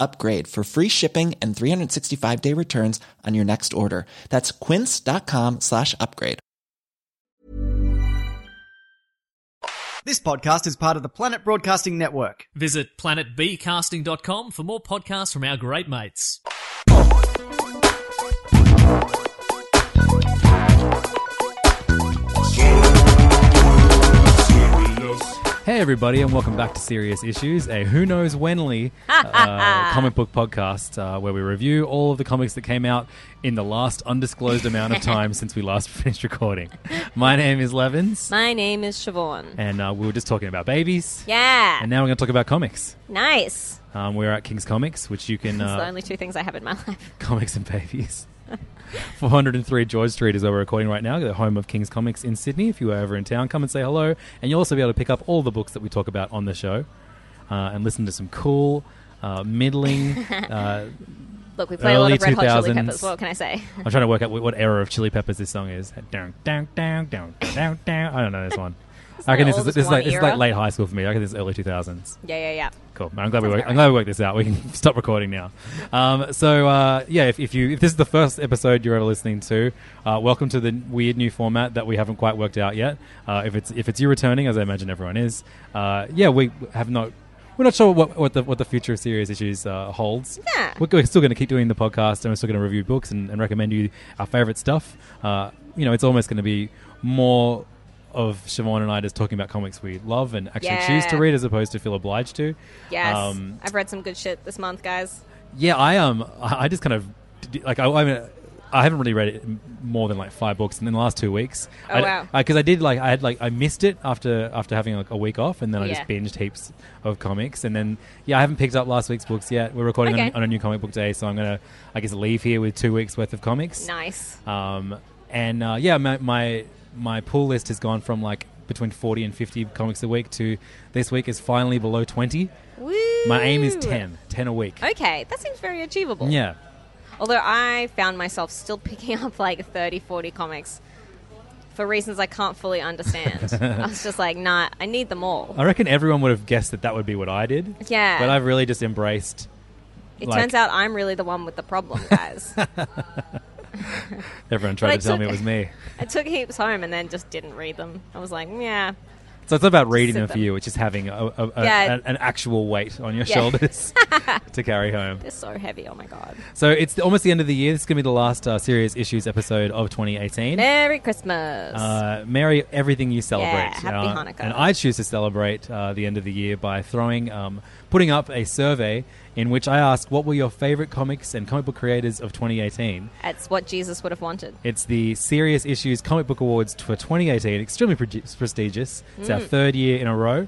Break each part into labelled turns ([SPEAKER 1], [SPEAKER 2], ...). [SPEAKER 1] upgrade for free shipping and 365 day returns on your next order. That's quince.com slash upgrade.
[SPEAKER 2] This podcast is part of the Planet Broadcasting Network.
[SPEAKER 3] Visit planetbcasting.com for more podcasts from our great mates.
[SPEAKER 4] Hey, everybody, and welcome back to Serious Issues, a who knows whenly uh, comic book podcast uh, where we review all of the comics that came out in the last undisclosed amount of time since we last finished recording. My name is Levins,
[SPEAKER 5] My name is Siobhan.
[SPEAKER 4] and uh, we were just talking about babies,
[SPEAKER 5] Yeah.
[SPEAKER 4] and now we're going to talk about comics.
[SPEAKER 5] nice.
[SPEAKER 4] Um, we're at King's Comics, which you can
[SPEAKER 5] It's the
[SPEAKER 4] uh,
[SPEAKER 5] only two things I have in my life.
[SPEAKER 4] comics and babies. 403 George Street is where we're recording right now, the home of King's Comics in Sydney. If you are ever in town, come and say hello. And you'll also be able to pick up all the books that we talk about on the show uh, and listen to some cool, uh, middling. uh,
[SPEAKER 5] Look, we play a lot
[SPEAKER 4] Early
[SPEAKER 5] of Red Hot Chili
[SPEAKER 4] 2000s.
[SPEAKER 5] Peppers. What can I say?
[SPEAKER 4] I'm trying to work out wh- what era of Chili Peppers this song is. Down, down, down, down, down, down. I don't know this one. I reckon
[SPEAKER 5] the
[SPEAKER 4] this is,
[SPEAKER 5] oldest
[SPEAKER 4] this, is
[SPEAKER 5] one
[SPEAKER 4] like, this is like
[SPEAKER 5] era.
[SPEAKER 4] late high school for me. I reckon this is early 2000s.
[SPEAKER 5] Yeah, yeah, yeah.
[SPEAKER 4] Cool. I'm glad we
[SPEAKER 5] Sounds
[SPEAKER 4] work,
[SPEAKER 5] about
[SPEAKER 4] I'm glad we worked this out. We can stop recording now. Um, so uh, yeah, if, if you if this is the first episode you're ever listening to, uh, welcome to the weird new format that we haven't quite worked out yet. Uh, if it's if it's you returning, as I imagine everyone is, uh, yeah, we have not. We're not sure what, what the what the future of serious issues uh, holds.
[SPEAKER 5] Yeah.
[SPEAKER 4] We're, we're still going to keep doing the podcast, and we're still going to review books and, and recommend you our favorite stuff. Uh, you know, it's almost going to be more of Siobhan and I just talking about comics we love and actually choose to
[SPEAKER 5] Yeah.
[SPEAKER 4] read, as opposed to feel obliged to.
[SPEAKER 5] Yes.
[SPEAKER 4] Um,
[SPEAKER 5] I've read some good shit this month, guys.
[SPEAKER 4] yeah, I um, I I just kind of d- like I, I mean, I haven't really read it m- more than like five books in the last two weeks.
[SPEAKER 5] Oh,
[SPEAKER 4] I,
[SPEAKER 5] wow.
[SPEAKER 4] Because I, did like I had like I missed it after after having like a week off, and then I just
[SPEAKER 5] Yeah.
[SPEAKER 4] binged heaps of comics, and then yeah, I haven't picked up last week's books yet. We're recording on,
[SPEAKER 5] Okay.
[SPEAKER 4] on a new comic book day, so I'm gonna I guess leave here with two weeks worth of comics.
[SPEAKER 5] Nice.
[SPEAKER 4] Um, and uh, yeah, my, my my pull list has gone from like between 40 and 50 comics a week to this week is finally below 20.
[SPEAKER 5] Woo.
[SPEAKER 4] My aim is 10, 10 a week.
[SPEAKER 5] Okay, that seems very achievable.
[SPEAKER 4] Yeah.
[SPEAKER 5] Although I found myself still picking up like 30, 40 comics for reasons I can't fully understand. I was just like, nah, I need them all.
[SPEAKER 4] I reckon everyone would have guessed that that would be what I did.
[SPEAKER 5] Yeah.
[SPEAKER 4] Um, But I've really just embraced.
[SPEAKER 5] It
[SPEAKER 4] like-
[SPEAKER 5] turns out I'm really the one with the problem, guys.
[SPEAKER 4] Everyone tried
[SPEAKER 5] But I
[SPEAKER 4] to tell me
[SPEAKER 5] took-
[SPEAKER 4] it was me.
[SPEAKER 5] I took heaps home and then just didn't read them. I was like, yeah,
[SPEAKER 4] So it's not about reading
[SPEAKER 5] sit
[SPEAKER 4] them for
[SPEAKER 5] there.
[SPEAKER 4] you, it's just having a, a, a-
[SPEAKER 5] Yeah.
[SPEAKER 4] an, an actual weight on your
[SPEAKER 5] Yeah.
[SPEAKER 4] shoulders to carry home.
[SPEAKER 5] they're so heavy. Oh my god.
[SPEAKER 4] So it's almost the end of the year. This is going to be the last uh, serious issues episode of 2018.
[SPEAKER 5] Merry Christmas.
[SPEAKER 4] Uh, Merry everything you celebrate.
[SPEAKER 5] Yeah, happy
[SPEAKER 4] Uh,
[SPEAKER 5] Hanukkah.
[SPEAKER 4] And I choose to celebrate uh, the end of the year by throwing, um, putting up a survey in which I ask, what were your favorite comics and comic book creators of 2018?
[SPEAKER 5] That's what Jesus would have wanted.
[SPEAKER 4] It's the Serious Issues Comic Book Awards for 2018. Extremely pre- prestigious. It's our third year in a row.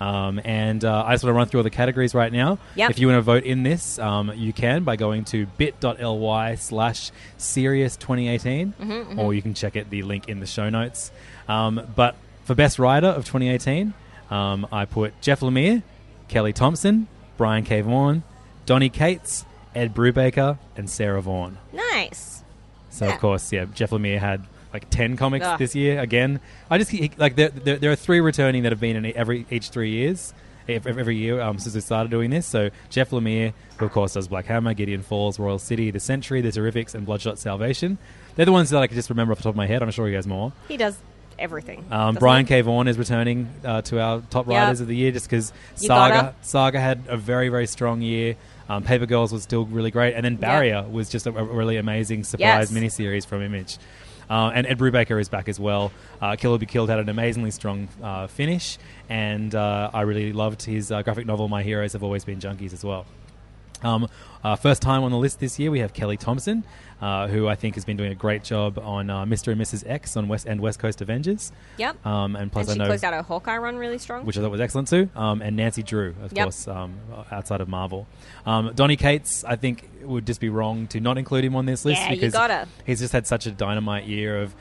[SPEAKER 4] Um, and uh, I just want to run through all the categories right now.
[SPEAKER 5] Yep.
[SPEAKER 4] If you want to vote in this, um, you can by going to bit.ly slash serious 2018, or you can check it the link in the show notes. Um, but for Best Writer of 2018, um, I put Jeff Lemire, Kelly Thompson, Brian K. Vaughan, Donnie Cates, Ed Brubaker, and Sarah Vaughan.
[SPEAKER 5] Nice.
[SPEAKER 4] So
[SPEAKER 5] Yeah.
[SPEAKER 4] of course, yeah, Jeff Lemire had like ten comics
[SPEAKER 5] Ugh.
[SPEAKER 4] this year. Again, I just he, like there, there, there are three returning that have been in every each three years, ev- ev- every year um, since we started doing this. So Jeff Lemire, who of course does Black Hammer, Gideon Falls, Royal City, The Century, The Terrifics, and Bloodshot Salvation. They're the ones that I can just remember off the top of my head. I'm sure he has more.
[SPEAKER 5] He does everything.
[SPEAKER 4] Um,
[SPEAKER 5] doesn't
[SPEAKER 4] Brian
[SPEAKER 5] he?
[SPEAKER 4] K. Vaughan is returning uh, to our top
[SPEAKER 5] Yeah.
[SPEAKER 4] writers of the year just because
[SPEAKER 5] You
[SPEAKER 4] Saga
[SPEAKER 5] gotta.
[SPEAKER 4] Saga had a very very strong year. Um, Paper Girls was still really great, and then Barrier was just a, a really amazing surprise
[SPEAKER 5] Yes.
[SPEAKER 4] miniseries from Image. Uh, and Ed Brubaker is back as well. Uh, Kill or Be Killed had an amazingly strong uh, finish, and uh, I really loved his uh, graphic novel My Heroes Have Always Been Junkies as well. Um, uh, first time on the list this year, we have Kelly Thompson, uh, who I think has been doing a great job on uh, Mr. and Mrs. X on West and West Coast Avengers.
[SPEAKER 5] Yep.
[SPEAKER 4] Um, and plus,
[SPEAKER 5] and she
[SPEAKER 4] I know
[SPEAKER 5] closed out her Hawkeye run really strong.
[SPEAKER 4] which I thought was excellent too. Um, and Nancy Drew, of
[SPEAKER 5] Yep.
[SPEAKER 4] course, um, outside of Marvel. Um, Donny Cates, I think, it would just be wrong to not include him on this list
[SPEAKER 5] Yeah, you
[SPEAKER 4] because
[SPEAKER 5] gotta.
[SPEAKER 4] he's just had such a dynamite year of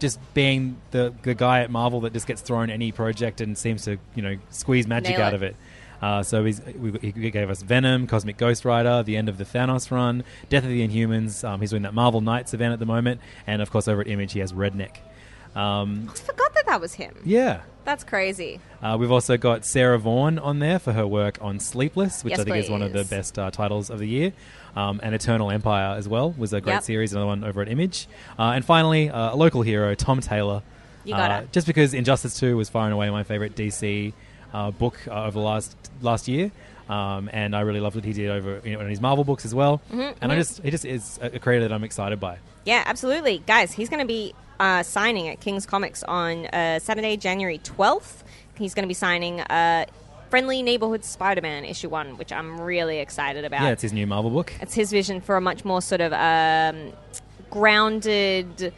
[SPEAKER 4] just being the, the guy at Marvel that just gets thrown any project and seems to you know squeeze magic
[SPEAKER 5] Nail
[SPEAKER 4] out
[SPEAKER 5] it.
[SPEAKER 4] of it. Uh, so he's, we, he gave us Venom, Cosmic Ghost Rider, the end of the Thanos run, Death of the Inhumans. Um, he's doing that Marvel Knights event at the moment, and of course over at Image he has Redneck. Um,
[SPEAKER 5] I forgot that that was him.
[SPEAKER 4] yeah,
[SPEAKER 5] That's crazy.
[SPEAKER 4] uh, we've also got Sarah Vaughan on there for her work on Sleepless, which
[SPEAKER 5] Yes,
[SPEAKER 4] I think is one of the
[SPEAKER 5] please.
[SPEAKER 4] best uh, titles of the year, um, and Eternal Empire as well was a great
[SPEAKER 5] Yep.
[SPEAKER 4] series, another one over at Image, uh, and finally uh, a local hero, Tom Taylor.
[SPEAKER 5] You gotta.
[SPEAKER 4] Uh, just because Injustice Two was far and away my favorite DC uh, book uh, over the last last year. Um, and I really loved what he did over you know, in his Marvel books as well.
[SPEAKER 5] Mm-hmm,
[SPEAKER 4] and I just, he just is a a creator that I'm excited by.
[SPEAKER 5] Yeah, absolutely. Guys, he's going to be uh, signing at King's Comics on uh, Saturday, January 12th. He's going to be signing uh, Friendly Neighborhood Spider Man issue one, which I'm really excited about.
[SPEAKER 4] Yeah, it's his new Marvel book.
[SPEAKER 5] it's his vision for a much more sort of um, grounded,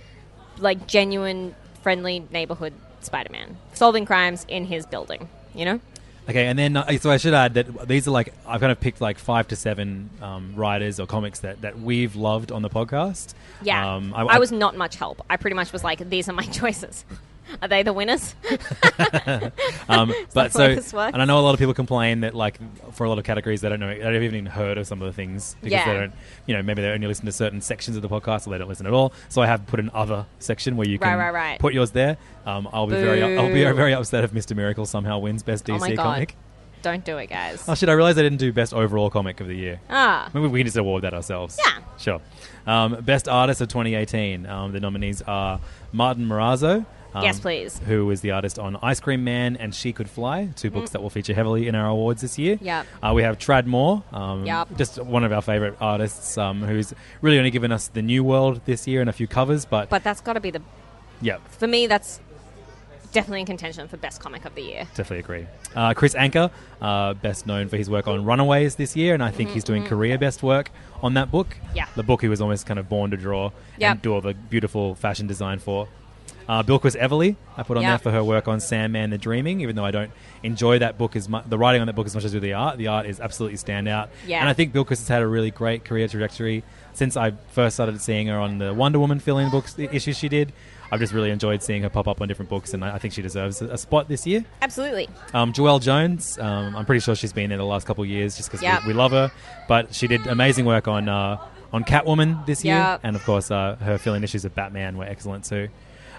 [SPEAKER 5] like genuine, friendly neighborhood Spider Man, solving crimes in his building, you know?
[SPEAKER 4] Okay, and then uh, so I should add that these are like I've kind of picked like five to seven um, writers or comics that, that we've loved on the podcast.
[SPEAKER 5] Yeah.
[SPEAKER 4] um,
[SPEAKER 5] I, was not much help. I pretty much was like, these are my choices. Are they the winners?
[SPEAKER 4] Um, but
[SPEAKER 5] that how
[SPEAKER 4] so,
[SPEAKER 5] this works?
[SPEAKER 4] and I know a lot of people complain that like for a lot of categories they don't know, they haven't even heard of some of the things because
[SPEAKER 5] Yeah.
[SPEAKER 4] they don't, you know, maybe they only listen to certain sections of the podcast or they don't listen at all. So I have put an other section where you
[SPEAKER 5] Right,
[SPEAKER 4] can
[SPEAKER 5] right, right.
[SPEAKER 4] put yours there. Um, I'll be very, I'll be
[SPEAKER 5] Boo.
[SPEAKER 4] very upset if Mister Miracle somehow wins best DC
[SPEAKER 5] oh my God.
[SPEAKER 4] comic.
[SPEAKER 5] Don't do it, guys.
[SPEAKER 4] Oh shit! I realized I didn't do best overall comic of the year.
[SPEAKER 5] Ah.
[SPEAKER 4] Maybe we can just award that ourselves.
[SPEAKER 5] Yeah.
[SPEAKER 4] Sure. Um, Best Artist of 2018. Um, the nominees are Martin Morazzo. um,
[SPEAKER 5] Yes, please. Mm.
[SPEAKER 4] Who was the artist on Ice Cream Man and She Could Fly, two books that will feature heavily in our awards this year.
[SPEAKER 5] Yep.
[SPEAKER 4] Uh, we have Trad Moore, um,
[SPEAKER 5] Yep.
[SPEAKER 4] just one of our favorite artists, um, who's really only given us the New World this year and a few covers, but,
[SPEAKER 5] But that's got to be the.
[SPEAKER 4] yeah,
[SPEAKER 5] For me, that's definitely in contention for best comic of the year.
[SPEAKER 4] Definitely agree. Uh, Chris Anker, uh, best known for his work on Runaways this year, and I think he's doing career best work on that book.
[SPEAKER 5] Mm-hmm, Yeah.
[SPEAKER 4] The book he was almost kind of born to draw
[SPEAKER 5] Yep.
[SPEAKER 4] and do all the beautiful fashion design for. Uh, Bilquis Everly, I put on
[SPEAKER 5] Yeah.
[SPEAKER 4] there for her work on Sandman the Dreaming, even though I don't enjoy that book as much, the writing on that book as much as I do the art. The art is absolutely standout.
[SPEAKER 5] Yeah.
[SPEAKER 4] And I think Bilquis has had a really great career trajectory since I first started seeing her on the Wonder Woman fill in books, the issues she did. I've just really enjoyed seeing her pop up on different books, and I I think she deserves a a spot this year.
[SPEAKER 5] Absolutely.
[SPEAKER 4] Um, Joelle Jones, um, I'm pretty sure she's been there the last couple of years just because
[SPEAKER 5] Yep.
[SPEAKER 4] we, we love her. But she did amazing work on uh, on Catwoman this year.
[SPEAKER 5] Yep.
[SPEAKER 4] And of course, uh, her filling issues of Batman were excellent too.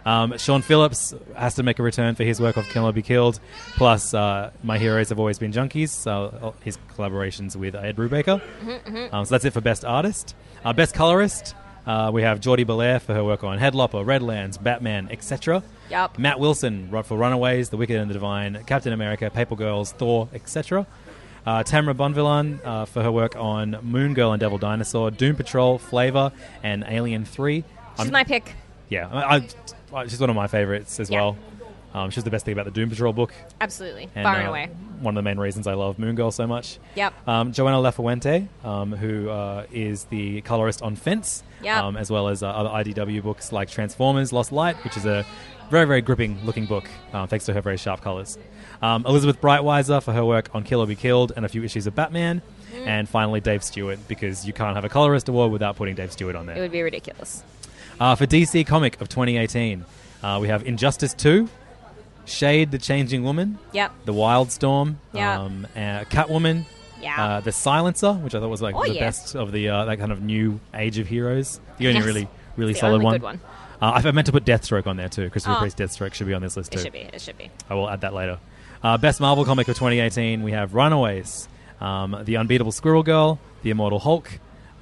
[SPEAKER 4] Um, Sean Phillips has to make a return for his work of Kill or Be Killed. Plus, uh, My Heroes Have Always Been Junkies, so uh, his collaborations with Ed Brubaker.
[SPEAKER 5] Mm-hmm,
[SPEAKER 4] Um, so that's it for Best Artist. Uh, best Colorist, uh, we have Geordie Belair for her work on Headlopper, Redlands, Batman, etc.
[SPEAKER 5] Yep.
[SPEAKER 4] Matt Wilson, Rod for Runaways, The Wicked and the Divine, Captain America, Paper Girls, Thor, etc. Uh, Tamara Bonvillain uh, for her work on Moon Girl and Devil Dinosaur, Doom Patrol, Flavor, and Alien 3.
[SPEAKER 5] She's
[SPEAKER 4] I'm-
[SPEAKER 5] my pick.
[SPEAKER 4] yeah, I, I, I- she's one of my favorites as
[SPEAKER 5] Yeah.
[SPEAKER 4] well. Um, she's the best thing about the Doom Patrol book.
[SPEAKER 5] Absolutely. Far and
[SPEAKER 4] uh,
[SPEAKER 5] away.
[SPEAKER 4] One of the main reasons I love Moon Girl so much.
[SPEAKER 5] Yep.
[SPEAKER 4] Um, Joanna Lafuente, um, who uh, is the colorist on Fence,
[SPEAKER 5] Yep.
[SPEAKER 4] um, as well as uh, other IDW books like Transformers Lost Light, which is a very, very gripping looking book, uh, thanks to her very sharp colors. Um, Elizabeth Brightweiser for her work on Kill or Be Killed and a few issues of Batman.
[SPEAKER 5] Mm.
[SPEAKER 4] And finally, Dave Stewart, because you can't have a colorist award without putting Dave Stewart on there.
[SPEAKER 5] It would be ridiculous.
[SPEAKER 4] Uh, for DC Comic of 2018, uh, we have Injustice 2, Shade the Changing Woman,
[SPEAKER 5] Yep.
[SPEAKER 4] The Wildstorm,
[SPEAKER 5] Yeah.
[SPEAKER 4] um, uh, Catwoman,
[SPEAKER 5] Yeah.
[SPEAKER 4] uh, The Silencer, which I thought was like
[SPEAKER 5] Oh,
[SPEAKER 4] the
[SPEAKER 5] yeah.
[SPEAKER 4] best of the uh, that kind of new age of heroes. The only
[SPEAKER 5] Yes.
[SPEAKER 4] really, really
[SPEAKER 5] The
[SPEAKER 4] solid
[SPEAKER 5] only
[SPEAKER 4] one.
[SPEAKER 5] good one.
[SPEAKER 4] Uh, I I meant to put Deathstroke on there too. Christopher
[SPEAKER 5] Oh.
[SPEAKER 4] Priest Deathstroke should be on this list too.
[SPEAKER 5] It should be. It should be.
[SPEAKER 4] I will add that later. Uh, best Marvel comic of 2018, we have Runaways, um, The Unbeatable Squirrel Girl, The Immortal Hulk,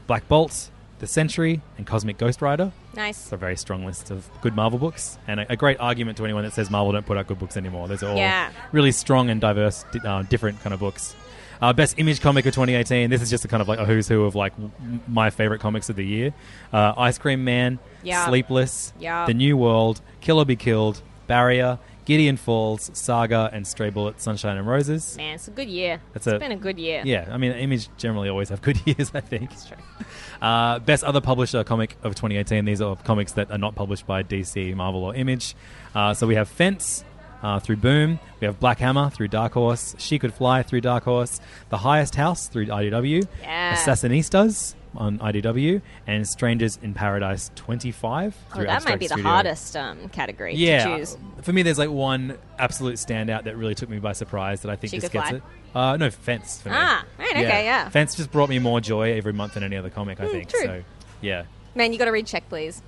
[SPEAKER 4] Black Bolt, The Sentry, and Cosmic Ghost Rider.
[SPEAKER 5] Nice.
[SPEAKER 4] It's a very strong list of good Marvel books, and a, a great argument to anyone that says Marvel don't put out good books anymore. Those are all
[SPEAKER 5] Yeah.
[SPEAKER 4] really strong and diverse, di- uh, different kind of books. Uh, best image comic of 2018. This is just a kind of like a who's who of like m- my favorite comics of the year. Uh, Ice Cream Man,
[SPEAKER 5] Yeah.
[SPEAKER 4] Sleepless,
[SPEAKER 5] Yeah.
[SPEAKER 4] The New World, Kill or Be Killed, Barrier, Gideon Falls, Saga, and Stray Bullet, Sunshine and Roses.
[SPEAKER 5] Man, it's a good year.
[SPEAKER 4] That's a-
[SPEAKER 5] it's been a good year.
[SPEAKER 4] Yeah, I mean, Image generally always have good years, I think.
[SPEAKER 5] That's true. Oh,
[SPEAKER 4] Uh, best other publisher comic of 2018. These are comics that are not published by DC, Marvel, or Image. Uh, so we have Fence uh, through Boom. We have Black Hammer through Dark Horse. She Could Fly through Dark Horse. The Highest House through IDW.
[SPEAKER 5] Yeah.
[SPEAKER 4] Assassinistas on IDW. And Strangers in Paradise 25
[SPEAKER 5] Oh,
[SPEAKER 4] through
[SPEAKER 5] that might
[SPEAKER 4] Abstract
[SPEAKER 5] be the
[SPEAKER 4] Studio.
[SPEAKER 5] hardest um, category to choose.
[SPEAKER 4] For me, there's like one absolute standout that really took me by surprise that I think
[SPEAKER 5] She
[SPEAKER 4] just
[SPEAKER 5] Could
[SPEAKER 4] gets
[SPEAKER 5] Fly?
[SPEAKER 4] it. Uh, no, Fence for me.
[SPEAKER 5] Ah, right, okay, yeah. Hmm,
[SPEAKER 4] Fence just brought me more joy every month than any other comic, I think.
[SPEAKER 5] true.
[SPEAKER 4] So, yeah.
[SPEAKER 5] Man, you got to read Check, please.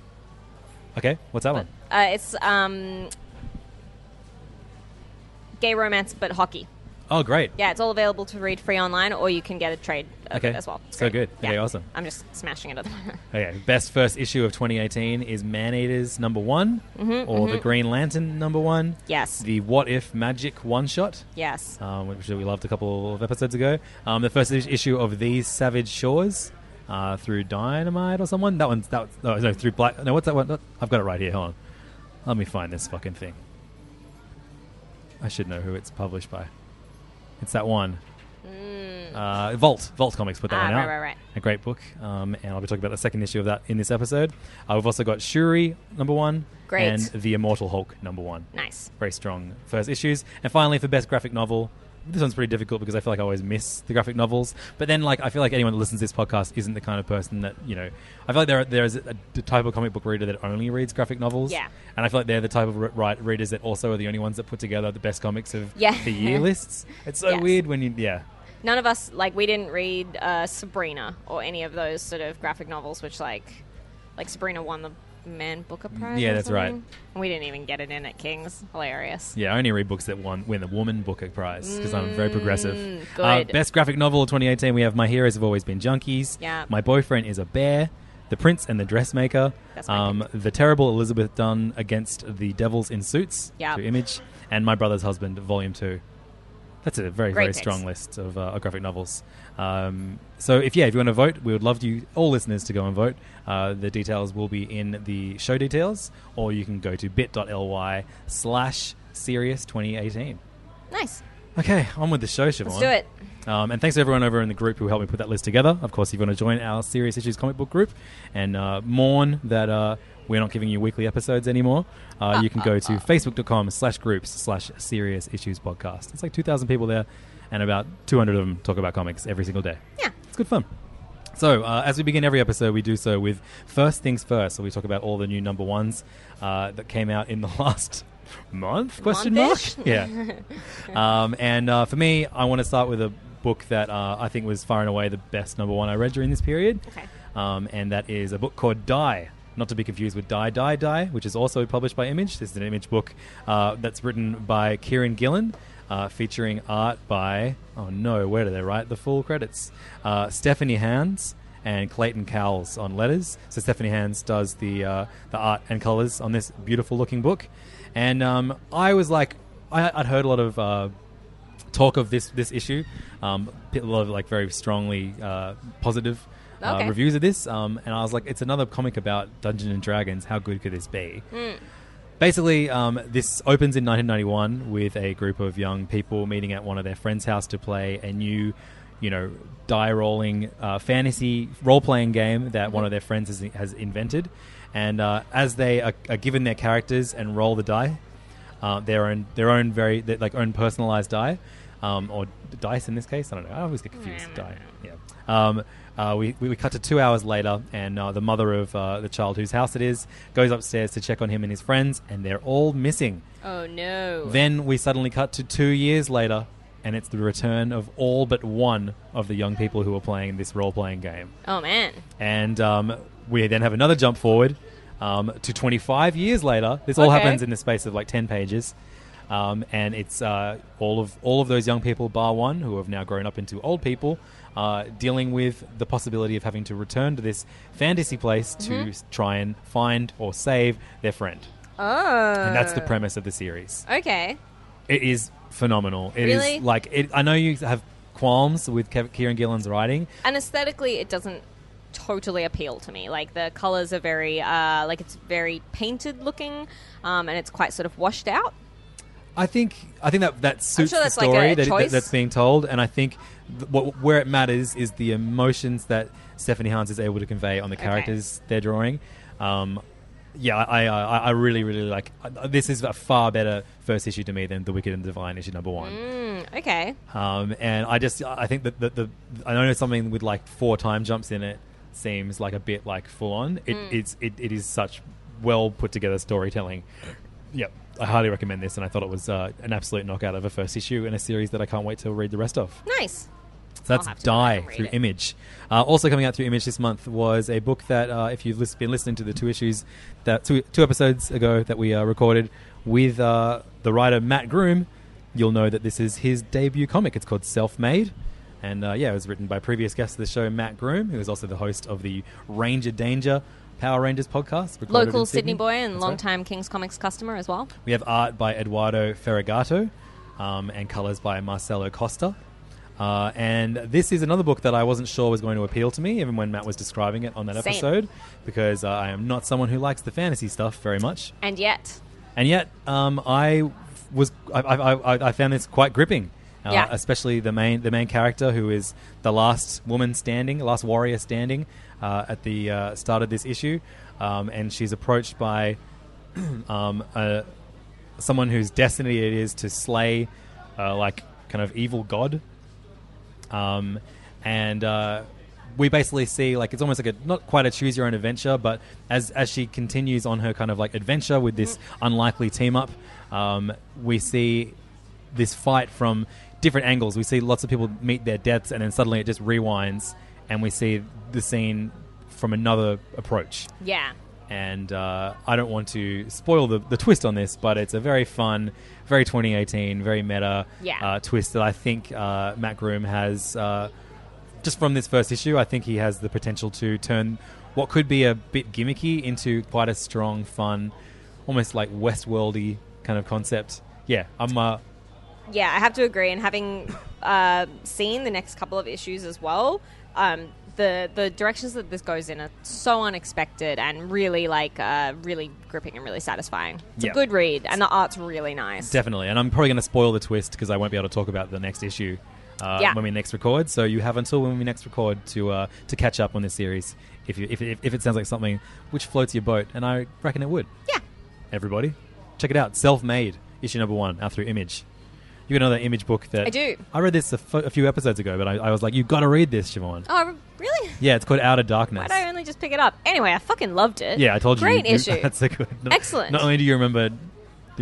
[SPEAKER 4] Okay, what's that one?
[SPEAKER 5] Uh, it's um, gay romance, but hockey.
[SPEAKER 4] Oh, great.
[SPEAKER 5] Yeah, it's all available to read free online, or you can get a trade of
[SPEAKER 4] Okay.
[SPEAKER 5] it as well. It's
[SPEAKER 4] So
[SPEAKER 5] great.
[SPEAKER 4] good. Okay, awesome.
[SPEAKER 5] I'm just smashing it at the moment.
[SPEAKER 4] Okay, best first issue of 2018 is Man Eaters number one,
[SPEAKER 5] Mm-hmm,
[SPEAKER 4] or the Green Lantern number one.
[SPEAKER 5] Yes.
[SPEAKER 4] The What If Magic one shot.
[SPEAKER 5] yes.
[SPEAKER 4] um, which we loved a couple of episodes ago. Um, the first is- issue of these Savage Shores uh, through Dynamite or someone. That one's that no, no through Black. No, what's that one? I've got it right here. Hold on, let me find this fucking thing. I should know who it's published by. It's that one. Uh, Vault Vault Comics put that
[SPEAKER 5] Mm. Ah,
[SPEAKER 4] one
[SPEAKER 5] right,
[SPEAKER 4] out.
[SPEAKER 5] right, right.
[SPEAKER 4] A great book, um, and I'll be talking about the second issue of that in this episode. Uh, we've also got Shuri number one,
[SPEAKER 5] Great.
[SPEAKER 4] and the Immortal Hulk number one
[SPEAKER 5] Nice.
[SPEAKER 4] very strong first issues. And finally, for best graphic novel, this one's pretty difficult because I feel like I always miss the graphic novels. But then, like, I feel like anyone that listens to this podcast isn't the kind of person that you know. I feel like there are, there is a d- type of comic book reader that only reads graphic novels.
[SPEAKER 5] Yeah.
[SPEAKER 4] and I feel like they're the type of re- right readers that also are the only ones that put together the best comics of
[SPEAKER 5] Yeah.
[SPEAKER 4] the year lists. It's so
[SPEAKER 5] Yes.
[SPEAKER 4] weird when you yeah.
[SPEAKER 5] None of us like we didn't read uh, Sabrina or any of those sort of graphic novels, which like like Sabrina won the Man Booker Prize.
[SPEAKER 4] Mm, Yeah,
[SPEAKER 5] or
[SPEAKER 4] that's right.
[SPEAKER 5] something. And we didn't even get it in at King's. Hilarious.
[SPEAKER 4] Yeah, I only read books that won win the Woman Booker Prize because I'm very progressive.
[SPEAKER 5] Mm, good.
[SPEAKER 4] Uh, best graphic novel of 2018, we have My Heroes Have Always Been Junkies.
[SPEAKER 5] Yeah.
[SPEAKER 4] My Boyfriend is a Bear. The Prince and the Dressmaker.
[SPEAKER 5] That's my
[SPEAKER 4] um, the Terrible Elizabeth Dunn against the Devils in Suits.
[SPEAKER 5] Yeah.
[SPEAKER 4] through Image. And My Brother's Husband, Volume 2. That's a very,
[SPEAKER 5] Great
[SPEAKER 4] very
[SPEAKER 5] picks.
[SPEAKER 4] strong list of, uh, of graphic novels. Um, so, if yeah, if you want to vote, we would love you, all listeners, to go and vote. Uh, the details will be in the show details, or you can go to bit.ly slash serious 2018.
[SPEAKER 5] Nice.
[SPEAKER 4] Okay, on with the show, Siobhan.
[SPEAKER 5] Let's do it.
[SPEAKER 4] Um, and thanks to everyone over in the group who helped me put that list together. Of course, if you want to join our Serious Issues comic book group and uh, mourn that uh, we're not giving you weekly episodes anymore, uh, you can go to facebook.com slash groups slash serious issues podcast. It's like 2,000 people there, and about 200 of them talk about comics every single day.
[SPEAKER 5] Yeah.
[SPEAKER 4] It's good fun. So, uh, as we begin every episode, we do so with first things first. So we talk about all the new number ones uh, that came out in the last month? Question
[SPEAKER 5] Month-ish?
[SPEAKER 4] mark. Yeah. um, and uh, for me, I want to start with a book that uh, I think was far and away the best number one I read during this period.
[SPEAKER 5] Okay.
[SPEAKER 4] Um, and that is a book called Die. Not to be confused with Die, Die, Die, which is also published by Image. This is an Image book uh, that's written by Kieran Gillen, uh, featuring art by, oh no, where do they write the full credits? Uh, Stephanie Hans and Clayton Cowles on letters. So Stephanie Hans does the, uh, the art and colors on this beautiful looking book. And um, I was like, I, I'd heard a lot of uh, talk of this this issue. Um, p- a lot of like very strongly uh, positive uh,
[SPEAKER 5] Okay.
[SPEAKER 4] reviews of this, um, and I was like, it's another comic about Dungeons and Dragons. How good could this be? Basically, um, this opens in 1991 with a group of young people meeting at one of their friends' house to play a new, you know, die rolling uh, fantasy role playing game that one of their friends has, has invented. And uh, as they are, are given their characters and roll the die, uh, their own their own very their, like own personalized die, um, or dice in this case. I don't know. I always get confused. Die. Yeah. Um, uh, we, we we cut to two hours later, and uh, the mother of uh, the child whose house it is goes upstairs to check on him and his friends, and they're all missing.
[SPEAKER 5] Oh no.
[SPEAKER 4] Then we suddenly cut to two years later, and it's the return of all but one of the young people who were playing this role playing game.
[SPEAKER 5] oh man.
[SPEAKER 4] And um, we then have another jump forward um, to 25 years later. This all
[SPEAKER 5] Okay.
[SPEAKER 4] happens in the space of like 10 pages. Um, and it's uh, all of all of those young people, bar one, who have now grown up into old people, uh, dealing with the possibility of having to return to this fantasy place
[SPEAKER 5] Mm-hmm.
[SPEAKER 4] to s- try and find or save their friend.
[SPEAKER 5] Oh.
[SPEAKER 4] And that's the premise of the series.
[SPEAKER 5] Okay.
[SPEAKER 4] It is phenomenal. It is
[SPEAKER 5] Really?
[SPEAKER 4] like it, I know you have qualms with Kev- Kieran Gillen's writing.
[SPEAKER 5] and aesthetically it doesn't totally appeal to me like the colors are very uh, like it's very painted looking um, and it's quite sort of washed out
[SPEAKER 4] I think I think that that suits
[SPEAKER 5] sure
[SPEAKER 4] the
[SPEAKER 5] that's like
[SPEAKER 4] story
[SPEAKER 5] a
[SPEAKER 4] that, that,
[SPEAKER 5] choice.
[SPEAKER 4] that's being told, and I think th- what, where it matters is the emotions that Stephanie Hans is able to convey on the characters they're drawing. Um, yeah, I, I I I really really like I- this is a far better first issue to me than the Wicked and Divine issue number one.
[SPEAKER 5] Mm, okay
[SPEAKER 4] Um, and I just I think that the, the I know something with like four time jumps in it seems like a bit like full on. It it's it, it is such well put together storytelling. Yep, I highly recommend this, and I thought it was uh, an absolute knockout of a first issue in a series that I can't wait to read the rest of.
[SPEAKER 5] nice
[SPEAKER 4] So
[SPEAKER 5] I'll
[SPEAKER 4] that's
[SPEAKER 5] have to go back
[SPEAKER 4] Die
[SPEAKER 5] and read
[SPEAKER 4] through
[SPEAKER 5] it.
[SPEAKER 4] Image. Uh, also coming out through Image this month was a book that, uh, if you've lis- been listening to the two issues that two, two episodes ago that we uh, recorded with uh, the writer Matt Groom, you'll know that this is his debut comic. It's called Self Made. And uh, yeah, it was written by previous guest of the show, Matt Groom, who is also the host of the Ranger Danger Power Rangers podcast. recorded
[SPEAKER 5] local
[SPEAKER 4] in
[SPEAKER 5] sydney, boy and
[SPEAKER 4] That's right.
[SPEAKER 5] longtime king's comics customer as well
[SPEAKER 4] We have art by Eduardo Ferragato um, and colors by Marcelo Costa. Uh, and this is another book that I wasn't sure was going to appeal to me, even when Matt was describing it on that
[SPEAKER 5] Same.
[SPEAKER 4] episode, because uh, I am not someone who likes the fantasy stuff very much.
[SPEAKER 5] and yet
[SPEAKER 4] And yet, um, I was I, I, I, I found this quite gripping. Uh,
[SPEAKER 5] Yeah.
[SPEAKER 4] Especially the main the main character who is the last woman standing, last warrior standing uh, at the uh, start of this issue, um, and she's approached by um, a, someone whose destiny it is to slay, uh, like kind of evil god. Um, and uh, we basically see like it's almost like a not quite a choose your own adventure, but as as she continues on her kind of like adventure with this unlikely team up, um, we see this fight from different angles. We see lots of people meet their deaths, and then suddenly it just rewinds, and we see the scene from another approach
[SPEAKER 5] yeah
[SPEAKER 4] and uh, I don't want to spoil the, the twist on this, but it's a very fun, very 2018, very meta
[SPEAKER 5] Yeah.
[SPEAKER 4] uh, twist that I think uh, Matt Groom has. Uh, just from this first issue, I think he has the potential to turn what could be a bit gimmicky into quite a strong, fun, almost like Westworldy kind of concept. Yeah, I'm. Uh,
[SPEAKER 5] yeah, I have to agree. And having uh, seen the next couple of issues as well, um, the the directions that this goes in are so unexpected and really like uh, really gripping and really satisfying. It's
[SPEAKER 4] Yeah.
[SPEAKER 5] a good read, and the art's really nice.
[SPEAKER 4] Definitely, and I'm probably going to spoil the twist because I won't be able to talk about the next issue uh,
[SPEAKER 5] Yeah.
[SPEAKER 4] when we next record. So you have until when we next record to uh, to catch up on this series. If you if, if, if it sounds like something which floats your boat, and I reckon it would.
[SPEAKER 5] yeah,
[SPEAKER 4] Everybody, check it out. Self made issue number one out through Image. You got another Image book that
[SPEAKER 5] I do.
[SPEAKER 4] I read this a fo- a few episodes ago, but I, I was like, you've got to read this, Siobhan.
[SPEAKER 5] oh really?
[SPEAKER 4] Yeah, it's called Outer Darkness.
[SPEAKER 5] Why'd I only just pick it up? Anyway, I fucking loved it.
[SPEAKER 4] Yeah, I told you.
[SPEAKER 5] Great
[SPEAKER 4] you-
[SPEAKER 5] issue.
[SPEAKER 4] That's a good.
[SPEAKER 5] Excellent.
[SPEAKER 4] Not only do you remember, do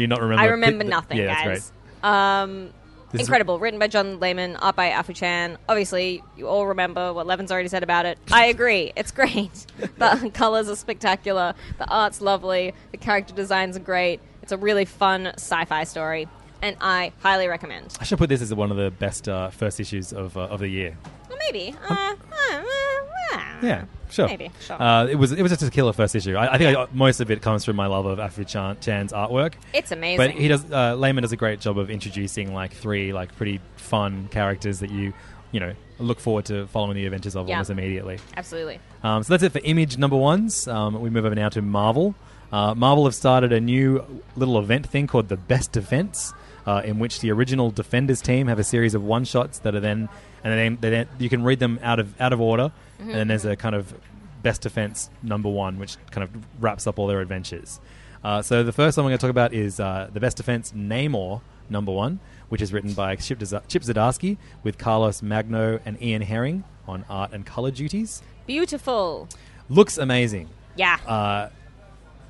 [SPEAKER 4] you not remember?
[SPEAKER 5] I remember
[SPEAKER 4] the-
[SPEAKER 5] nothing,
[SPEAKER 4] yeah, that's great.
[SPEAKER 5] guys. Um,
[SPEAKER 4] This is-
[SPEAKER 5] incredible. Written by John Lehman, art by Afu Chan. Obviously, you all remember what Levin's already said about it. I agree. It's great. The colors are spectacular. The art's lovely. The character designs are great. It's a really fun sci fi story, and I highly recommend.
[SPEAKER 4] I should put this as one of the best uh, first issues of uh, of the year.
[SPEAKER 5] Well, maybe. Uh, uh, uh, uh,
[SPEAKER 4] Um, Yeah, sure.
[SPEAKER 5] Maybe, sure.
[SPEAKER 4] Uh, it was it was just a killer first issue. I, I think I, most of it comes from my love of Afro Chan, Chan's artwork.
[SPEAKER 5] It's amazing.
[SPEAKER 4] But he does. Uh, Lehman does a great job of introducing like three like pretty fun characters that you you know look forward to following the adventures of
[SPEAKER 5] Yeah.
[SPEAKER 4] almost immediately.
[SPEAKER 5] Absolutely.
[SPEAKER 4] Um, so that's it for image number ones. Um, we move over now to Marvel. Uh, Marvel have started a new little event thing called the Best Defense, uh, in which the original Defenders team have a series of one shots that are then and then, they then you can read them out of out of order, and then there's a kind of Best Defense number one, which kind of wraps up all their adventures. Uh, so the first one we're going to talk about is uh, the Best Defense Namor number one, which is written by Chip, Dza- Chip Zdarsky with Carlos Magno and Ian Herring on art and color duties
[SPEAKER 5] Beautiful.
[SPEAKER 4] looks amazing,
[SPEAKER 5] Yeah.
[SPEAKER 4] Uh,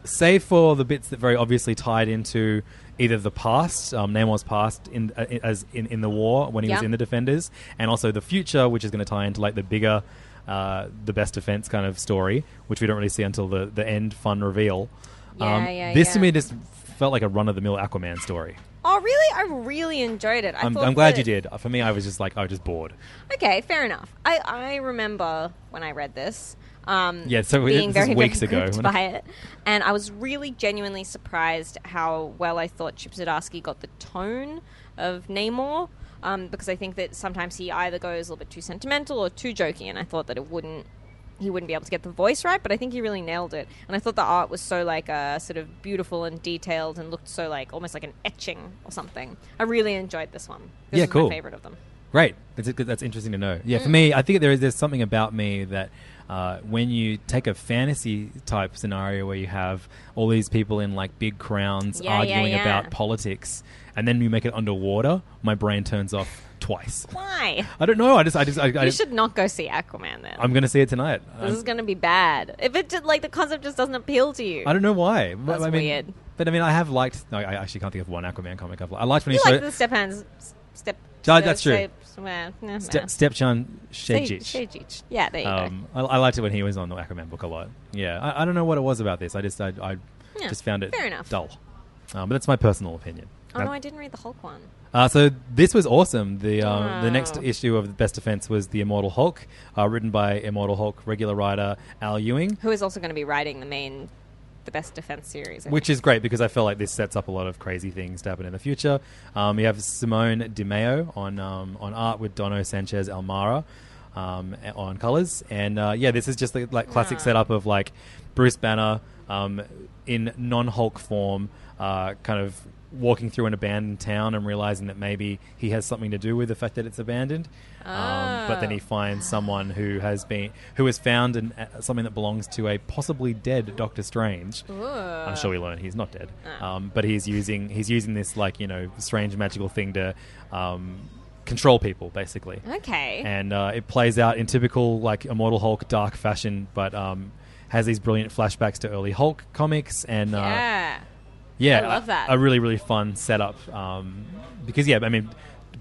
[SPEAKER 4] save for the bits that very obviously tied into either the past, um, Namor's past in uh, as in, in the war when he was
[SPEAKER 5] Yeah.
[SPEAKER 4] in the Defenders, and also the future, which is going to tie into like the bigger. Uh, the best defense kind of story, which we don't really see until the, the end fun reveal. Um,
[SPEAKER 5] Yeah, yeah,
[SPEAKER 4] this to
[SPEAKER 5] yeah.
[SPEAKER 4] me just felt like a run of the mill Aquaman story.
[SPEAKER 5] oh, really? I really enjoyed it. I
[SPEAKER 4] I'm,
[SPEAKER 5] thought
[SPEAKER 4] I'm glad
[SPEAKER 5] that-
[SPEAKER 4] you did. For me, I was just like, I was just bored.
[SPEAKER 5] Okay, fair enough. I, I remember when I read this. Um,
[SPEAKER 4] Yeah, so we-
[SPEAKER 5] being
[SPEAKER 4] this
[SPEAKER 5] very
[SPEAKER 4] is weeks
[SPEAKER 5] very
[SPEAKER 4] ago
[SPEAKER 5] gripped
[SPEAKER 4] when I-
[SPEAKER 5] by it, and I was really genuinely surprised how well I thought Chip Zdarsky got the tone of Namor. um, because I think that sometimes he either goes a little bit too sentimental or too jokey, and I thought that it wouldn't he wouldn't be able to get the voice right, but I think he really nailed it. And I thought the art was so like uh, sort of beautiful and detailed, and looked so like almost like an etching or something. I really enjoyed this one. This
[SPEAKER 4] Yeah,
[SPEAKER 5] was
[SPEAKER 4] cool.
[SPEAKER 5] My favorite of them.
[SPEAKER 4] Great. That's, that's interesting to know.
[SPEAKER 5] Mm.
[SPEAKER 4] Yeah, for me, I think there is there's something about me that uh, when you take a fantasy type scenario where you have all these people in like big crowns
[SPEAKER 5] Yeah, yeah,
[SPEAKER 4] arguing
[SPEAKER 5] yeah.
[SPEAKER 4] about politics, and then you make it underwater, my brain turns off twice.
[SPEAKER 5] Why?
[SPEAKER 4] I don't know. I just, I just, I, I,
[SPEAKER 5] You should not go see Aquaman then.
[SPEAKER 4] I'm going to see it tonight.
[SPEAKER 5] this is going to be bad. If it did, like the concept just doesn't appeal to you.
[SPEAKER 4] I don't know why. but
[SPEAKER 5] That's
[SPEAKER 4] I mean,
[SPEAKER 5] weird.
[SPEAKER 4] But I mean, I have liked. No, I actually can't think of one Aquaman comic I've. li- I liked when
[SPEAKER 5] you
[SPEAKER 4] he
[SPEAKER 5] like
[SPEAKER 4] showed
[SPEAKER 5] the step hands step.
[SPEAKER 4] Oh, that's true.
[SPEAKER 5] Well, nah, nah.
[SPEAKER 4] Ste- Stepchan Shejic.
[SPEAKER 5] Shejic. Yeah, there you
[SPEAKER 4] Um, I, I liked it when he was on the Aquaman book a lot. Yeah, I, I don't know what it was about this. I just, I, I
[SPEAKER 5] Yeah,
[SPEAKER 4] just found it
[SPEAKER 5] fair enough.
[SPEAKER 4] dull. Um, but that's my personal opinion.
[SPEAKER 5] go. Oh no,
[SPEAKER 4] Uh,
[SPEAKER 5] I didn't read the Hulk one.
[SPEAKER 4] uh, so this was awesome. The um, the next
[SPEAKER 5] Oh.
[SPEAKER 4] issue of Best Defense was the Immortal Hulk, uh, written by Immortal Hulk regular writer Al Ewing.
[SPEAKER 5] Who is also going to be writing the main, the best defense series? I
[SPEAKER 4] Which is great because I feel like this sets up a lot of crazy things to happen in the future. Um, you have Simone DiMeo on um, on art with Dono Sanchez Almara um, a- on colors, and uh, yeah, this is just the like classic setup of like Bruce Banner um, in non Hulk form, uh, kind of walking through an abandoned town and realizing that maybe he has something to do with the fact that it's abandoned. Um, but then
[SPEAKER 5] Ah.
[SPEAKER 4] he finds someone who has been who has found an, uh, something that belongs to a possibly dead Doctor Strange. I'm sure we learn he's not dead,
[SPEAKER 5] Ah.
[SPEAKER 4] um, but he's using he's using this like you know strange magical thing to um, control people basically.
[SPEAKER 5] think. Okay.
[SPEAKER 4] And uh, it plays out in typical like Immortal Hulk dark fashion, but um, has these brilliant flashbacks to early Hulk comics and uh,
[SPEAKER 5] yeah.
[SPEAKER 4] yeah,
[SPEAKER 5] I love that.
[SPEAKER 4] A, really, really fun setup. Um, because yeah, I mean,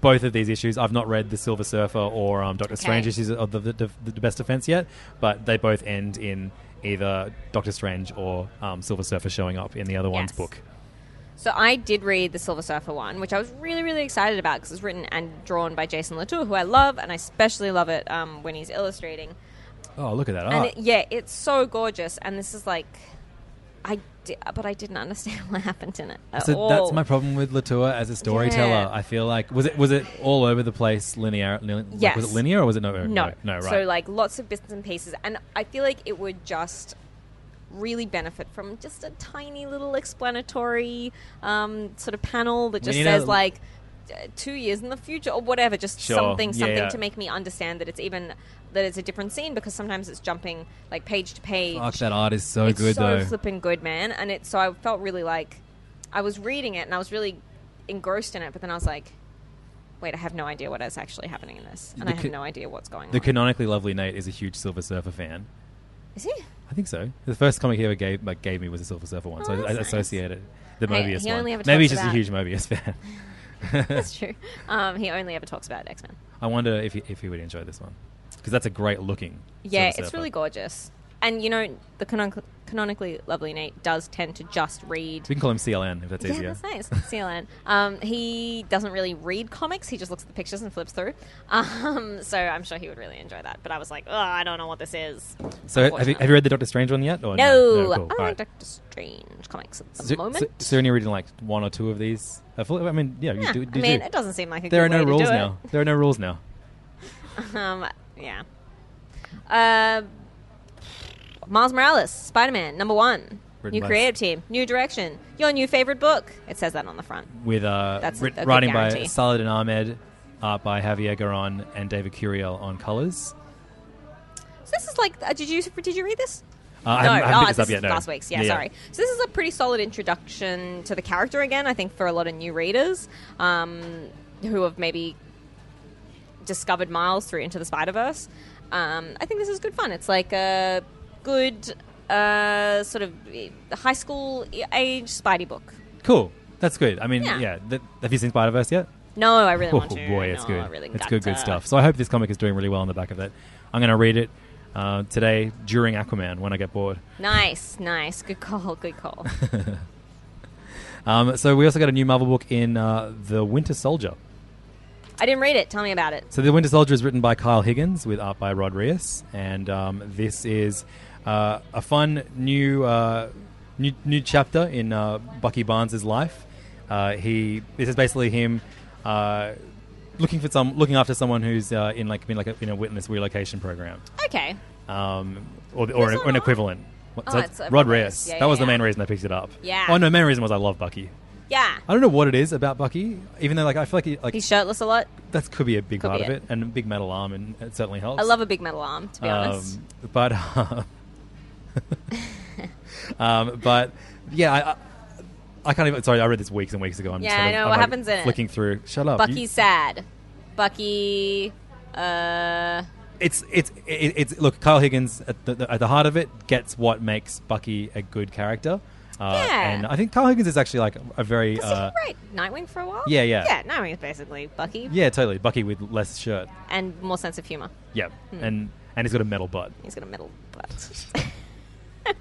[SPEAKER 4] both of these issues, I've not read the Silver Surfer or um, Doctor Strange issues of the, the, the Best Defense yet, but they both end in either Doctor Strange or um, Silver Surfer showing up in the other one's
[SPEAKER 5] Yes.
[SPEAKER 4] book.
[SPEAKER 5] So I did read the Silver Surfer one, which I was really, really excited about because it's written and drawn by Jason Latour, who I love, and I especially love it um, when he's illustrating.
[SPEAKER 4] Oh, look at that
[SPEAKER 5] And
[SPEAKER 4] art!
[SPEAKER 5] it, yeah, it's so gorgeous. And this is like, I di- but I didn't understand what happened in it. At
[SPEAKER 4] so
[SPEAKER 5] all.
[SPEAKER 4] that's my problem with Latour as a storyteller.
[SPEAKER 5] oh. Yeah.
[SPEAKER 4] I feel like was it was it all over the place, linear? Li- like,
[SPEAKER 5] Yes.
[SPEAKER 4] was it linear or was it no?
[SPEAKER 5] No,
[SPEAKER 4] no, right.
[SPEAKER 5] So like lots of bits and pieces, and I feel like it would just really benefit from just a tiny little explanatory um, sort of panel that just
[SPEAKER 4] need
[SPEAKER 5] says
[SPEAKER 4] a-
[SPEAKER 5] like uh, two years in the future or whatever, just
[SPEAKER 4] Sure.
[SPEAKER 5] something,
[SPEAKER 4] Yeah,
[SPEAKER 5] something
[SPEAKER 4] yeah.
[SPEAKER 5] to make me understand that it's even that it's a different scene because sometimes it's jumping like page to page.
[SPEAKER 4] Fuck, that art is so
[SPEAKER 5] it's
[SPEAKER 4] good
[SPEAKER 5] so
[SPEAKER 4] though.
[SPEAKER 5] flipping good, man. And it so I felt really like I was reading it and I was really engrossed in it, but then I was like. Wait, I have no idea what is actually happening in this, and
[SPEAKER 4] The
[SPEAKER 5] I have
[SPEAKER 4] co-
[SPEAKER 5] no idea what's going
[SPEAKER 4] the
[SPEAKER 5] on.
[SPEAKER 4] canonically lovely Nate is a huge Silver Surfer fan.
[SPEAKER 5] Is he?
[SPEAKER 4] I think so. The first comic he ever gave like, gave me was the Silver Surfer one, so
[SPEAKER 5] Oh,
[SPEAKER 4] I, I
[SPEAKER 5] that's nice.
[SPEAKER 4] associate it. The
[SPEAKER 5] Hey,
[SPEAKER 4] Mobius
[SPEAKER 5] he
[SPEAKER 4] one.
[SPEAKER 5] only ever
[SPEAKER 4] Maybe he's
[SPEAKER 5] talks
[SPEAKER 4] just a
[SPEAKER 5] about-
[SPEAKER 4] huge Mobius fan.
[SPEAKER 5] That's true. Um, he only ever talks about X Men.
[SPEAKER 4] I wonder if he, if he would enjoy this one because that's a great looking. Silver
[SPEAKER 5] Yeah, it's
[SPEAKER 4] Surfer.
[SPEAKER 5] really gorgeous. And you know, the canon- canonically lovely Nate does tend to just read.
[SPEAKER 4] We can call him CLN if that's
[SPEAKER 5] Yeah,
[SPEAKER 4] easier.
[SPEAKER 5] that's nice. CLN. Um, he doesn't really read comics. He just looks at the pictures and flips through. Um, so I'm sure he would really enjoy that. But I was like, oh, I don't know what this is.
[SPEAKER 4] So have you, have you read the Doctor Strange one yet? Or
[SPEAKER 5] No,
[SPEAKER 4] cool.
[SPEAKER 5] I don't
[SPEAKER 4] All
[SPEAKER 5] like
[SPEAKER 4] right.
[SPEAKER 5] Doctor Strange comics at the
[SPEAKER 4] So-
[SPEAKER 5] moment.
[SPEAKER 4] So, so you're only reading like one or two of these. I feel- I mean, yeah,
[SPEAKER 5] yeah,
[SPEAKER 4] you do,
[SPEAKER 5] I
[SPEAKER 4] did
[SPEAKER 5] mean,
[SPEAKER 4] you?
[SPEAKER 5] it doesn't seem like a
[SPEAKER 4] There are
[SPEAKER 5] good way
[SPEAKER 4] no
[SPEAKER 5] to
[SPEAKER 4] rules
[SPEAKER 5] do it.
[SPEAKER 4] now. There are no rules now.
[SPEAKER 5] Um, yeah. Uh, Miles Morales, Spider Man, number one.
[SPEAKER 4] Written
[SPEAKER 5] new
[SPEAKER 4] by-
[SPEAKER 5] creative team, new direction, your new favorite book. It says that on the front.
[SPEAKER 4] With uh,
[SPEAKER 5] That's
[SPEAKER 4] writ-
[SPEAKER 5] a good
[SPEAKER 4] writing by
[SPEAKER 5] guarantee.
[SPEAKER 4] Saladin Ahmed, art by Javier Garon and David Curiel on colors.
[SPEAKER 5] So this is like, uh, did you did you read this?
[SPEAKER 4] Uh, I haven't, I haven't
[SPEAKER 5] oh,
[SPEAKER 4] picked this up
[SPEAKER 5] is
[SPEAKER 4] yet. No.
[SPEAKER 5] last week's. Yeah, sorry. So this is a pretty solid introduction to the character again. I think for a lot of new readers um, who have maybe discovered Miles through Into the Spider Verse, um, I think this is good fun. It's like a good uh, sort of high school age Spidey book.
[SPEAKER 4] Cool. That's good. I mean, yeah.
[SPEAKER 5] Yeah.
[SPEAKER 4] th- have you seen Spider Verse yet?
[SPEAKER 5] No, I really
[SPEAKER 4] Oh
[SPEAKER 5] want to.
[SPEAKER 4] boy, it's
[SPEAKER 5] No, I
[SPEAKER 4] good.
[SPEAKER 5] really
[SPEAKER 4] it's
[SPEAKER 5] got
[SPEAKER 4] good, good
[SPEAKER 5] to.
[SPEAKER 4] stuff. So I hope this comic is doing really well on the back of that. I'm going to read it uh, today during Aquaman when I get bored.
[SPEAKER 5] Nice, nice. Good call. Good call.
[SPEAKER 4] Um, so we also got a new Marvel book in uh, the Winter Soldier.
[SPEAKER 5] I didn't read it. Tell me about it.
[SPEAKER 4] So the Winter Soldier is written by Kyle Higgins with art by Rod Reyes, and um, this is uh, a fun new uh, new, new chapter in uh, Bucky Barnes' life. Uh, he this is basically him uh, looking for some looking after someone who's uh, in like been like a, in a witness relocation program,
[SPEAKER 5] Okay.
[SPEAKER 4] um, or or
[SPEAKER 5] That's
[SPEAKER 4] an,
[SPEAKER 5] not
[SPEAKER 4] or an
[SPEAKER 5] odd.
[SPEAKER 4] equivalent. What-
[SPEAKER 5] Oh, it's a-
[SPEAKER 4] Rod Reyes.
[SPEAKER 5] yeah,
[SPEAKER 4] that was
[SPEAKER 5] yeah,
[SPEAKER 4] the main
[SPEAKER 5] yeah.
[SPEAKER 4] reason I picked it up.
[SPEAKER 5] Yeah.
[SPEAKER 4] Oh no, main reason was I love Bucky.
[SPEAKER 5] Yeah.
[SPEAKER 4] I don't know what it is about Bucky, even though like I feel like he, like
[SPEAKER 5] He's shirtless a lot.
[SPEAKER 4] that could be a big
[SPEAKER 5] Could
[SPEAKER 4] part
[SPEAKER 5] be
[SPEAKER 4] of
[SPEAKER 5] it.
[SPEAKER 4] it, and a big metal arm, and it certainly helps.
[SPEAKER 5] I love a big metal arm, to be honest.
[SPEAKER 4] Um, but um, but yeah, I, I, I can't even. Sorry, I read this weeks and weeks ago. I'm
[SPEAKER 5] Yeah,
[SPEAKER 4] sort
[SPEAKER 5] I
[SPEAKER 4] of-
[SPEAKER 5] know.
[SPEAKER 4] I'm,
[SPEAKER 5] What
[SPEAKER 4] like,
[SPEAKER 5] happens in it?
[SPEAKER 4] Flicking through. Shut up. You-
[SPEAKER 5] Bucky sad. Bucky. Uh,
[SPEAKER 4] it's it's it, it's look. Kyle Higgins at the, the, at the heart of it gets what makes Bucky a good character. Uh,
[SPEAKER 5] Yeah.
[SPEAKER 4] And I think Kyle Higgins is actually like a very.
[SPEAKER 5] was
[SPEAKER 4] Uh,
[SPEAKER 5] he right? Nightwing for a while.
[SPEAKER 4] Yeah, yeah.
[SPEAKER 5] Yeah, Nightwing is basically Bucky,
[SPEAKER 4] yeah, totally. Bucky with less shirt.
[SPEAKER 5] and more sense of humor.
[SPEAKER 4] Yeah,
[SPEAKER 5] Hmm.
[SPEAKER 4] and and he's got a metal butt.
[SPEAKER 5] He's got a metal butt.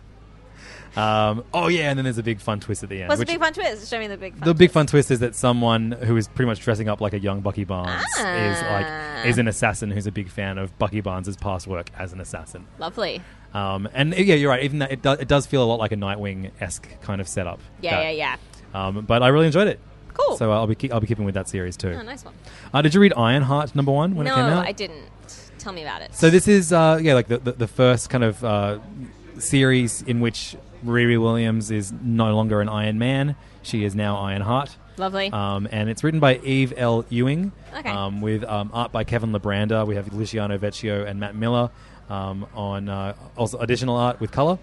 [SPEAKER 4] Um, oh yeah, and then there's a big fun twist at the end.
[SPEAKER 5] What's the
[SPEAKER 4] which-
[SPEAKER 5] big fun twist? Show me the big fun.
[SPEAKER 4] the big fun twist is that someone who is pretty much dressing up like a young Bucky Barnes is
[SPEAKER 5] Ah.
[SPEAKER 4] like is an assassin who's a big fan of Bucky Barnes' past work as an assassin.
[SPEAKER 5] Lovely.
[SPEAKER 4] Um, and yeah, you're right. Even that it, do, it does feel a lot like a Nightwing esque kind of setup.
[SPEAKER 5] Yeah,
[SPEAKER 4] That-
[SPEAKER 5] yeah,
[SPEAKER 4] Um, but I really enjoyed it.
[SPEAKER 5] Cool.
[SPEAKER 4] So I'll be keep, I'll be keeping with that series too.
[SPEAKER 5] yeah. Oh, nice one.
[SPEAKER 4] uh, did you read Ironheart number one when
[SPEAKER 5] no,
[SPEAKER 4] it came out?
[SPEAKER 5] I didn't. Tell me about it.
[SPEAKER 4] So this is uh, yeah, like the, the the first kind of uh, series in which Riri Williams is no longer an Iron Man. She is now Ironheart.
[SPEAKER 5] Lovely.
[SPEAKER 4] Um, and it's written by Eve L. Ewing,
[SPEAKER 5] Okay.
[SPEAKER 4] um, with um, art by Kevin Lebranda. We have Luciano Vecchio and Matt Miller um, on uh, also additional art with color.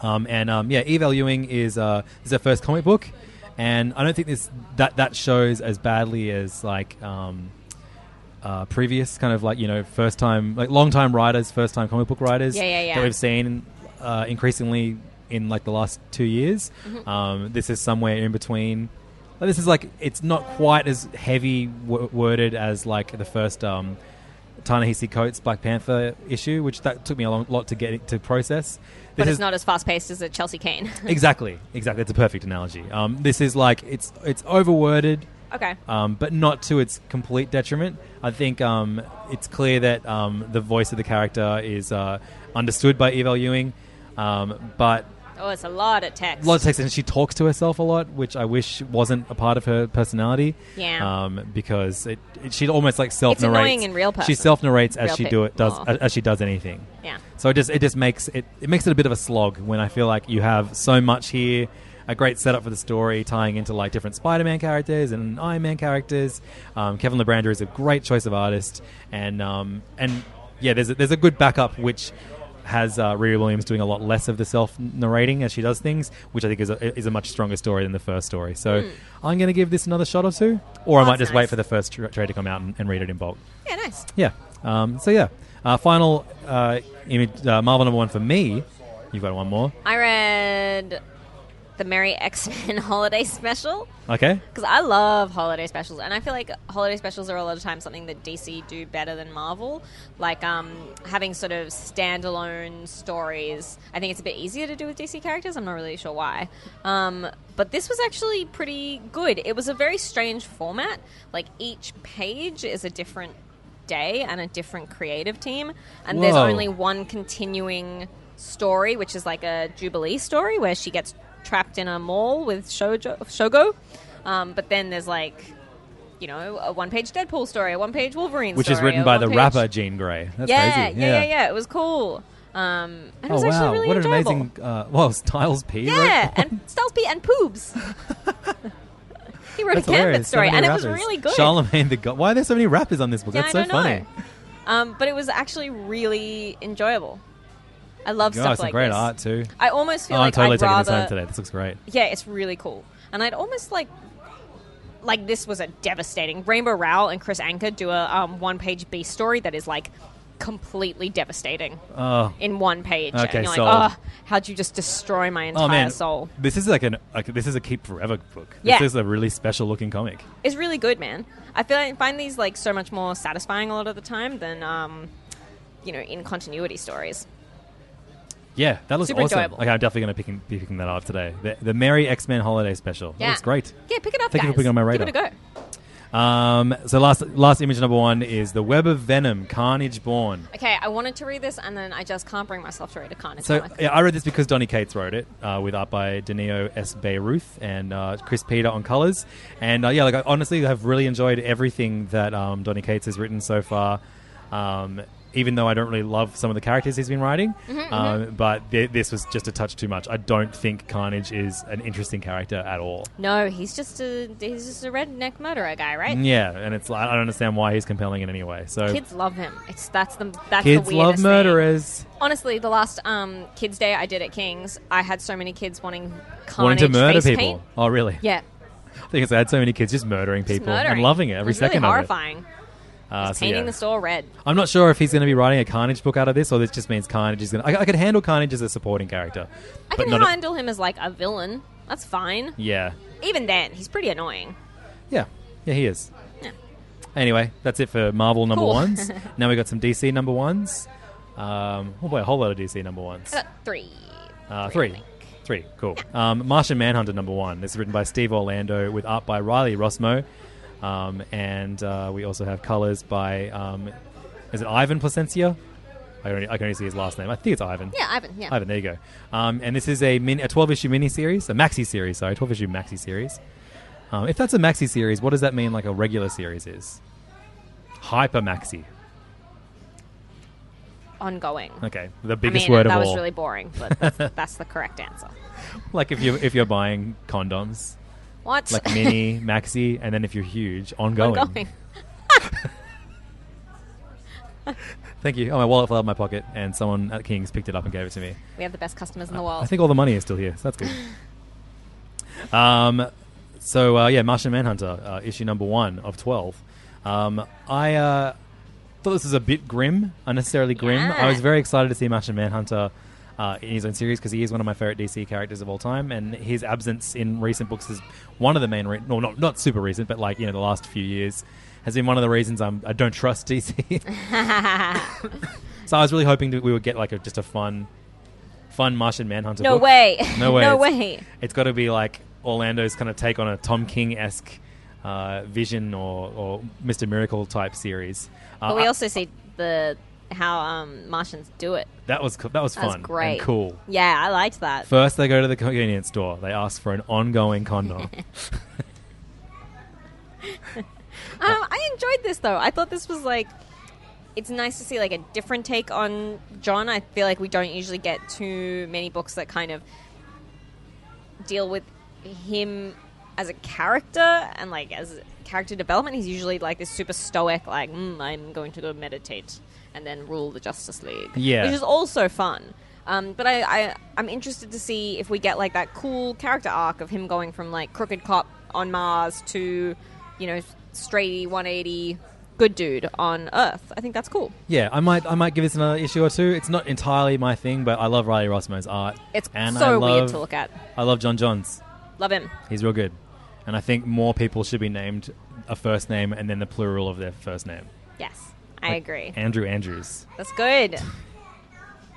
[SPEAKER 4] Um, and um, yeah, Eve L. Ewing is uh, is her first comic book, and I don't think this that that shows as badly as like. Um, uh, previous kind of like you know first time like long time writers first time comic book writers
[SPEAKER 5] Yeah, yeah, yeah.
[SPEAKER 4] that we've seen uh, increasingly in like the last two years
[SPEAKER 5] Mm-hmm.
[SPEAKER 4] um, this is somewhere in between Like, this is like it's not quite as heavy w- worded as like the first um, Ta-Nehisi Coates Black Panther issue which that took me a long, lot to get to process this
[SPEAKER 5] but
[SPEAKER 4] is-
[SPEAKER 5] it's not as fast paced as a Chelsea Kane.
[SPEAKER 4] exactly exactly it's a perfect analogy um, this is like it's it's overworded
[SPEAKER 5] okay.
[SPEAKER 4] um, but not to its complete detriment. I think um, it's clear that um, the voice of the character is uh, understood by Evel Ewing, um, but
[SPEAKER 5] Oh, it's a lot of text.
[SPEAKER 4] a lot of text, and she talks to herself a lot, which I wish wasn't a part of her personality.
[SPEAKER 5] Yeah.
[SPEAKER 4] um, because it, it, she almost like self
[SPEAKER 5] annoying
[SPEAKER 4] narrates.
[SPEAKER 5] in real
[SPEAKER 4] She
[SPEAKER 5] person.
[SPEAKER 4] self narrates as
[SPEAKER 5] Real
[SPEAKER 4] she
[SPEAKER 5] pe-
[SPEAKER 4] do it does
[SPEAKER 5] Aw.
[SPEAKER 4] as she does anything.
[SPEAKER 5] yeah.
[SPEAKER 4] So it just it just makes it it makes it a bit of a slog when I feel like you have so much here, a great setup for the story, tying into like different Spider-Man characters and Iron Man characters. Um, Kevin LeBrander is a great choice of artist, and um, and yeah, there's a, there's a good backup which has uh, Riri Williams doing a lot less of the self narrating as she does things, which I think is a, is a much stronger story than the first story. So I'm going to give this another shot or two, or I might
[SPEAKER 5] Hmm. Oh, that's
[SPEAKER 4] just wait
[SPEAKER 5] nice.
[SPEAKER 4] for the first tra- trade to come out and, and read it in bulk.
[SPEAKER 5] Yeah, nice.
[SPEAKER 4] Yeah. Um, so yeah, uh, final uh, image uh, Marvel number one for me. You've got one more,
[SPEAKER 5] I read the Merry X Men Holiday Special
[SPEAKER 4] okay?
[SPEAKER 5] because I love holiday specials, and I feel like holiday specials are a lot of times something that DC do better than Marvel, like um, having sort of standalone stories. I think it's a bit easier to do with DC characters. I'm not really sure why, um, but this was actually pretty good. It was a very strange format. Like each page is a different day and a different creative team, and there's
[SPEAKER 4] Whoa.
[SPEAKER 5] only one continuing story, which is like a Jubilee story where she gets trapped in a mall with Shojo, Shogo. Um, but then there's like, you know, a one page Deadpool story, a one page Wolverine
[SPEAKER 4] Which
[SPEAKER 5] story.
[SPEAKER 4] is written
[SPEAKER 5] a
[SPEAKER 4] by the
[SPEAKER 5] one-page-
[SPEAKER 4] rapper Gene Grey. That's
[SPEAKER 5] Yeah,
[SPEAKER 4] crazy.
[SPEAKER 5] yeah, yeah, yeah, It was cool. Um, and it
[SPEAKER 4] Oh
[SPEAKER 5] was
[SPEAKER 4] wow!
[SPEAKER 5] actually really
[SPEAKER 4] what an
[SPEAKER 5] enjoyable.
[SPEAKER 4] amazing. Uh, well, Styles P. wrote
[SPEAKER 5] Yeah,
[SPEAKER 4] that one.
[SPEAKER 5] and Styles P and Poobs. he wrote
[SPEAKER 4] That's
[SPEAKER 5] a Canvas
[SPEAKER 4] hilarious. So
[SPEAKER 5] story,
[SPEAKER 4] many
[SPEAKER 5] and it was
[SPEAKER 4] rappers.
[SPEAKER 5] really good.
[SPEAKER 4] Charlemagne the God. Why are there so many rappers on this book?
[SPEAKER 5] Yeah,
[SPEAKER 4] That's
[SPEAKER 5] I
[SPEAKER 4] so
[SPEAKER 5] don't
[SPEAKER 4] funny.
[SPEAKER 5] know. Um, but it was actually really enjoyable. I love
[SPEAKER 4] God,
[SPEAKER 5] stuff
[SPEAKER 4] some
[SPEAKER 5] like
[SPEAKER 4] great
[SPEAKER 5] this.
[SPEAKER 4] art too.
[SPEAKER 5] I almost feel
[SPEAKER 4] oh, I'm
[SPEAKER 5] like
[SPEAKER 4] totally
[SPEAKER 5] I'd
[SPEAKER 4] taking
[SPEAKER 5] rather
[SPEAKER 4] this home today. This looks great.
[SPEAKER 5] yeah, it's really cool. And I'd almost like like this was a devastating Rainbow Rowell and Chris Anker do a um, one page B story that is like completely devastating
[SPEAKER 4] Oh.
[SPEAKER 5] in one page.
[SPEAKER 4] Okay,
[SPEAKER 5] and you're
[SPEAKER 4] sold.
[SPEAKER 5] like, oh, how'd you just destroy my entire
[SPEAKER 4] Oh man,
[SPEAKER 5] soul?
[SPEAKER 4] this is like an like this is a keep forever book.
[SPEAKER 5] Yeah.
[SPEAKER 4] This is a really special looking comic.
[SPEAKER 5] It's really good, man. I feel I find these like so much more satisfying a lot of the time than um, you know, in continuity stories.
[SPEAKER 4] Yeah, that looks
[SPEAKER 5] Super
[SPEAKER 4] awesome.
[SPEAKER 5] enjoyable.
[SPEAKER 4] Like I'm definitely going to pick be picking that up today. The, the Merry X Men Holiday Special. That
[SPEAKER 5] Yeah.
[SPEAKER 4] looks great.
[SPEAKER 5] Yeah, pick it up.
[SPEAKER 4] Thank you for putting
[SPEAKER 5] guys.
[SPEAKER 4] it on my
[SPEAKER 5] Give it a
[SPEAKER 4] radar.
[SPEAKER 5] go.
[SPEAKER 4] Um, so last last image number one is the Web of Venom, Carnage Born.
[SPEAKER 5] Okay, I wanted to read this, and then I just can't bring myself to read a Carnage
[SPEAKER 4] So
[SPEAKER 5] comic.
[SPEAKER 4] yeah, I read this because Donny Cates wrote it, uh, with art by Danilo S. Bayruth and uh, Chris Peter on colors. And uh, yeah, like I honestly have really enjoyed everything that um, Donny Cates has written so far. Um, even though I don't really love some of the characters he's been writing,
[SPEAKER 5] Mm-hmm,
[SPEAKER 4] um, but th- this was just a touch too much. I don't think Carnage is an interesting character at all.
[SPEAKER 5] No, he's just a he's just a redneck murderer guy, right?
[SPEAKER 4] Yeah, and it's like, I don't understand why he's compelling in any way. So
[SPEAKER 5] Kids love him. It's that's the that's
[SPEAKER 4] kids
[SPEAKER 5] the
[SPEAKER 4] love
[SPEAKER 5] weirdest thing.
[SPEAKER 4] murderers.
[SPEAKER 5] Honestly, the last um, Kids Day I did at Kings, I had so many kids wanting Carnage
[SPEAKER 4] Wanting to murder
[SPEAKER 5] face
[SPEAKER 4] people.
[SPEAKER 5] paint.
[SPEAKER 4] Oh, really?
[SPEAKER 5] Yeah,
[SPEAKER 4] I think it's I had so many kids just murdering
[SPEAKER 5] just
[SPEAKER 4] people
[SPEAKER 5] murdering.
[SPEAKER 4] and loving it every
[SPEAKER 5] was
[SPEAKER 4] second
[SPEAKER 5] Really
[SPEAKER 4] of it.
[SPEAKER 5] horrifying.
[SPEAKER 4] Uh,
[SPEAKER 5] Just
[SPEAKER 4] so,
[SPEAKER 5] painting
[SPEAKER 4] yeah.
[SPEAKER 5] the store red.
[SPEAKER 4] I'm not sure if he's going to be writing a Carnage book out of this, or this just means Carnage is going. to... I could handle Carnage as a supporting character,
[SPEAKER 5] I
[SPEAKER 4] but
[SPEAKER 5] can
[SPEAKER 4] not. a-
[SPEAKER 5] handle him as like a villain. That's fine.
[SPEAKER 4] yeah,
[SPEAKER 5] Even then, he's pretty annoying.
[SPEAKER 4] yeah, yeah. He is.
[SPEAKER 5] Yeah.
[SPEAKER 4] Anyway, that's it for Marvel number
[SPEAKER 5] Cool.
[SPEAKER 4] ones. now we got some DC number ones. Um, oh boy, a whole lot of DC number ones.
[SPEAKER 5] I got three.
[SPEAKER 4] Uh,
[SPEAKER 5] I
[SPEAKER 4] three.
[SPEAKER 5] think.
[SPEAKER 4] Three, cool. Um, Martian Manhunter number one. This is written by Steve Orlando with art by Riley Rosmo. Um, and uh, we also have colors by, um, is it Ivan Placencia? I, only, I can only see his last name. I think it's Ivan.
[SPEAKER 5] Yeah, Ivan. Yeah.
[SPEAKER 4] Ivan, there you go. Um, and this is a min- a 12 issue mini series, a maxi series, sorry, 12 issue maxi series. Um, if that's a maxi series, what does that mean like a regular series is? Hyper maxi.
[SPEAKER 5] Ongoing.
[SPEAKER 4] Okay, the
[SPEAKER 5] I
[SPEAKER 4] biggest
[SPEAKER 5] mean,
[SPEAKER 4] word
[SPEAKER 5] that
[SPEAKER 4] of
[SPEAKER 5] was
[SPEAKER 4] all.
[SPEAKER 5] really boring, but that's, that's the correct answer.
[SPEAKER 4] like if you're if you're buying condoms.
[SPEAKER 5] What?
[SPEAKER 4] like mini, maxi, and then if you're huge, ongoing.
[SPEAKER 5] Ongoing.
[SPEAKER 4] Thank you. Oh, my wallet fell out of my pocket, and someone at King's picked it up and gave it to me.
[SPEAKER 5] We have the best customers in the world.
[SPEAKER 4] I think all the money is still here, so that's good. um, so uh, yeah, Martian Manhunter, uh, issue number one of twelve. Um, I uh, thought this was a bit grim, unnecessarily grim.
[SPEAKER 5] Yeah.
[SPEAKER 4] I was very excited to see Martian Manhunter. Uh, in his own series because he is one of my favorite DC characters of all time, and his absence in recent books is one of the main, re- no, not not super recent, but like you know the last few years has been one of the reasons I'm, I don't trust DC. so I was really hoping that we would get like a, just a fun, fun Martian Manhunter.
[SPEAKER 5] no
[SPEAKER 4] book.
[SPEAKER 5] way.
[SPEAKER 4] No way.
[SPEAKER 5] no
[SPEAKER 4] It's-
[SPEAKER 5] way.
[SPEAKER 4] It's got to be like Orlando's kind of take on a Tom King esque uh, vision or, or Mr. Miracle type series. Uh,
[SPEAKER 5] But we
[SPEAKER 4] I-
[SPEAKER 5] also see the how um, Martians do it.
[SPEAKER 4] that was co- that was
[SPEAKER 5] That was
[SPEAKER 4] fun,
[SPEAKER 5] great.
[SPEAKER 4] and cool.
[SPEAKER 5] Yeah, I liked that.
[SPEAKER 4] First, they go to the convenience store. They ask for an ongoing condom.
[SPEAKER 5] Um, I enjoyed this though. I thought this was like it's nice to see like a different take on John. I feel like we don't usually get too many books that kind of deal with him as a character and like as character development. He's usually like this super stoic, like mm, I'm going to go meditate and then rule the Justice League,
[SPEAKER 4] Yeah.
[SPEAKER 5] which is also fun. Um, but I, I, I'm interested to see if we get like that cool character arc of him going from like crooked cop on Mars to, you know, straighty 180 good dude on Earth. I think that's cool.
[SPEAKER 4] yeah, I might I might give this another issue or two. It's not entirely my thing, but I love Riley Rossmo's art.
[SPEAKER 5] It's
[SPEAKER 4] and
[SPEAKER 5] so
[SPEAKER 4] I
[SPEAKER 5] weird
[SPEAKER 4] love-
[SPEAKER 5] to look at.
[SPEAKER 4] I love John Johns.
[SPEAKER 5] Love him.
[SPEAKER 4] He's real good, and I think more people should be named a first name and then the plural of their first name.
[SPEAKER 5] Yes, I
[SPEAKER 4] Like
[SPEAKER 5] agree.
[SPEAKER 4] Andrew Andrews.
[SPEAKER 5] That's good.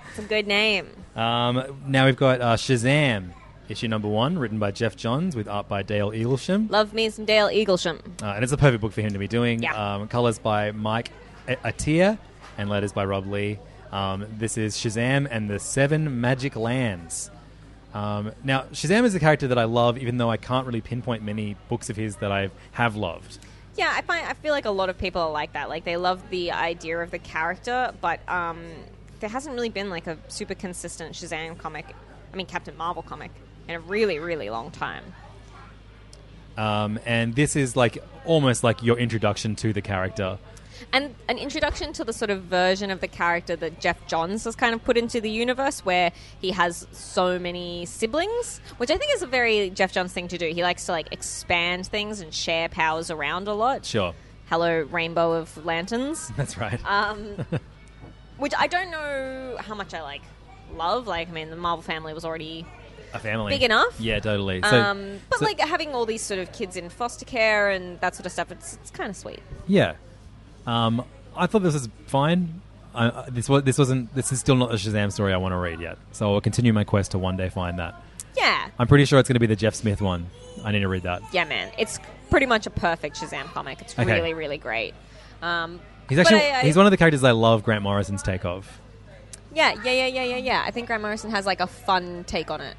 [SPEAKER 5] It's a good name.
[SPEAKER 4] Um, now we've got uh, Shazam, issue number one, written by Jeff Johns with art by Dale Eaglesham.
[SPEAKER 5] Love me some Dale Eaglesham.
[SPEAKER 4] Uh, and it's a perfect book for him to be doing.
[SPEAKER 5] Yeah.
[SPEAKER 4] Um, colors by Mike A- Atia and letters by Rob Lee. Um, this is Shazam and the Seven Magic Lands. Um, now, Shazam is a character that I love, even though I can't really pinpoint many books of his that I have loved.
[SPEAKER 5] Yeah, I find I feel like a lot of people are like that. Like they love the idea of the character, but um, there hasn't really been like a super consistent Shazam comic. I mean, Captain Marvel comic in a really, really long time.
[SPEAKER 4] Um, and this is like almost like your introduction to the character.
[SPEAKER 5] and an introduction to the sort of version of the character that Jeff Johns has kind of put into the universe, where he has so many siblings, which I think is a very Jeff Johns thing to do. He likes to like expand things and share powers around a lot.
[SPEAKER 4] Sure,
[SPEAKER 5] Hello, rainbow of lanterns,
[SPEAKER 4] that's right.
[SPEAKER 5] Uh, which I don't know how much I like love. Like, I mean, the Marvel family was already
[SPEAKER 4] a family.
[SPEAKER 5] big enough.
[SPEAKER 4] Yeah, totally. So,
[SPEAKER 5] um, but
[SPEAKER 4] so-
[SPEAKER 5] like having all these sort of kids in foster care and that sort of stuff, it's, it's kind of sweet.
[SPEAKER 4] Yeah, um, I thought this was fine. I, I- this was this wasn't. This is still not the Shazam story I want to read yet. So I'll continue my quest to one day find that.
[SPEAKER 5] Yeah.
[SPEAKER 4] I'm pretty sure it's going to be the Jeff Smith one. I need to read that.
[SPEAKER 5] Yeah, man. It's pretty much a perfect Shazam comic. It's
[SPEAKER 4] Okay.
[SPEAKER 5] really, really great. Um,
[SPEAKER 4] He's
[SPEAKER 5] but
[SPEAKER 4] actually
[SPEAKER 5] I- I-
[SPEAKER 4] he's one of the characters I love Grant Morrison's take of.
[SPEAKER 5] Yeah, yeah, yeah, yeah, yeah, yeah. I think Grant Morrison has like a fun take on it.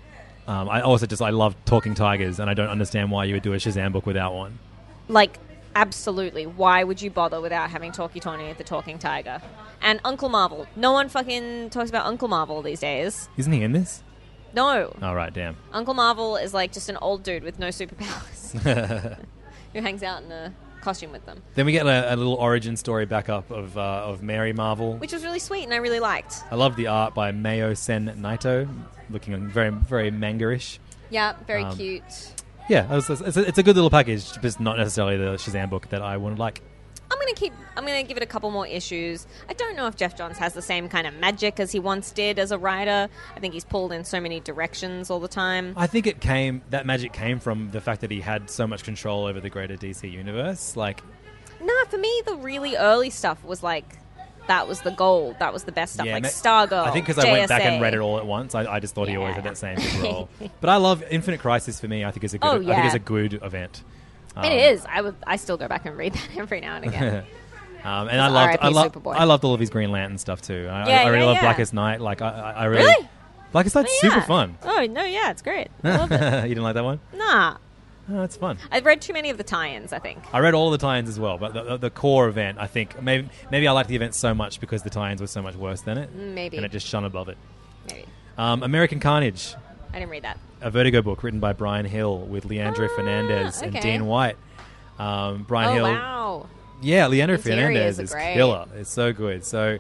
[SPEAKER 4] Um, I also just I love Talking Tigers, and I don't understand why you would do a Shazam book without one.
[SPEAKER 5] Like, absolutely. Why would you bother without having Talkie Tony the Talking Tiger? And Uncle Marvel. No one fucking talks about Uncle Marvel these days.
[SPEAKER 4] Isn't he in this?
[SPEAKER 5] No.
[SPEAKER 4] All right, damn.
[SPEAKER 5] Uncle Marvel is like just an old dude with no superpowers who hangs out in a costume with them,
[SPEAKER 4] Then we get a, a little origin story backup of uh, of Mary Marvel.
[SPEAKER 5] which was really sweet and I really liked.
[SPEAKER 4] I love the art by Mayo Sen Naito, looking very very manga-ish.
[SPEAKER 5] Yeah, very
[SPEAKER 4] Um,
[SPEAKER 5] cute.
[SPEAKER 4] Yeah, it's, it's, it's a, it's a good little package, but it's not necessarily the Shazam book that I would like.
[SPEAKER 5] I'm gonna keep. I'm gonna give it a couple more issues. I don't know if Jeff Johns has the same kind of magic as he once did as a writer. I think he's pulled in so many directions all the time.
[SPEAKER 4] I think it came that magic came from the fact that he had so much control over the greater DC universe. Like,
[SPEAKER 5] Nah, for me, the really early stuff was like that was the gold. That was the best stuff,
[SPEAKER 4] yeah,
[SPEAKER 5] like
[SPEAKER 4] ma-
[SPEAKER 5] Stargirl.
[SPEAKER 4] I think because I went back and
[SPEAKER 5] JSA.
[SPEAKER 4] read it all at once, I, I just thought he always had
[SPEAKER 5] Yeah.
[SPEAKER 4] that same big role. but I love Infinite Crisis. For me, I think is a good.
[SPEAKER 5] Oh,
[SPEAKER 4] I think
[SPEAKER 5] yeah.
[SPEAKER 4] is a good event. Um,
[SPEAKER 5] It is. I would. I still go back and read that every now and again.
[SPEAKER 4] Um, and I loved,
[SPEAKER 5] R.I.P.
[SPEAKER 4] I loved,
[SPEAKER 5] Superboy.
[SPEAKER 4] I loved all of his Green Lantern stuff too. I,
[SPEAKER 5] Yeah,
[SPEAKER 4] I, I really
[SPEAKER 5] yeah,
[SPEAKER 4] love
[SPEAKER 5] yeah.
[SPEAKER 4] Blackest Night. Like, I, I, I really,
[SPEAKER 5] Really?
[SPEAKER 4] Blackest Night's
[SPEAKER 5] Yeah.
[SPEAKER 4] super fun.
[SPEAKER 5] Oh no, yeah, it's great. I
[SPEAKER 4] you
[SPEAKER 5] love it.
[SPEAKER 4] didn't like that one?
[SPEAKER 5] nah,
[SPEAKER 4] Oh, it's fun.
[SPEAKER 5] I've read too many of the tie-ins. I think.
[SPEAKER 4] I read all the tie-ins as well, but the, the, the core event, I think, maybe maybe I liked the event so much because the tie-ins were so much worse than it,
[SPEAKER 5] Mm, Maybe.
[SPEAKER 4] and it just shone above it.
[SPEAKER 5] Maybe
[SPEAKER 4] Um, American Carnage,
[SPEAKER 5] I didn't read that.
[SPEAKER 4] a Vertigo book written by Brian Hill with Leandro
[SPEAKER 5] Ah,
[SPEAKER 4] Fernandez and
[SPEAKER 5] okay.
[SPEAKER 4] Dean White. Um, Brian
[SPEAKER 5] oh
[SPEAKER 4] Hill,
[SPEAKER 5] wow.
[SPEAKER 4] yeah, Leandro
[SPEAKER 5] Interiors
[SPEAKER 4] Fernandez
[SPEAKER 5] are
[SPEAKER 4] is
[SPEAKER 5] great.
[SPEAKER 4] killer. It's so good. So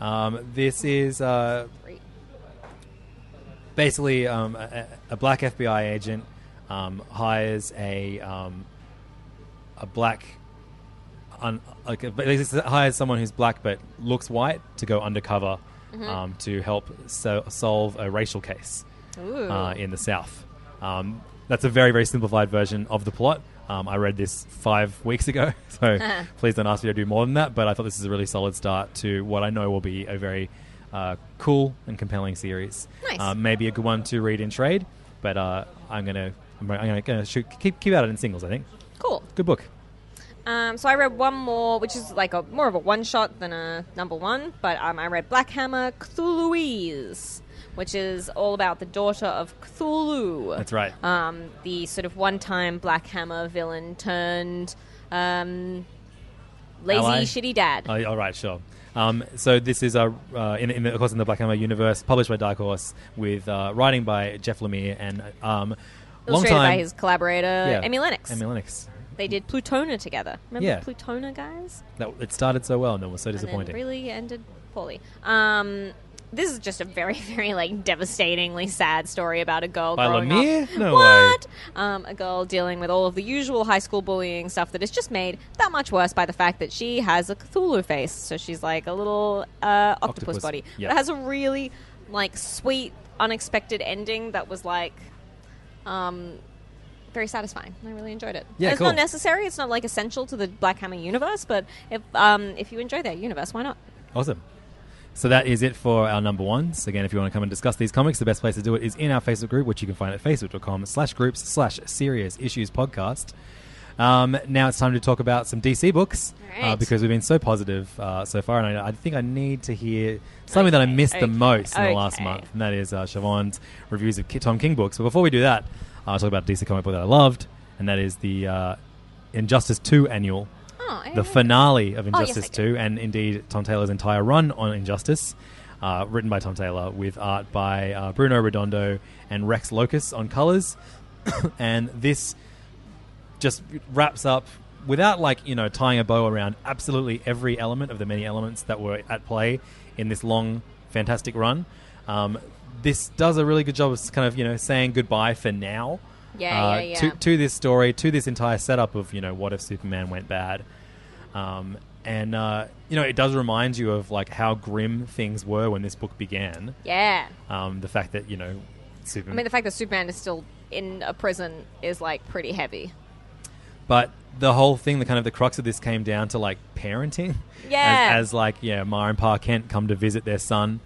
[SPEAKER 4] um, this is uh,
[SPEAKER 5] Great.
[SPEAKER 4] basically um, a, a black FBI agent um, hires a um, a black un, like a- basically hires someone who's black but looks white to go undercover um, to help so, solve a racial case
[SPEAKER 5] Ooh.
[SPEAKER 4] uh, in the South. Um, that's a very very simplified version of the plot. Um, I read this five weeks ago, so please don't ask me to do more than that. But I thought this is a really solid start to what I know will be a very uh, cool and compelling series.
[SPEAKER 5] Nice.
[SPEAKER 4] Uh, maybe a good one to read in trade, but uh, I'm gonna I'm gonna, gonna shoot, keep keep at it in singles. I think
[SPEAKER 5] cool.
[SPEAKER 4] good book.
[SPEAKER 5] Um, so I read one more, which is like a more of a one shot than a number one, but um, I read Black Hammer Cthulhuese, which is all about the daughter of Cthulhu.
[SPEAKER 4] That's right.
[SPEAKER 5] Um, the sort of one time Black Hammer villain turned um, lazy
[SPEAKER 4] Ally?
[SPEAKER 5] shitty dad.
[SPEAKER 4] Oh, yeah, all right, sure. Um, so this is a, uh, in, in the, of course in the Black Hammer universe, published by Dark Horse, with uh, writing by Jeff Lemire and um, long
[SPEAKER 5] illustrated
[SPEAKER 4] time
[SPEAKER 5] by his collaborator
[SPEAKER 4] yeah,
[SPEAKER 5] Emmy Lennox.
[SPEAKER 4] Emmy Lennox.
[SPEAKER 5] they did Plutona together. Remember
[SPEAKER 4] Yeah.
[SPEAKER 5] Plutona, guys?
[SPEAKER 4] That, it started so well, and then was so
[SPEAKER 5] and
[SPEAKER 4] disappointing.
[SPEAKER 5] then really ended poorly. Um, this is just a very, very like devastatingly sad story about a girl.
[SPEAKER 4] By
[SPEAKER 5] growing
[SPEAKER 4] Lemire?
[SPEAKER 5] up-
[SPEAKER 4] No
[SPEAKER 5] what? Um, a girl dealing with all of the usual high school bullying stuff that is just made that much worse by the fact that she has a Cthulhu face. So she's like a little uh, octopus,
[SPEAKER 4] Octopus,
[SPEAKER 5] body.
[SPEAKER 4] yeah.
[SPEAKER 5] But it has a really like sweet, unexpected ending that was like. Um, very satisfying. I really enjoyed it.
[SPEAKER 4] Yeah,
[SPEAKER 5] it's
[SPEAKER 4] cool.
[SPEAKER 5] not necessary. It's not like essential to the Black Hammer universe, but if um, if you enjoy that universe, why not?
[SPEAKER 4] Awesome. So that is it for our number ones. Again, if you want to come and discuss these comics, the best place to do it is in our Facebook group, which you can find at facebook.com slash groups slash serious issues podcast. Um, now it's time to talk about some DC books
[SPEAKER 5] All right.
[SPEAKER 4] uh, because we've been so positive uh, so far, and I, I think I need to hear something that I
[SPEAKER 5] Okay,
[SPEAKER 4] missed the
[SPEAKER 5] okay,
[SPEAKER 4] most in the last
[SPEAKER 5] okay.
[SPEAKER 4] month, and that is uh, Siobhan's reviews of Ki- Tom King books. But before we do that, I'll talk about a DC comic book that I loved, and that is the uh, Injustice 2 annual
[SPEAKER 5] Oh, I
[SPEAKER 4] the
[SPEAKER 5] like that.
[SPEAKER 4] finale of
[SPEAKER 5] Oh, yes,
[SPEAKER 4] Injustice
[SPEAKER 5] I did.
[SPEAKER 4] 2, and indeed Tom Taylor's entire run on Injustice, uh, written by Tom Taylor, with art by uh, Bruno Redondo and Rex Locus on colors. and this just wraps up without, like, you know, tying a bow around absolutely every element of the many elements that were at play in this long, fantastic run. Um, this does a really good job of kind of, you know, saying goodbye for now
[SPEAKER 5] Yeah,
[SPEAKER 4] uh,
[SPEAKER 5] yeah, yeah.
[SPEAKER 4] To, to this story, to this entire setup of you know what if Superman went bad, um, and uh, you know it does remind you of like how grim things were when this book began.
[SPEAKER 5] yeah.
[SPEAKER 4] Um, the fact that you know
[SPEAKER 5] I
[SPEAKER 4] Superman,
[SPEAKER 5] mean, the fact that Superman is still in a prison is like pretty heavy.
[SPEAKER 4] but the whole thing, the kind of the crux of this came down to like parenting.
[SPEAKER 5] Yeah.
[SPEAKER 4] as, as like yeah, Ma and Pa Kent come to visit their son,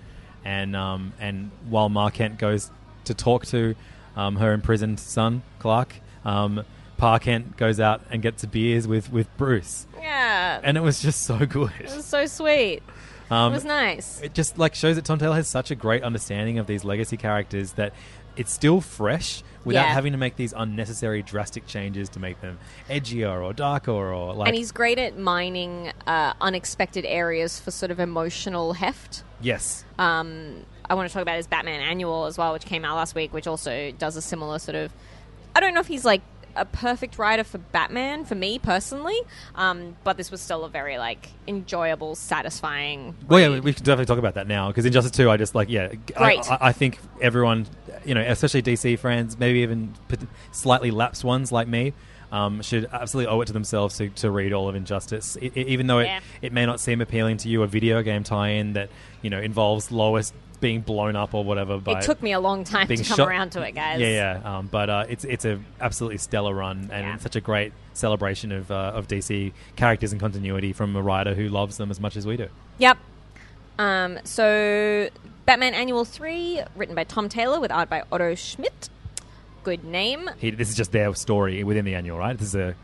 [SPEAKER 4] and um, and while Ma Kent goes to talk to um, her imprisoned son Clark. Um, Pa Kent goes out and gets beers with with Bruce,
[SPEAKER 5] Yeah.
[SPEAKER 4] and it was just so good.
[SPEAKER 5] it was so sweet.
[SPEAKER 4] Um,
[SPEAKER 5] it was nice.
[SPEAKER 4] it just like shows that Tom Taylor has such a great understanding of these legacy characters that it's still fresh without
[SPEAKER 5] Yeah.
[SPEAKER 4] having to make these unnecessary drastic changes to make them edgier or darker or like
[SPEAKER 5] and he's great at mining uh, unexpected areas for sort of emotional heft.
[SPEAKER 4] yes
[SPEAKER 5] Um, I want to talk about his Batman Annual as well, which came out last week, which also does a similar sort of. I don't know if he's like a perfect writer for Batman for me personally, um, but this was still a very like enjoyable, satisfying.
[SPEAKER 4] well yeah
[SPEAKER 5] read.
[SPEAKER 4] we- we can definitely talk about that now because Injustice 2 I just like yeah I,
[SPEAKER 5] Great.
[SPEAKER 4] I, I think everyone you know especially DC fans maybe even pot- slightly lapsed ones like me um, should absolutely owe it to themselves to, to read all of Injustice, I i even though it,
[SPEAKER 5] Yeah.
[SPEAKER 4] it may not seem appealing to you. A video game tie-in that you know involves Lois being blown up or whatever. By
[SPEAKER 5] it took me a long time to
[SPEAKER 4] being
[SPEAKER 5] come
[SPEAKER 4] shot-
[SPEAKER 5] around to it, guys.
[SPEAKER 4] Yeah, yeah. Um, but uh, it's it's a absolutely stellar run, and
[SPEAKER 5] Yeah.
[SPEAKER 4] it's such a great celebration of uh, of DC characters and continuity from a writer who loves them as much as we do.
[SPEAKER 5] Yep. Um, so, Batman Annual 3, written by Tom Taylor with art by Otto Schmidt. Good name.
[SPEAKER 4] He, this is just their story within the annual, right? This is a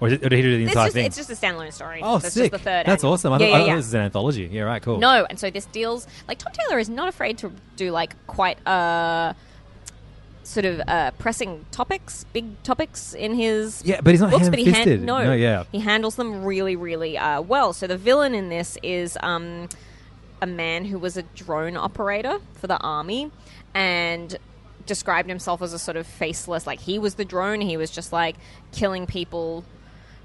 [SPEAKER 4] or, did, or did he do the
[SPEAKER 5] It's
[SPEAKER 4] entire
[SPEAKER 5] just,
[SPEAKER 4] thing?
[SPEAKER 5] it's just a standalone story.
[SPEAKER 4] oh,
[SPEAKER 5] That's
[SPEAKER 4] sick!
[SPEAKER 5] Just the third
[SPEAKER 4] That's
[SPEAKER 5] annual.
[SPEAKER 4] awesome. I,
[SPEAKER 5] yeah,
[SPEAKER 4] thought, I
[SPEAKER 5] yeah,
[SPEAKER 4] thought
[SPEAKER 5] yeah.
[SPEAKER 4] this is an anthology. Yeah, right. Cool.
[SPEAKER 5] No, and so this deals like Tom Taylor is not afraid to do like quite uh sort of uh pressing topics, big topics in his
[SPEAKER 4] Yeah, but he's not
[SPEAKER 5] books, but he
[SPEAKER 4] ham-fisted.
[SPEAKER 5] hand- no,
[SPEAKER 4] No, yeah.
[SPEAKER 5] he handles them really, really uh, well. So the villain in this is um a man who was a drone operator for the army and described himself as a sort of faceless like he was the drone he was just like killing people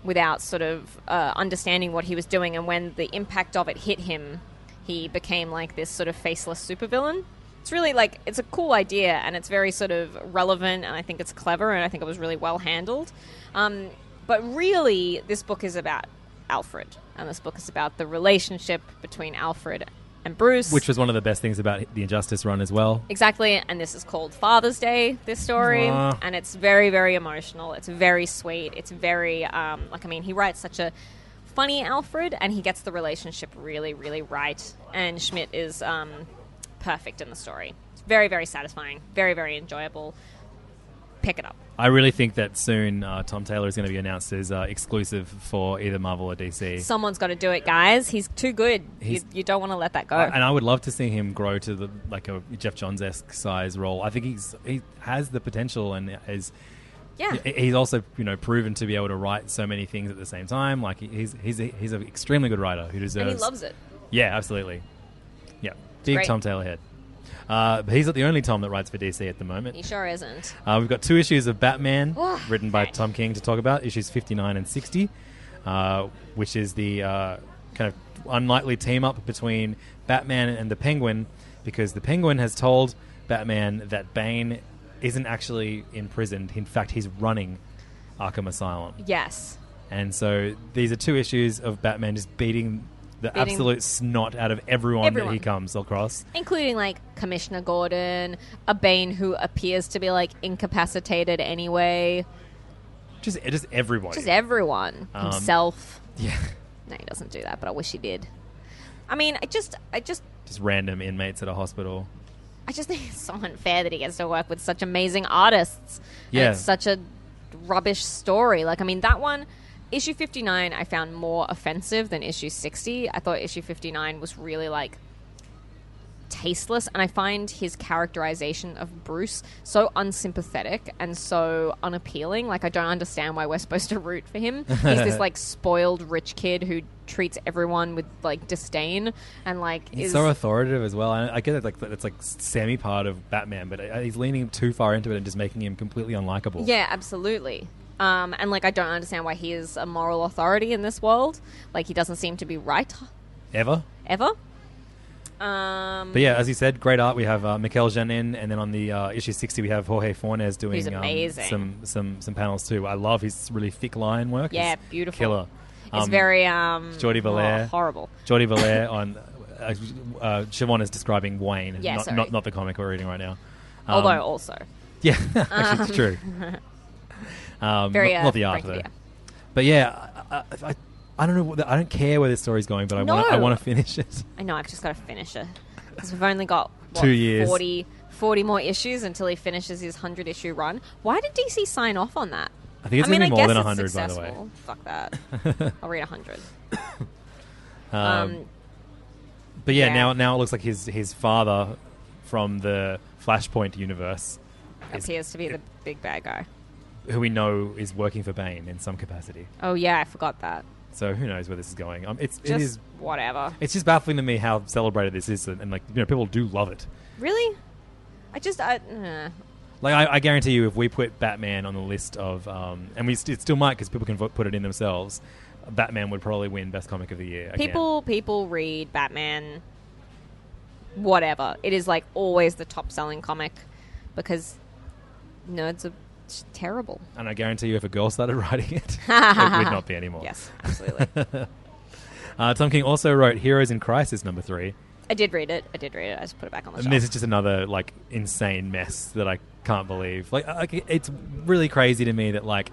[SPEAKER 5] without sort of uh, understanding what he was doing and when the impact of it hit him he became like this sort of faceless supervillain it's really like it's a cool idea and it's very sort of relevant and i think it's clever and i think it was really well handled um, but really this book is about alfred and this book is about the relationship between alfred and bruce
[SPEAKER 4] Which was one of the best things about the Injustice run as well.
[SPEAKER 5] Exactly, and this is called Father's Day. This story,
[SPEAKER 4] Aw.
[SPEAKER 5] and it's very, very emotional. It's very sweet. It's very um, like I mean, he writes such a funny Alfred, and he gets the relationship really, really right. And Schmidt is um, perfect in the story. It's very, very satisfying. Very, very enjoyable. Pick it up.
[SPEAKER 4] I really think that soon uh, Tom Taylor is going to be announced as uh, exclusive for either Marvel or DC.
[SPEAKER 5] Someone's got to do it, guys. He's too good.
[SPEAKER 4] He's-
[SPEAKER 5] you, you don't want to let that go.
[SPEAKER 4] I- and I would love to see him grow to the like a Jeff Johns esque size role. I think he's he has the potential and is
[SPEAKER 5] yeah.
[SPEAKER 4] he- he's also you know proven to be able to write so many things at the same time. Like he- he's he's a, he's an extremely good writer who deserves
[SPEAKER 5] and he loves it.
[SPEAKER 4] Yeah, absolutely. Yeah, big
[SPEAKER 5] great.
[SPEAKER 4] Tom Taylor head. Uh, but he's not the only Tom that writes for DC at the
[SPEAKER 5] He
[SPEAKER 4] moment.
[SPEAKER 5] sure isn't.
[SPEAKER 4] Uh, we've got two issues of Batman
[SPEAKER 5] Oh,
[SPEAKER 4] written by
[SPEAKER 5] okay.
[SPEAKER 4] Tom King to talk about issues 59 and 60, uh, which is the uh, kind of unlikely team up between Batman and the Penguin because the Penguin has told Batman that Bane isn't actually imprisoned. In fact, he's running Arkham Asylum.
[SPEAKER 5] Yes.
[SPEAKER 4] And so these are two issues of Batman just beating the
[SPEAKER 5] Beating-
[SPEAKER 4] absolute snot out of everyone, that he
[SPEAKER 5] Everyone.
[SPEAKER 4] comes across.
[SPEAKER 5] including like Commissioner Gordon, a Bane who appears to be like incapacitated anyway,
[SPEAKER 4] Just, just everybody.
[SPEAKER 5] just everyone
[SPEAKER 4] Um,
[SPEAKER 5] himself.
[SPEAKER 4] yeah.
[SPEAKER 5] No, he doesn't do that, but I wish he did. I mean, I just, I just,
[SPEAKER 4] Just random inmates at a hospital.
[SPEAKER 5] I just think it's so unfair that he gets to work with such amazing artists.
[SPEAKER 4] Yeah.
[SPEAKER 5] and it's such a rubbish story. Like, I mean, that one. Issue 59 I found more offensive than issue 60. I thought issue 59 was really like tasteless and i find his characterization of bruce so unsympathetic and so unappealing like i don't understand why we're supposed to root for him he's this like spoiled rich kid who treats everyone with like disdain and like
[SPEAKER 4] He's
[SPEAKER 5] is
[SPEAKER 4] so authoritative as well. And I get it, like that it's like semi part of Batman, but uh, he's leaning too far into it and just making him completely unlikable.
[SPEAKER 5] Yeah, absolutely. Um, and like, I don't understand why he is a moral authority in this world. Like, he doesn't seem to be right
[SPEAKER 4] Ever.
[SPEAKER 5] ever. Um,
[SPEAKER 4] But yeah, as you said, great art. We have uh, Mikel Janin, and then on the uh, issue sixty, we have Jorge Fornes doing
[SPEAKER 5] Who's
[SPEAKER 4] um,
[SPEAKER 5] amazing.
[SPEAKER 4] some some some panels too. I love his really thick line work.
[SPEAKER 5] Yeah,
[SPEAKER 4] It's
[SPEAKER 5] beautiful.
[SPEAKER 4] killer.
[SPEAKER 5] it's
[SPEAKER 4] Um,
[SPEAKER 5] very um,
[SPEAKER 4] Jordi Belair.
[SPEAKER 5] oh, horrible.
[SPEAKER 4] Jordi Valere on uh, uh, Siobhan is describing Wayne,
[SPEAKER 5] Yeah,
[SPEAKER 4] not,
[SPEAKER 5] sorry.
[SPEAKER 4] not not the comic we're reading right now. Um,
[SPEAKER 5] Although, also
[SPEAKER 4] yeah, actually, it's true. Um,
[SPEAKER 5] very
[SPEAKER 4] not,
[SPEAKER 5] uh,
[SPEAKER 4] not the art
[SPEAKER 5] Frank
[SPEAKER 4] though,
[SPEAKER 5] Villa.
[SPEAKER 4] but yeah, I, I, I, I don't know. what the- I don't care where this story's going, but I want
[SPEAKER 5] No.
[SPEAKER 4] I want to finish it.
[SPEAKER 5] I know. I've just got to finish it because we've only got what,
[SPEAKER 4] Two years.
[SPEAKER 5] 40, 40 more issues until he finishes his 100 issue run. Why did DC sign off on that?
[SPEAKER 4] I think it's
[SPEAKER 5] I mean,
[SPEAKER 4] gonna be
[SPEAKER 5] I
[SPEAKER 4] more
[SPEAKER 5] guess
[SPEAKER 4] than 100,
[SPEAKER 5] it's
[SPEAKER 4] by the
[SPEAKER 5] successful.
[SPEAKER 4] way.
[SPEAKER 5] Fuck that. I'll read 100. um,
[SPEAKER 4] But yeah,
[SPEAKER 5] Yeah.
[SPEAKER 4] now now it looks like his his father from the Flashpoint universe, is-
[SPEAKER 5] appears to be the big bad guy.
[SPEAKER 4] who we know is working for Bane in some capacity.
[SPEAKER 5] Oh, yeah, I forgot that.
[SPEAKER 4] So who knows where this is going? Um, it's it
[SPEAKER 5] Just
[SPEAKER 4] is
[SPEAKER 5] whatever.
[SPEAKER 4] it's just baffling to me how celebrated this is, and, and, like you know, people do love it.
[SPEAKER 5] Really? I just. I, uh,
[SPEAKER 4] Like I, I guarantee you, if we put Batman on the list of, um, and we st- it still might because people can vote, put it in themselves, Batman would probably win best comic of the year. again.
[SPEAKER 5] people people read Batman whatever. It is like always the top selling comic because nerds are just terrible.
[SPEAKER 4] and I guarantee you, if a girl started writing it, it would not be anymore.
[SPEAKER 5] Yes, absolutely.
[SPEAKER 4] Uh, Tom King also wrote Heroes in Crisis number three.
[SPEAKER 5] I did read it. I did read it. I just put it back on the
[SPEAKER 4] And this is
[SPEAKER 5] shelf.
[SPEAKER 4] just another like insane mess that I can't believe. Like, I- I- it's really crazy to me that like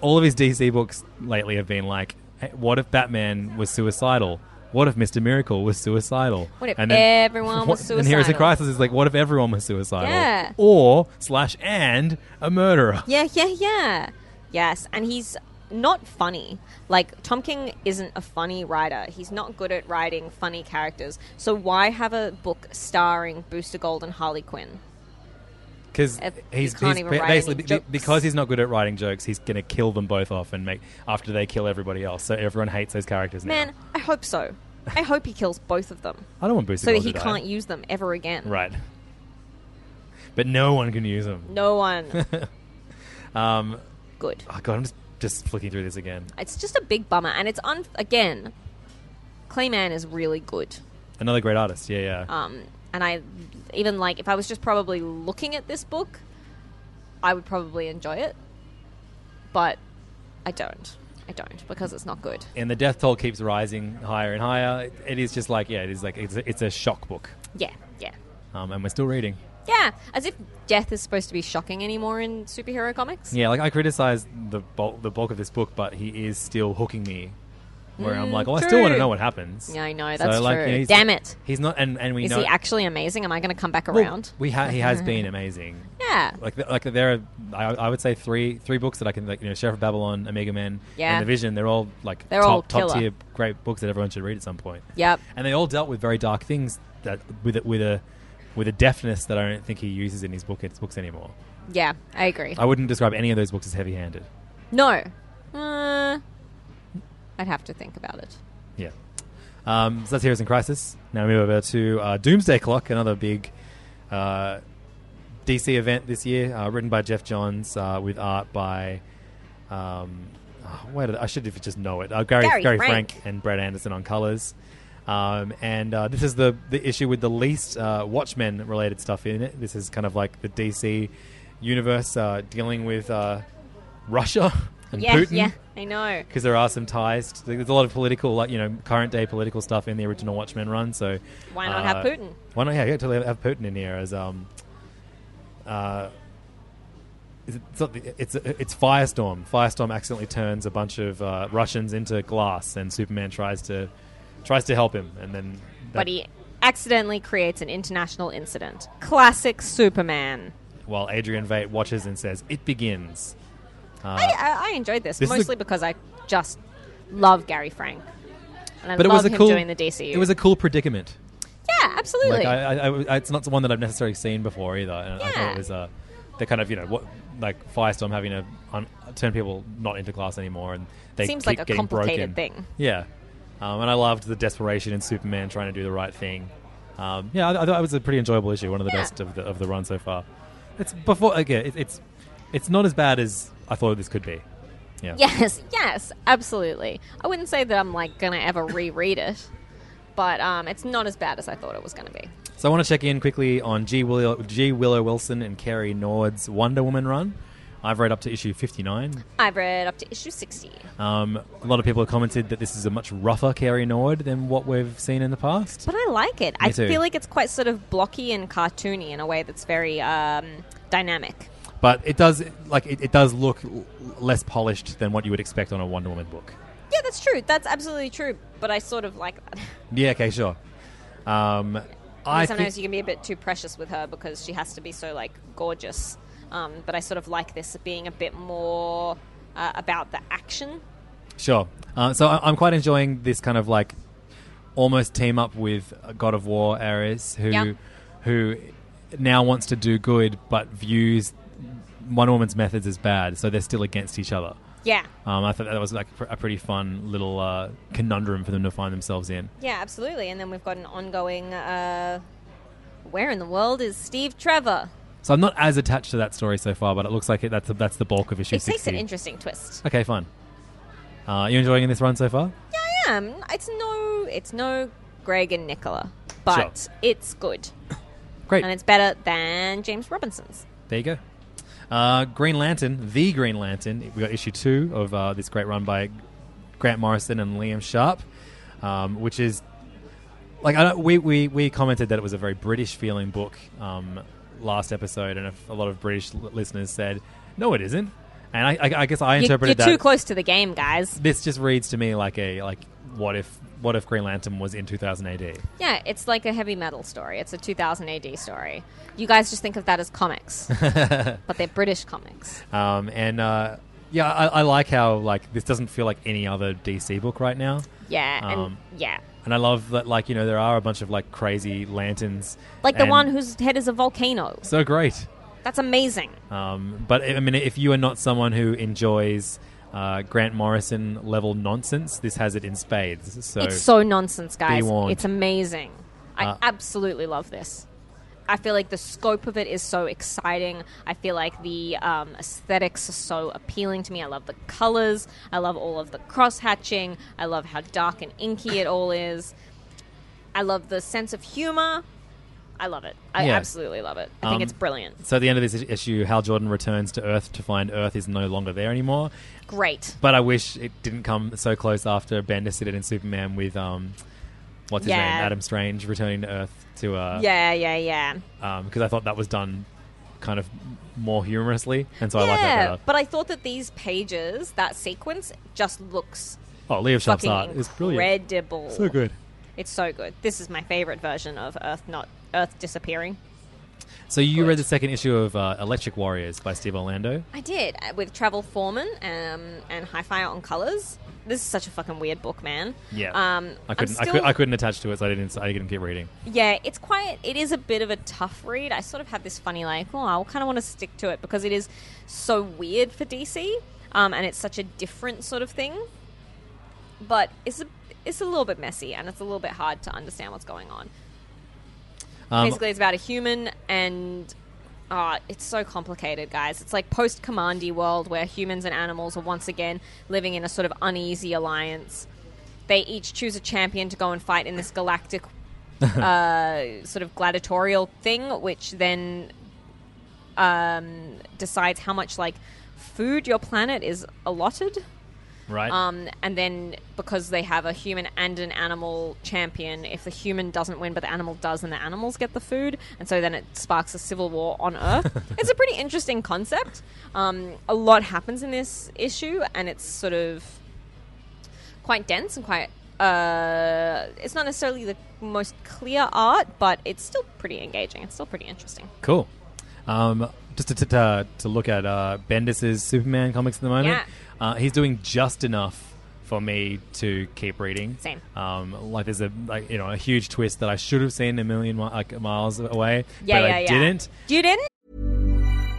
[SPEAKER 4] all of his DC books lately have been like, hey, what if Batman was suicidal? What if Mister Miracle was suicidal?
[SPEAKER 5] What if everyone was
[SPEAKER 4] And Heroes in
[SPEAKER 5] suicidal?
[SPEAKER 4] Crisis is like, what if everyone was suicidal?
[SPEAKER 5] Yeah.
[SPEAKER 4] Or slash and a murderer.
[SPEAKER 5] Yeah, yeah, yeah. Yes, and he's not funny. Like Tom King isn't a funny writer. He's not good at writing funny characters. So why have a book starring Booster Gold and Harley Quinn?
[SPEAKER 4] Because
[SPEAKER 5] If
[SPEAKER 4] he's,
[SPEAKER 5] you can't
[SPEAKER 4] he's
[SPEAKER 5] even
[SPEAKER 4] ba-
[SPEAKER 5] write
[SPEAKER 4] basically
[SPEAKER 5] any
[SPEAKER 4] be-
[SPEAKER 5] jokes.
[SPEAKER 4] because he's not good at writing jokes, he's going to kill them both off and make after they kill everybody else. So everyone hates those characters now.
[SPEAKER 5] Man, I hope so. I hope he kills both of them
[SPEAKER 4] I don't want Booster
[SPEAKER 5] so that
[SPEAKER 4] Gold
[SPEAKER 5] he
[SPEAKER 4] to die.
[SPEAKER 5] can't use them ever again.
[SPEAKER 4] Right. But no one can use them.
[SPEAKER 5] No one.
[SPEAKER 4] Um,
[SPEAKER 5] Good.
[SPEAKER 4] oh god, I'm just, just flicking through this again.
[SPEAKER 5] It's just a big bummer, and it's un. Again, Clayman is really good.
[SPEAKER 4] Another great artist. Yeah, yeah.
[SPEAKER 5] Um, and I even like if I was just probably looking at this book, I would probably enjoy it, but I don't. I don't because it's not good.
[SPEAKER 4] and the death toll keeps rising higher and higher. It, it is just like yeah, it is like it's a, it's a shock book.
[SPEAKER 5] Yeah, yeah,
[SPEAKER 4] Um, and we're still reading.
[SPEAKER 5] yeah. As if death is supposed to be shocking anymore in superhero comics.
[SPEAKER 4] Yeah, like I criticize the bulk, the bulk of this book, but he is still hooking me. Where I'm like, oh, I still
[SPEAKER 5] Mm, true.
[SPEAKER 4] want to know what happens.
[SPEAKER 5] Yeah, I know, that's true.
[SPEAKER 4] he's-
[SPEAKER 5] Damn it.
[SPEAKER 4] He's not, and and we
[SPEAKER 5] Is
[SPEAKER 4] know
[SPEAKER 5] he actually amazing? Am I going to come back
[SPEAKER 4] Well,
[SPEAKER 5] around?
[SPEAKER 4] we ha- he has been amazing.
[SPEAKER 5] yeah.
[SPEAKER 4] like th- like there are I, I would say three three books that I can like you know Sheriff of Babylon, Omega Man,
[SPEAKER 5] Yeah.
[SPEAKER 4] and The Vision. They're all like
[SPEAKER 5] They're
[SPEAKER 4] top
[SPEAKER 5] all
[SPEAKER 4] top
[SPEAKER 5] killer.
[SPEAKER 4] tier great books that everyone should read at some point.
[SPEAKER 5] Yep.
[SPEAKER 4] And they all dealt with very dark things that with it with a with a deftness that I don't think he uses in his book his books anymore.
[SPEAKER 5] Yeah, I agree.
[SPEAKER 4] I wouldn't describe any of those books as heavy handed.
[SPEAKER 5] No. Uh, I'd have to think about it.
[SPEAKER 4] Yeah. Um, so that's Heroes in Crisis. Now we move over to uh, Doomsday Clock, another big uh, DC event this year, uh, written by Jeff Johns uh, with art by. Um, oh, where did I should have just know it. Uh, Gary,
[SPEAKER 5] Gary
[SPEAKER 4] Frank.
[SPEAKER 5] Frank.
[SPEAKER 4] and Brad Anderson on colors. Um, and uh, this is the the issue with the least uh, Watchmen related stuff in it. This is kind of like the DC universe uh, dealing with uh, Russia and
[SPEAKER 5] Yeah,
[SPEAKER 4] Putin
[SPEAKER 5] yeah, I know.
[SPEAKER 4] because there are some ties. To, there's a lot of political, like you know, current day political stuff in the original Watchmen run. So uh,
[SPEAKER 5] Why not have Putin?
[SPEAKER 4] Why not? Yeah, yeah, totally have Putin in here as um, uh, is it- it's not the, it's it's Firestorm. Firestorm accidentally turns a bunch of uh, Russians into glass, and Superman tries to tries to help him, and then that-
[SPEAKER 5] But he accidentally creates an international incident. Classic Superman.
[SPEAKER 4] while Adrian Veidt watches and says, "It begins."
[SPEAKER 5] I, I, I enjoyed this,
[SPEAKER 4] This is a-
[SPEAKER 5] mostly because I just love Gary Frank, and I
[SPEAKER 4] But it
[SPEAKER 5] love
[SPEAKER 4] was a
[SPEAKER 5] him
[SPEAKER 4] cool
[SPEAKER 5] doing the DCU.
[SPEAKER 4] It was a cool predicament.
[SPEAKER 5] yeah, absolutely.
[SPEAKER 4] Like I, I, I, it's not one that I've necessarily seen before either. And I thought
[SPEAKER 5] Yeah.
[SPEAKER 4] it was uh, the kind of you know what like Firestorm having to un- turn people not into glass anymore, and they
[SPEAKER 5] Seems
[SPEAKER 4] keep
[SPEAKER 5] like a
[SPEAKER 4] getting
[SPEAKER 5] complicated
[SPEAKER 4] broken.
[SPEAKER 5] thing.
[SPEAKER 4] Yeah, um, and I loved the desperation in Superman trying to do the right thing. Um, yeah, I, I thought it was a pretty enjoyable issue, one of the
[SPEAKER 5] Yeah.
[SPEAKER 4] best of the of the run so far. It's before again, it, it's it's not as bad as I thought this could be. Yeah,
[SPEAKER 5] yes, yes, absolutely. I wouldn't say that I'm like gonna ever reread it, but um, it's not as bad as I thought it was gonna be.
[SPEAKER 4] So I want to check in quickly on G. Willow, G. Willow Wilson and Carrie Nord's Wonder Woman run. I've read up to issue fifty nine.
[SPEAKER 5] I've read up to issue sixty.
[SPEAKER 4] Um, a lot of people have commented that this is a much rougher Carrie Nord than what we've seen in the past.
[SPEAKER 5] But I like it. I
[SPEAKER 4] too.
[SPEAKER 5] feel like it's quite sort of blocky and cartoony in a way that's very um, dynamic.
[SPEAKER 4] But it does like it, it does look l- less polished than what you would expect on a Wonder Woman book.
[SPEAKER 5] Yeah, that's true. That's absolutely true. But I sort of like that.
[SPEAKER 4] Yeah, okay, sure. Um, I think-
[SPEAKER 5] sometimes you can be a bit too precious with her because she has to be so like gorgeous. Um, but I sort of like this being a bit more uh, about the action.
[SPEAKER 4] Sure. Uh, so I- I'm quite enjoying this kind of like almost team up with God of War Ares, who
[SPEAKER 5] Yeah.
[SPEAKER 4] who now wants to do good but views Wonder Woman's methods as bad, so they're still against each other.
[SPEAKER 5] Yeah,
[SPEAKER 4] Um, I thought that was like a pr- a pretty fun little uh, conundrum for them to find themselves in.
[SPEAKER 5] yeah, absolutely. And then we've got an ongoing. Uh, where in the world is Steve Trevor?
[SPEAKER 4] So I'm not as attached to that story so far, but it looks like it, that's the, that's the bulk of issue
[SPEAKER 5] It takes
[SPEAKER 4] 60.
[SPEAKER 5] an interesting twist.
[SPEAKER 4] Okay, fine. Uh, are you enjoying this run so far?
[SPEAKER 5] Yeah, um, it's no, it's no Greg and Nicola, but
[SPEAKER 4] Sure.
[SPEAKER 5] it's good
[SPEAKER 4] Great.
[SPEAKER 5] and it's better than James Robinson's.
[SPEAKER 4] There you go. Uh, Green Lantern, the Green Lantern. We got issue two of uh, this great run by Grant Morrison and Liam Sharp, um, which is like I don't, we, we we commented that it was a very British feeling book um, last episode, and a, a lot of British l- listeners said, "No, it isn't." And I, I, I guess I
[SPEAKER 5] You- You're,
[SPEAKER 4] interpreted
[SPEAKER 5] too
[SPEAKER 4] that
[SPEAKER 5] close to the game, guys.
[SPEAKER 4] this just reads to me like a like what if what if Green Lantern was in 2000 AD?
[SPEAKER 5] Yeah, it's like a heavy metal story. It's a 2000 AD story. You guys just think of that as comics, but they're British comics.
[SPEAKER 4] Um, and uh, yeah, I, I like how like this doesn't feel like any other DC book right now.
[SPEAKER 5] Yeah,
[SPEAKER 4] Um,
[SPEAKER 5] and yeah,
[SPEAKER 4] And I love that, like, you know, there are a bunch of, like, crazy lanterns.
[SPEAKER 5] like the
[SPEAKER 4] and-
[SPEAKER 5] one whose head is a volcano.
[SPEAKER 4] So great.
[SPEAKER 5] That's amazing.
[SPEAKER 4] Um, but, I mean, if you are not someone who enjoys uh, Grant Morrison level nonsense, this has it in spades. So,
[SPEAKER 5] it's so nonsense, guys.
[SPEAKER 4] warned.
[SPEAKER 5] It's amazing. I
[SPEAKER 4] Uh,
[SPEAKER 5] absolutely love this. I feel like the scope of it is so exciting. I feel like the um, aesthetics are so appealing to me. I love the colors. I love all of the cross hatching. I love how dark and inky it all is. I love the sense of humor. I love it. I
[SPEAKER 4] Yeah.
[SPEAKER 5] absolutely love it. I
[SPEAKER 4] Um,
[SPEAKER 5] think it's brilliant.
[SPEAKER 4] so at the end of this is- issue, Hal Jordan returns to Earth to find Earth is no longer there anymore.
[SPEAKER 5] Great.
[SPEAKER 4] But I wish it didn't come so close after Bendis did it in Superman with, um, what's his
[SPEAKER 5] Yeah.
[SPEAKER 4] name? Adam Strange returning to Earth to, uh,
[SPEAKER 5] Yeah, yeah, yeah.
[SPEAKER 4] because I thought that was done kind of more humorously. And so I like that
[SPEAKER 5] Yeah,
[SPEAKER 4] better.
[SPEAKER 5] but I thought that these pages, that sequence, just looks
[SPEAKER 4] Oh, Leo Sharp's
[SPEAKER 5] fucking
[SPEAKER 4] art is brilliant.
[SPEAKER 5] incredible. It's so good. This is my favorite version of Earth not Earth disappearing.
[SPEAKER 4] So you
[SPEAKER 5] Good.
[SPEAKER 4] read the second issue of uh, Electric Warriors by Steve Orlando.
[SPEAKER 5] I did uh, with Travel Foreman um, and High Fire on Colors. This is such a fucking weird book, man. Um,
[SPEAKER 4] I couldn't.
[SPEAKER 5] I'm
[SPEAKER 4] I,
[SPEAKER 5] still,
[SPEAKER 4] could, I couldn't attach to it, so I didn't. I didn't keep reading.
[SPEAKER 5] Yeah, it's quite. It is a bit of a tough read. I sort of had this funny like, oh, I kind of want to stick to it because it is so weird for DC, um, and it's such a different sort of thing. But it's a it's a little bit messy and it's a little bit hard to understand what's going on.
[SPEAKER 4] Um,
[SPEAKER 5] Basically, it's about a human and. ah, it's so complicated, guys. It's like post Commandy world where humans and animals are once again living in a sort of uneasy alliance. They each choose a champion to go and fight in this galactic uh, sort of gladiatorial thing, which then um, decides how much like food your planet is allotted.
[SPEAKER 4] right.
[SPEAKER 5] Um, and then because they have a human and an animal champion, if the human doesn't win but the animal does, then the animals get the food, and so then it sparks a civil war on Earth. it's a pretty interesting concept. Um, a lot happens in this issue, and it's sort of quite dense and quite. Uh, it's not necessarily the most clear art, but it's still pretty engaging. It's still pretty interesting.
[SPEAKER 4] cool. Um, just to, to- to, to look at uh, Bendis's Superman comics at the moment.
[SPEAKER 5] Yeah.
[SPEAKER 4] Uh, he's doing just enough for me to keep reading.
[SPEAKER 5] Same.
[SPEAKER 4] Um, like there's a like you know a huge twist that I should have seen a million mi- like miles away,
[SPEAKER 5] Yeah,
[SPEAKER 4] but
[SPEAKER 5] yeah,
[SPEAKER 4] I
[SPEAKER 5] yeah.
[SPEAKER 4] didn't.
[SPEAKER 5] You didn't?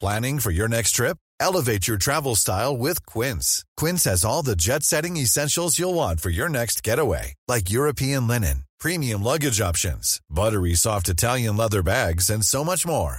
[SPEAKER 6] Planning for your next trip? Elevate your travel style with Quince. Quince has all the jet setting essentials you'll want for your next getaway, like European linen, premium luggage options, buttery soft Italian leather bags, and so much more.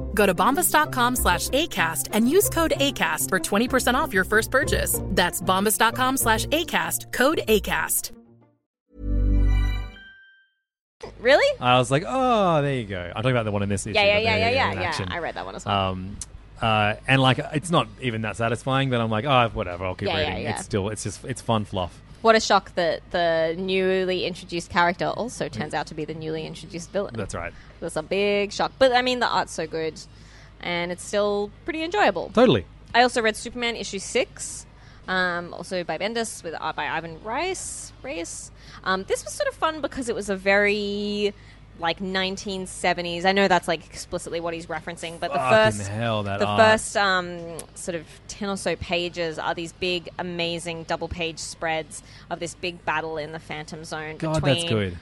[SPEAKER 7] Go to bombas.com slash ACAST and use code ACAST for 20% off your first purchase. That's bombas.com slash ACAST, code ACAST.
[SPEAKER 5] Really?
[SPEAKER 4] I was like, oh, there you go. I'm talking about the one in this issue.
[SPEAKER 5] Yeah, yeah,
[SPEAKER 4] but
[SPEAKER 5] yeah,
[SPEAKER 4] there
[SPEAKER 5] yeah,
[SPEAKER 4] you go,
[SPEAKER 5] yeah,
[SPEAKER 4] in
[SPEAKER 5] yeah.
[SPEAKER 4] action.
[SPEAKER 5] I read that one as well.
[SPEAKER 4] Um, uh, and like, it's not even that satisfying, but I'm like, oh, whatever. I'll keep
[SPEAKER 5] Yeah, yeah,
[SPEAKER 4] reading.
[SPEAKER 5] yeah.
[SPEAKER 4] It's still, it's just, it's fun fluff.
[SPEAKER 5] What a shock that the newly introduced character also turns out to be the newly introduced villain.
[SPEAKER 4] That's right.
[SPEAKER 5] That's a big shock. But I mean, the art's so good, and it's still pretty enjoyable.
[SPEAKER 4] Totally.
[SPEAKER 5] I also read Superman issue six, um, also by Bendis with art by Ivan Rice. Rice. Um, this was sort of fun because it was a very like 1970s. I know that's like explicitly what he's referencing, but the
[SPEAKER 4] Fucking
[SPEAKER 5] first
[SPEAKER 4] hell, that
[SPEAKER 5] the
[SPEAKER 4] art.
[SPEAKER 5] first um, sort of ten or so pages are these big, amazing double page spreads of this big battle in the Phantom Zone
[SPEAKER 4] God,
[SPEAKER 5] between
[SPEAKER 4] that's good.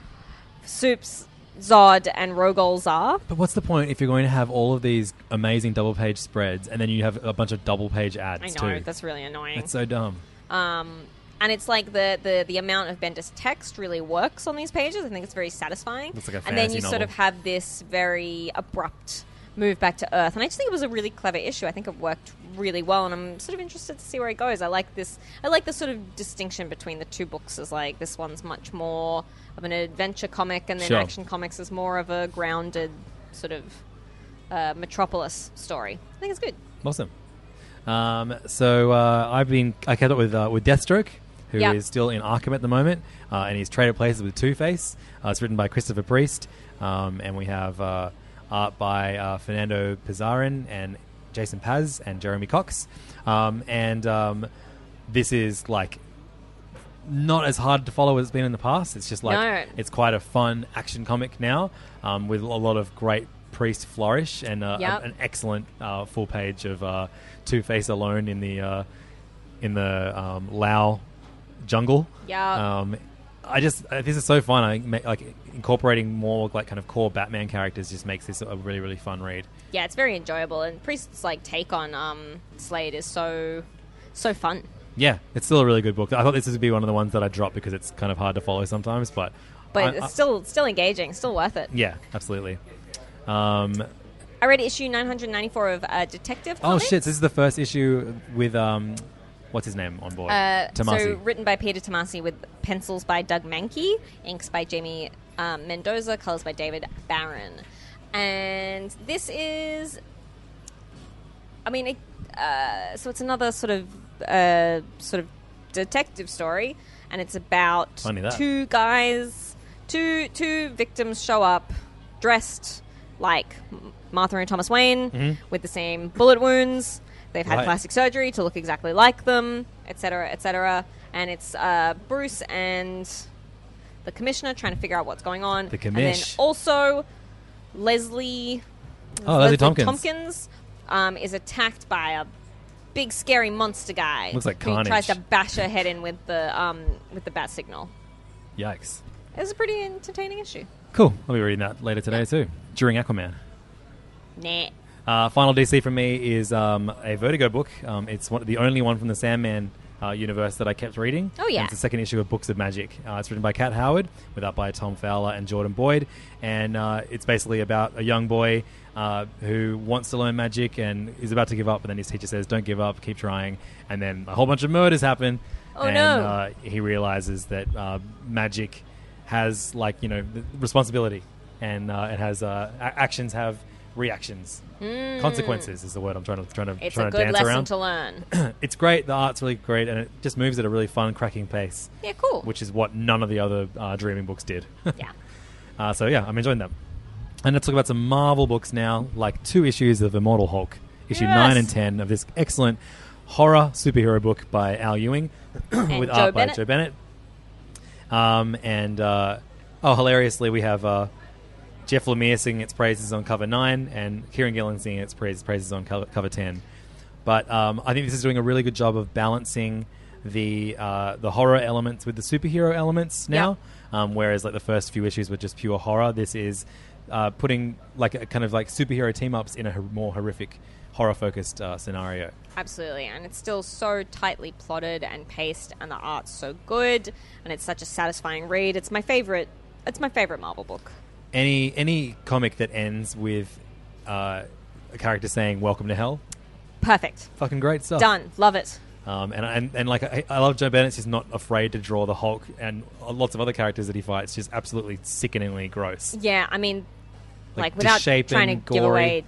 [SPEAKER 5] Supes, Zod, and Rogol Zar.
[SPEAKER 4] But what's the point if you're going to have all of these amazing double page spreads and then you have a bunch of double page ads
[SPEAKER 5] I know
[SPEAKER 4] too?
[SPEAKER 5] that's really annoying.
[SPEAKER 4] That's so dumb.
[SPEAKER 5] Um, and it's like the, the, the amount of Bendis text really works on these pages. I think it's very satisfying.
[SPEAKER 4] Looks like a
[SPEAKER 5] and then
[SPEAKER 4] fantasy
[SPEAKER 5] you sort
[SPEAKER 4] novel.
[SPEAKER 5] of have this very abrupt move back to Earth. And I just think it was a really clever issue. I think it worked really well, and I'm sort of interested to see where it goes. I like this. I like the sort of distinction between the two books. Is like this one's much more of an adventure comic, and then
[SPEAKER 4] Sure.
[SPEAKER 5] Action Comics is more of a grounded sort of uh, metropolis story. I think it's good.
[SPEAKER 4] Awesome. Um, so uh, I've been I kept up with uh, with Deathstroke, who is
[SPEAKER 5] Yeah.
[SPEAKER 4] still in Arkham at the moment, uh, and he's traded places with Two Face. Uh, it's written by Christopher Priest, um, and we have uh, art by uh, Fernando Pizarrin and Jason Paz and Jeremy Cox. Um, and um, this is like not as hard to follow as it's been in the past. It's just like
[SPEAKER 5] No.
[SPEAKER 4] it's quite a fun action comic now, um, with a lot of great priest flourish and uh,
[SPEAKER 5] Yep.
[SPEAKER 4] a- an excellent uh, full page of uh, Two Face alone in the uh, in the um, Lao jungle.
[SPEAKER 5] Yep.
[SPEAKER 4] Um, I just uh, this is so fun. I ma- like incorporating more like kind of core Batman characters just makes this a really really fun read.
[SPEAKER 5] Yeah, it's very enjoyable, and Priest's like take on um, Slade is so so fun.
[SPEAKER 4] Yeah, it's still a really good book. I thought this would be one of the ones that I dropped because it's kind of hard to follow sometimes, but
[SPEAKER 5] But
[SPEAKER 4] I- I-
[SPEAKER 5] it's still still engaging, still worth it.
[SPEAKER 4] Yeah, absolutely. Um,
[SPEAKER 5] I read issue 994 of uh, Detective
[SPEAKER 4] oh
[SPEAKER 5] Comics.
[SPEAKER 4] shit! So this is the first issue with um, what's his name on board?
[SPEAKER 5] Uh, so
[SPEAKER 4] Tomasi.
[SPEAKER 5] written by Peter Tomasi with pencils by Doug Mankey, inks by Jamie um, Mendoza, colors by David Barron. And this is, I mean, it, uh, so it's another sort of uh, sort of detective story, and it's about
[SPEAKER 4] Funny that.
[SPEAKER 5] two guys, two two victims show up dressed like Martha and Thomas Wayne
[SPEAKER 8] Mhm.
[SPEAKER 4] Mm-hmm.
[SPEAKER 5] with the same bullet wounds. They've had
[SPEAKER 8] Right.
[SPEAKER 5] plastic plastic surgery to look exactly like them, etc., etc. And it's uh, Bruce and the commissioner trying to figure out what's going on.
[SPEAKER 4] The
[SPEAKER 5] And then
[SPEAKER 4] commish.
[SPEAKER 5] also Leslie.
[SPEAKER 4] Oh, Leslie Tompkins.
[SPEAKER 5] um, is attacked by a big scary monster guy.
[SPEAKER 4] Looks like
[SPEAKER 5] who
[SPEAKER 4] Carnage.
[SPEAKER 5] Tries to bash her head in with the um, with the bat signal.
[SPEAKER 4] Yikes!
[SPEAKER 5] It was a pretty entertaining issue.
[SPEAKER 4] Cool. I'll be reading that later today too, during Aquaman.
[SPEAKER 5] Nah.
[SPEAKER 4] Uh, final DC from me is um, a Vertigo book. Um, it's one, the only one from the Sandman uh, universe that I kept reading.
[SPEAKER 5] Oh, yeah.
[SPEAKER 4] And it's the second issue of Books of Magic. Uh, it's written by Cat Howard, with art by Tom Fowler and Jordan Boyd, and uh, it's basically about a young boy uh, who wants to learn magic and is about to give up, but then his teacher says, "Don't give up, keep trying." And then a whole bunch of murders happen.
[SPEAKER 9] Oh,
[SPEAKER 4] and,
[SPEAKER 9] no.
[SPEAKER 4] Uh, he realizes that uh, magic has like you know th- responsibility, and uh, it has uh, a- actions have reactions.
[SPEAKER 5] Mm.
[SPEAKER 4] Consequences is the word I'm trying to trying to
[SPEAKER 5] It's
[SPEAKER 4] trying
[SPEAKER 5] a
[SPEAKER 4] to
[SPEAKER 5] good
[SPEAKER 4] dance
[SPEAKER 5] lesson
[SPEAKER 4] around.
[SPEAKER 5] to learn.
[SPEAKER 4] it's great. The art's really great, and it just moves at a really fun, cracking pace.
[SPEAKER 5] Yeah, cool.
[SPEAKER 4] Which is what none of the other uh, Dreaming books did.
[SPEAKER 5] yeah.
[SPEAKER 4] Uh, so yeah, I'm enjoying them. And let's talk about some Marvel books now, like two issues of Immortal Hulk, issue
[SPEAKER 10] Yes.
[SPEAKER 4] nine and ten of this excellent horror superhero book by Al Ewing, with
[SPEAKER 10] Joe
[SPEAKER 4] art by
[SPEAKER 10] Bennett.
[SPEAKER 4] Joe Bennett. Um, and uh, oh, hilariously, we have uh, Jeff Lemire singing its praises on cover nine, and Kieran Gillen singing its praises praises on cover, cover ten. But um, I think this is doing a really good job of balancing the uh, the horror elements with the superhero elements now. Um, whereas like the first few issues were just pure horror, this is uh, putting like a kind of like superhero team ups in a hor- more horrific horror focused uh, scenario.
[SPEAKER 5] Absolutely, and it's still so tightly plotted and paced, and the art's so good, and it's such a satisfying read. It's my favorite. It's my favorite Marvel book.
[SPEAKER 4] Any any comic that ends with uh, a character saying "Welcome to Hell,"
[SPEAKER 5] Perfect.
[SPEAKER 4] fucking great stuff.
[SPEAKER 5] Done. Love it.
[SPEAKER 4] Um, and, and and like I, I love Joe Bennett. He's not afraid to draw the Hulk and uh, lots of other characters that he fights. Just absolutely sickeningly gross.
[SPEAKER 5] Yeah, I mean, like,
[SPEAKER 4] Like,
[SPEAKER 5] without
[SPEAKER 4] misshapen,
[SPEAKER 5] trying to give
[SPEAKER 4] gory.
[SPEAKER 5] away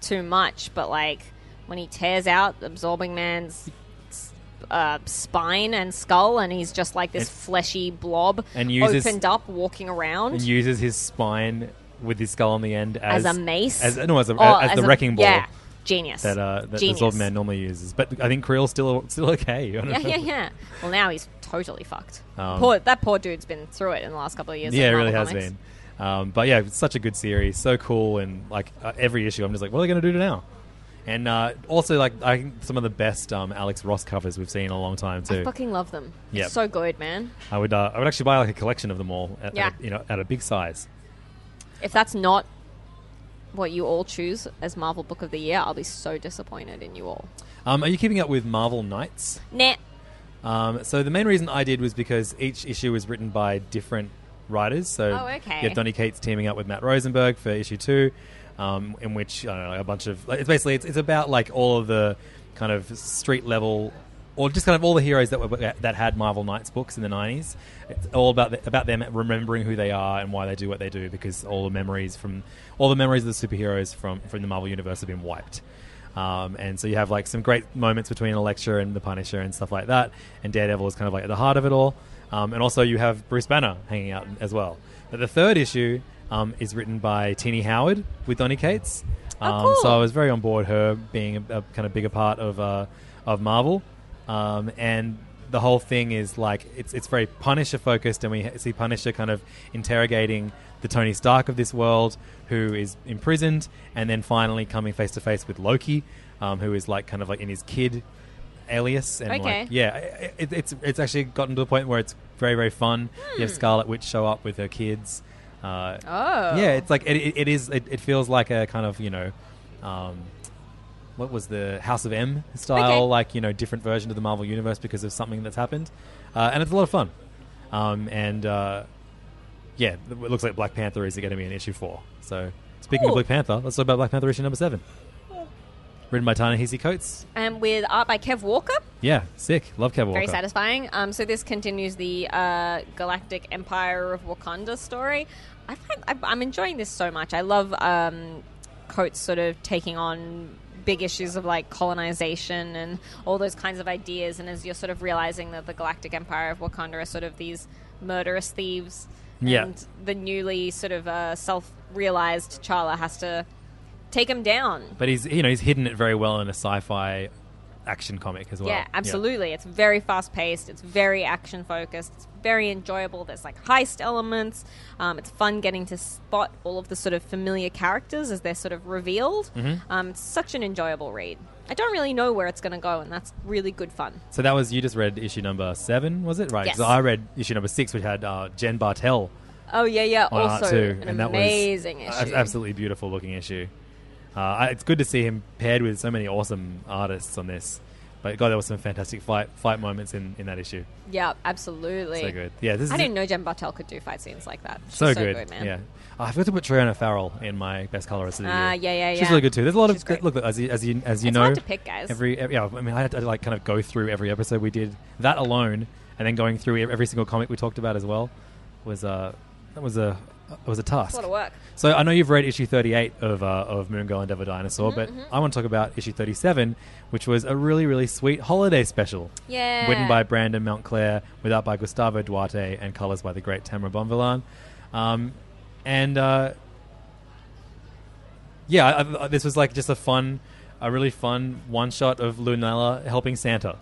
[SPEAKER 5] too much, but like when he tears out absorbing man's s- uh, spine and skull, and he's just like this
[SPEAKER 4] And-
[SPEAKER 5] fleshy blob,
[SPEAKER 4] and uses-
[SPEAKER 5] opened up, walking around.
[SPEAKER 4] And uses his spine with his skull on the end as,
[SPEAKER 5] as, a mace,
[SPEAKER 4] as no, as, a,
[SPEAKER 5] Or
[SPEAKER 4] as, the wrecking ball.
[SPEAKER 5] Yeah, genius.
[SPEAKER 4] That uh, that the
[SPEAKER 5] Genius.
[SPEAKER 4] Zorb man normally uses, but I think Creel's still still okay. I don't
[SPEAKER 5] Yeah,
[SPEAKER 4] know.
[SPEAKER 5] yeah, yeah. Well, now he's totally fucked.
[SPEAKER 4] Um,
[SPEAKER 5] poor that poor dude's been through it in the last couple of years.
[SPEAKER 4] Yeah,
[SPEAKER 5] of
[SPEAKER 4] it really
[SPEAKER 5] Marvel
[SPEAKER 4] has
[SPEAKER 5] comics.
[SPEAKER 4] been. Um, but yeah, it's such a good series, so cool, and like uh, every issue, I'm just like, what are they going to do now? And uh, also, like, I think some of the best um, Alex Ross covers we've seen in a long time too.
[SPEAKER 5] I fucking love them.
[SPEAKER 4] Yep.
[SPEAKER 5] It's so good, man.
[SPEAKER 4] I would, uh, I would actually buy like a collection of them all, at,
[SPEAKER 5] Yeah.
[SPEAKER 4] at a, you know, at a big size.
[SPEAKER 5] If that's not what you all choose as Marvel Book of the Year, I'll be so disappointed in you all.
[SPEAKER 4] Um, are you keeping up with Marvel Knights?
[SPEAKER 5] Nah.
[SPEAKER 4] Um, so the main reason I did was because each issue was written by different writers. So
[SPEAKER 5] Oh, okay.
[SPEAKER 4] you have Donny Cates teaming up with Matt Rosenberg for issue two, um, in which I don't know, a bunch of like, it's basically it's, it's about like all of the kind of street level. Or just kind of all the heroes that were that had Marvel Knights books in the '90s. It's all about the, about them remembering who they are and why they do what they do, because all the memories from all the memories of the superheroes from from the Marvel universe have been wiped. Um, and so you have like some great moments between Elektra and the Punisher and stuff like that. And Daredevil is kind of like at the heart of it all. Um, and also you have Bruce Banner hanging out as well. But the third issue um, is written by Tini Howard with Donny Cates. Um, So I was very on board her being a, a kind of bigger part of uh, of Marvel. Um, and the whole thing is like it's it's very Punisher focused, and we ha- see Punisher kind of interrogating the Tony Stark of this world, who is imprisoned, and then finally coming face to face with Loki, um, who is like kind of like in his kid alias, and
[SPEAKER 5] Okay.
[SPEAKER 4] like yeah, i- i- it, it's it's actually gotten to a point where it's very very fun. You have Scarlet Witch show up with her kids. Uh,
[SPEAKER 5] Hmm. Oh.
[SPEAKER 4] yeah, it's like it, it, it is. It, it feels like a kind of you know. Um, what was the House of M style,
[SPEAKER 5] Okay.
[SPEAKER 4] like you know, different version of the Marvel universe because of something that's happened, uh, and it's a lot of fun. Um, and uh, yeah, it looks like Black Panther is going to be in issue four. So speaking
[SPEAKER 5] Cool.
[SPEAKER 4] of Black Panther, let's talk about Black Panther issue number seven, written by Ta-Nehisi Coates.
[SPEAKER 5] And um, with art by Kev Walker.
[SPEAKER 4] Yeah, sick. Love Kev Walker.
[SPEAKER 5] Very satisfying. Um, so this continues the uh, Galactic Empire of Wakanda story. I find I, I'm enjoying this so much. I love um, Coates sort of taking on big issues of like colonization and all those kinds of ideas. And as you're sort of realizing that the Galactic Empire of Wakanda are sort of these murderous thieves,
[SPEAKER 4] Yeah.
[SPEAKER 5] and the newly sort of uh, self-realized T'Challa has to take him down
[SPEAKER 4] But he's you know he's hidden it very well in a sci-fi action comic as well.
[SPEAKER 5] Yeah, absolutely. It's very fast paced. It's very action focused. It's very enjoyable. There's like heist elements. Um, it's fun getting to spot all of the sort of familiar characters as they're sort of revealed.
[SPEAKER 4] Mhm.
[SPEAKER 5] Um, it's such an enjoyable read. I don't really know where it's going to go, and that's really good fun.
[SPEAKER 4] So that was you just read issue number seven, was it? Right.
[SPEAKER 5] Yes.
[SPEAKER 4] So I read issue number six, which had uh, Jen Bartel
[SPEAKER 5] Oh yeah, yeah.
[SPEAKER 4] on
[SPEAKER 5] also,
[SPEAKER 4] art too,
[SPEAKER 5] an
[SPEAKER 4] and that
[SPEAKER 5] amazing
[SPEAKER 4] was
[SPEAKER 5] issue.
[SPEAKER 4] a- absolutely beautiful looking issue. Uh, I- it's good to see him paired with so many awesome artists on this. But God, there were some fantastic fight fight moments in, in that issue.
[SPEAKER 5] Yeah, absolutely.
[SPEAKER 4] So good. Yeah, this
[SPEAKER 5] I
[SPEAKER 4] is
[SPEAKER 5] didn't know Jen Bartel could do fight scenes like that. She's
[SPEAKER 4] so, good.
[SPEAKER 5] man.
[SPEAKER 4] Yeah, I forgot to put Triana Farrell in my best colorist of the
[SPEAKER 5] Ah,
[SPEAKER 4] year.
[SPEAKER 5] yeah, yeah,
[SPEAKER 4] She's
[SPEAKER 5] yeah.
[SPEAKER 4] really good too. There's a lot
[SPEAKER 5] She's
[SPEAKER 4] of
[SPEAKER 5] great.
[SPEAKER 4] look as you as you as you
[SPEAKER 5] It's
[SPEAKER 4] know.
[SPEAKER 5] hard to pick, guys.
[SPEAKER 4] Every, every yeah, I mean, I had to like kind of go through every episode we did that alone, and then going through ev- every single comic we talked about as well was uh, that was a that was a task.
[SPEAKER 5] It's a lot of work.
[SPEAKER 4] So I know you've read issue 38 of uh, of Moon Girl and Devil Dinosaur, but
[SPEAKER 5] mhm.
[SPEAKER 4] I want to talk about issue 37, which was a really really sweet holiday special.
[SPEAKER 5] Yeah.
[SPEAKER 4] Written by Brandon Montclair, with art by Gustavo Duarte, and colors by the great Tamara Bonvillain. Um, and uh, yeah, I, I, this was like just a fun, a really fun one shot of Lunella helping Santa.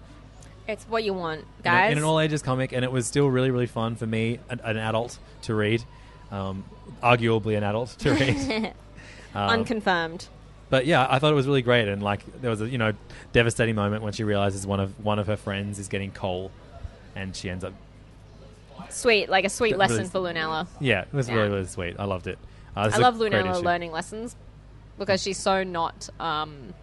[SPEAKER 5] It's what you want,
[SPEAKER 4] In a-
[SPEAKER 5] guys.
[SPEAKER 4] In, an all ages comic, and it was still really, really fun for me, an, an adult, to read. Um, arguably an adult to read. Um,
[SPEAKER 5] Unconfirmed.
[SPEAKER 4] But yeah, I thought it was really great, and like there was a you know devastating moment when she realizes one of one of her friends is getting coal, and she ends up.
[SPEAKER 5] Sweet, like a sweet
[SPEAKER 4] That
[SPEAKER 5] lesson
[SPEAKER 4] really-
[SPEAKER 5] for Lunella.
[SPEAKER 4] Yeah, it was
[SPEAKER 5] Yeah.
[SPEAKER 4] really really sweet. I loved it. Uh, this
[SPEAKER 5] I
[SPEAKER 4] is a
[SPEAKER 5] love
[SPEAKER 4] great
[SPEAKER 5] Lunella
[SPEAKER 4] issue.
[SPEAKER 5] learning lessons because she's so not. Um,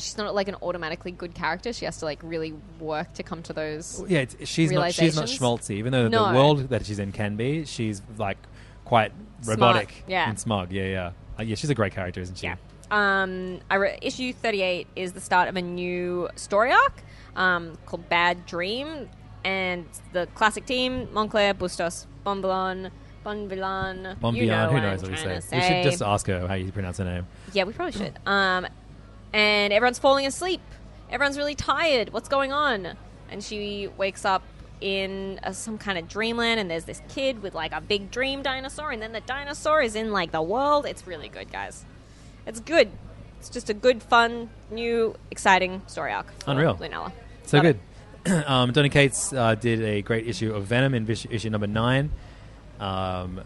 [SPEAKER 5] she's not like an automatically good character. She has to like really work to come to those.
[SPEAKER 4] Oh, Yeah, it's, she's not she's not
[SPEAKER 5] realizations.
[SPEAKER 4] schmaltzy, even though
[SPEAKER 5] No.
[SPEAKER 4] the world that she's in can be. She's like quite
[SPEAKER 5] Smart,
[SPEAKER 4] robotic
[SPEAKER 5] yeah.
[SPEAKER 4] and smug. Yeah, yeah, uh, yeah. She's a great character, isn't she? Yeah.
[SPEAKER 5] Um, I re- issue 38 is the start of a new story arc um, called Bad Dream. And the classic team Montclair, Bustos, Bonbillon, Bonbillon. you know
[SPEAKER 4] who knows what
[SPEAKER 5] I'm
[SPEAKER 4] we
[SPEAKER 5] trying
[SPEAKER 4] say?
[SPEAKER 5] to
[SPEAKER 4] We should
[SPEAKER 5] say.
[SPEAKER 4] just ask her how you pronounce her name.
[SPEAKER 5] Yeah, we probably should. Um, and everyone's falling asleep. Everyone's really tired. What's going on? And she wakes up in uh some kind of dreamland, and there's this kid with like a big dream dinosaur, and then the dinosaur is in like the world. It's really good, guys. It's good. It's just a good, fun, new, exciting story arc. for
[SPEAKER 4] Unreal.
[SPEAKER 5] Lunella.
[SPEAKER 4] So
[SPEAKER 5] Love it.
[SPEAKER 4] good. um, Donny Cates uh, did a great issue of Venom in vis- issue number nine. Um,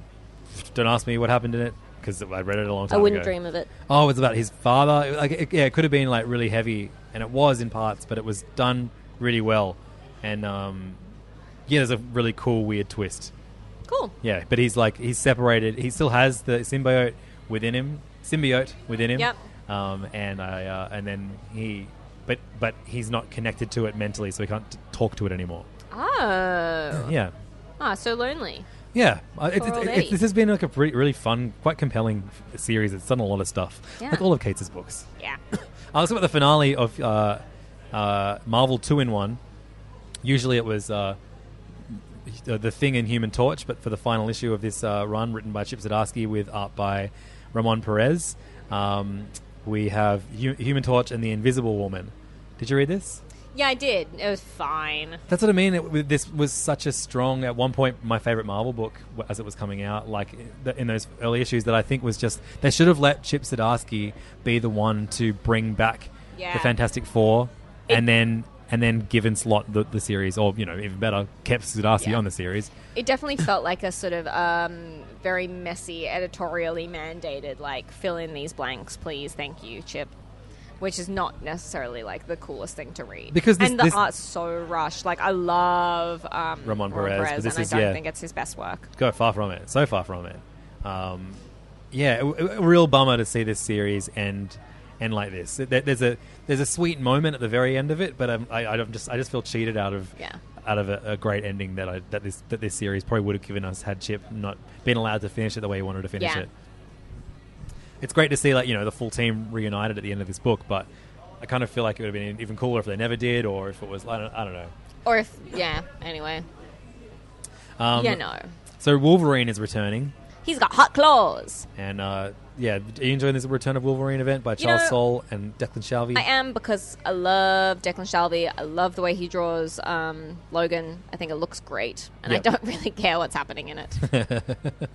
[SPEAKER 4] don't ask me what happened in it because I read it a long
[SPEAKER 5] I
[SPEAKER 4] time ago.
[SPEAKER 5] wouldn't dream of it.
[SPEAKER 4] Oh, it's about his father. It- Like, it, yeah, it could have been like really heavy, and it was in parts, but it was done really well. And um, yeah, there's a really cool, weird twist.
[SPEAKER 5] Cool.
[SPEAKER 4] Yeah, but he's like he's separated. He still has the symbiote within him, symbiote within him.
[SPEAKER 5] Yep.
[SPEAKER 4] Um, and I uh, and then he, but but he's not connected to it mentally, so he can't t- talk to it anymore.
[SPEAKER 5] Oh.
[SPEAKER 4] Yeah.
[SPEAKER 5] Ah, so lonely.
[SPEAKER 4] Yeah, uh, it,
[SPEAKER 5] Poor
[SPEAKER 4] it,
[SPEAKER 5] old
[SPEAKER 4] it-
[SPEAKER 5] Eddie.
[SPEAKER 4] this has been like a pretty, really fun, quite compelling f- series. It's done a lot of stuff,
[SPEAKER 5] Yeah.
[SPEAKER 4] like all of Kate's books.
[SPEAKER 5] Yeah.
[SPEAKER 4] I was about the finale of uh, uh, Marvel Two in One. Usually, it was uh, uh, the Thing and Human Torch, but for the final issue of this uh, run, written by Chip Zdarsky with art by Ramon Perez, um, we have Hu- Human Torch and the Invisible Woman. Did you read this?
[SPEAKER 5] Yeah, I did. It was fine.
[SPEAKER 4] That's what I mean. It, w- this was such a strong. At one point, my favorite Marvel book w- as it was coming out, like in the- in those early issues, that I think was just they should have let Chip Zdarsky be the one to bring back
[SPEAKER 5] Yeah.
[SPEAKER 4] the Fantastic Four, and then and then given slot the, the series, or you know, even better, kept Zdarsky on the series.
[SPEAKER 5] It definitely felt like a sort of um, very messy, editorially mandated, like fill in these blanks, please, thank you, Chip. Which is not necessarily like the coolest thing to read
[SPEAKER 4] Because this-
[SPEAKER 5] and the
[SPEAKER 4] this-
[SPEAKER 5] art's so rushed. Like I love um,
[SPEAKER 4] Ramon Perez, but this
[SPEAKER 5] and
[SPEAKER 4] is-
[SPEAKER 5] I don't
[SPEAKER 4] yeah.
[SPEAKER 5] think it's his best work.
[SPEAKER 4] go far from it. So far from it. Um, yeah, a, a- a real bummer to see this series end end like this. There- There's a there's a sweet moment at the very end of it, but I'm, I, I'm just I just feel cheated out of
[SPEAKER 5] Yeah.
[SPEAKER 4] out of a, a great ending that I that this that this series probably would have given us had Chip not been allowed to finish it the way he wanted to finish
[SPEAKER 5] Yeah.
[SPEAKER 4] it. It's great to see like you know the full team reunited at the end of this book, but I kind of feel like it would have been even cooler if they never did, or if it was I don't, I don't know.
[SPEAKER 5] Or if yeah, anyway,
[SPEAKER 4] Um,
[SPEAKER 5] yeah, no,
[SPEAKER 4] So Wolverine is returning.
[SPEAKER 5] he's got hot claws.
[SPEAKER 4] And uh, yeah, are you enjoying this Return of Wolverine event by
[SPEAKER 5] You
[SPEAKER 4] Charles
[SPEAKER 5] know-
[SPEAKER 4] Soule and Declan Shalvey?
[SPEAKER 5] I am because I love Declan Shalvey. I love the way he draws um, Logan. I think it looks great, and
[SPEAKER 4] Yep.
[SPEAKER 5] I don't really care what's happening in it.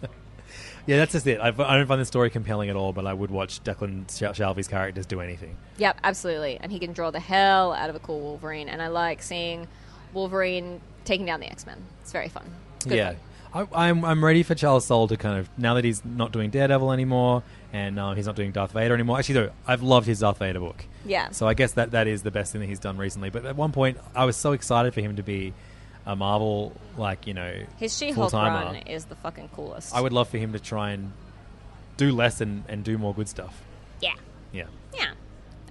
[SPEAKER 4] yeah, that's just it. I, I don't find this story compelling at all, but I would watch Declan Shal- Shalvey's characters do anything.
[SPEAKER 5] Yep, absolutely. And he can draw the hell out of a cool Wolverine. And I like seeing Wolverine taking down the X Men. It's very fun. It's good
[SPEAKER 4] yeah.
[SPEAKER 5] fun.
[SPEAKER 4] I, I'm, I'm ready for Charles Soule to kind of now that he's not doing Daredevil anymore and uh, he's not doing Darth Vader anymore. Actually, though, I've loved his Darth Vader book.
[SPEAKER 5] Yeah.
[SPEAKER 4] So I guess that that is the best thing that he's done recently. But at one point, I was so excited for him to be a Marvel like you know
[SPEAKER 5] His She Hulk
[SPEAKER 4] full-timer.
[SPEAKER 5] run is the fucking coolest.
[SPEAKER 4] I would love for him to try and do less and, and do more good stuff.
[SPEAKER 5] Yeah.
[SPEAKER 4] Yeah.
[SPEAKER 5] Yeah.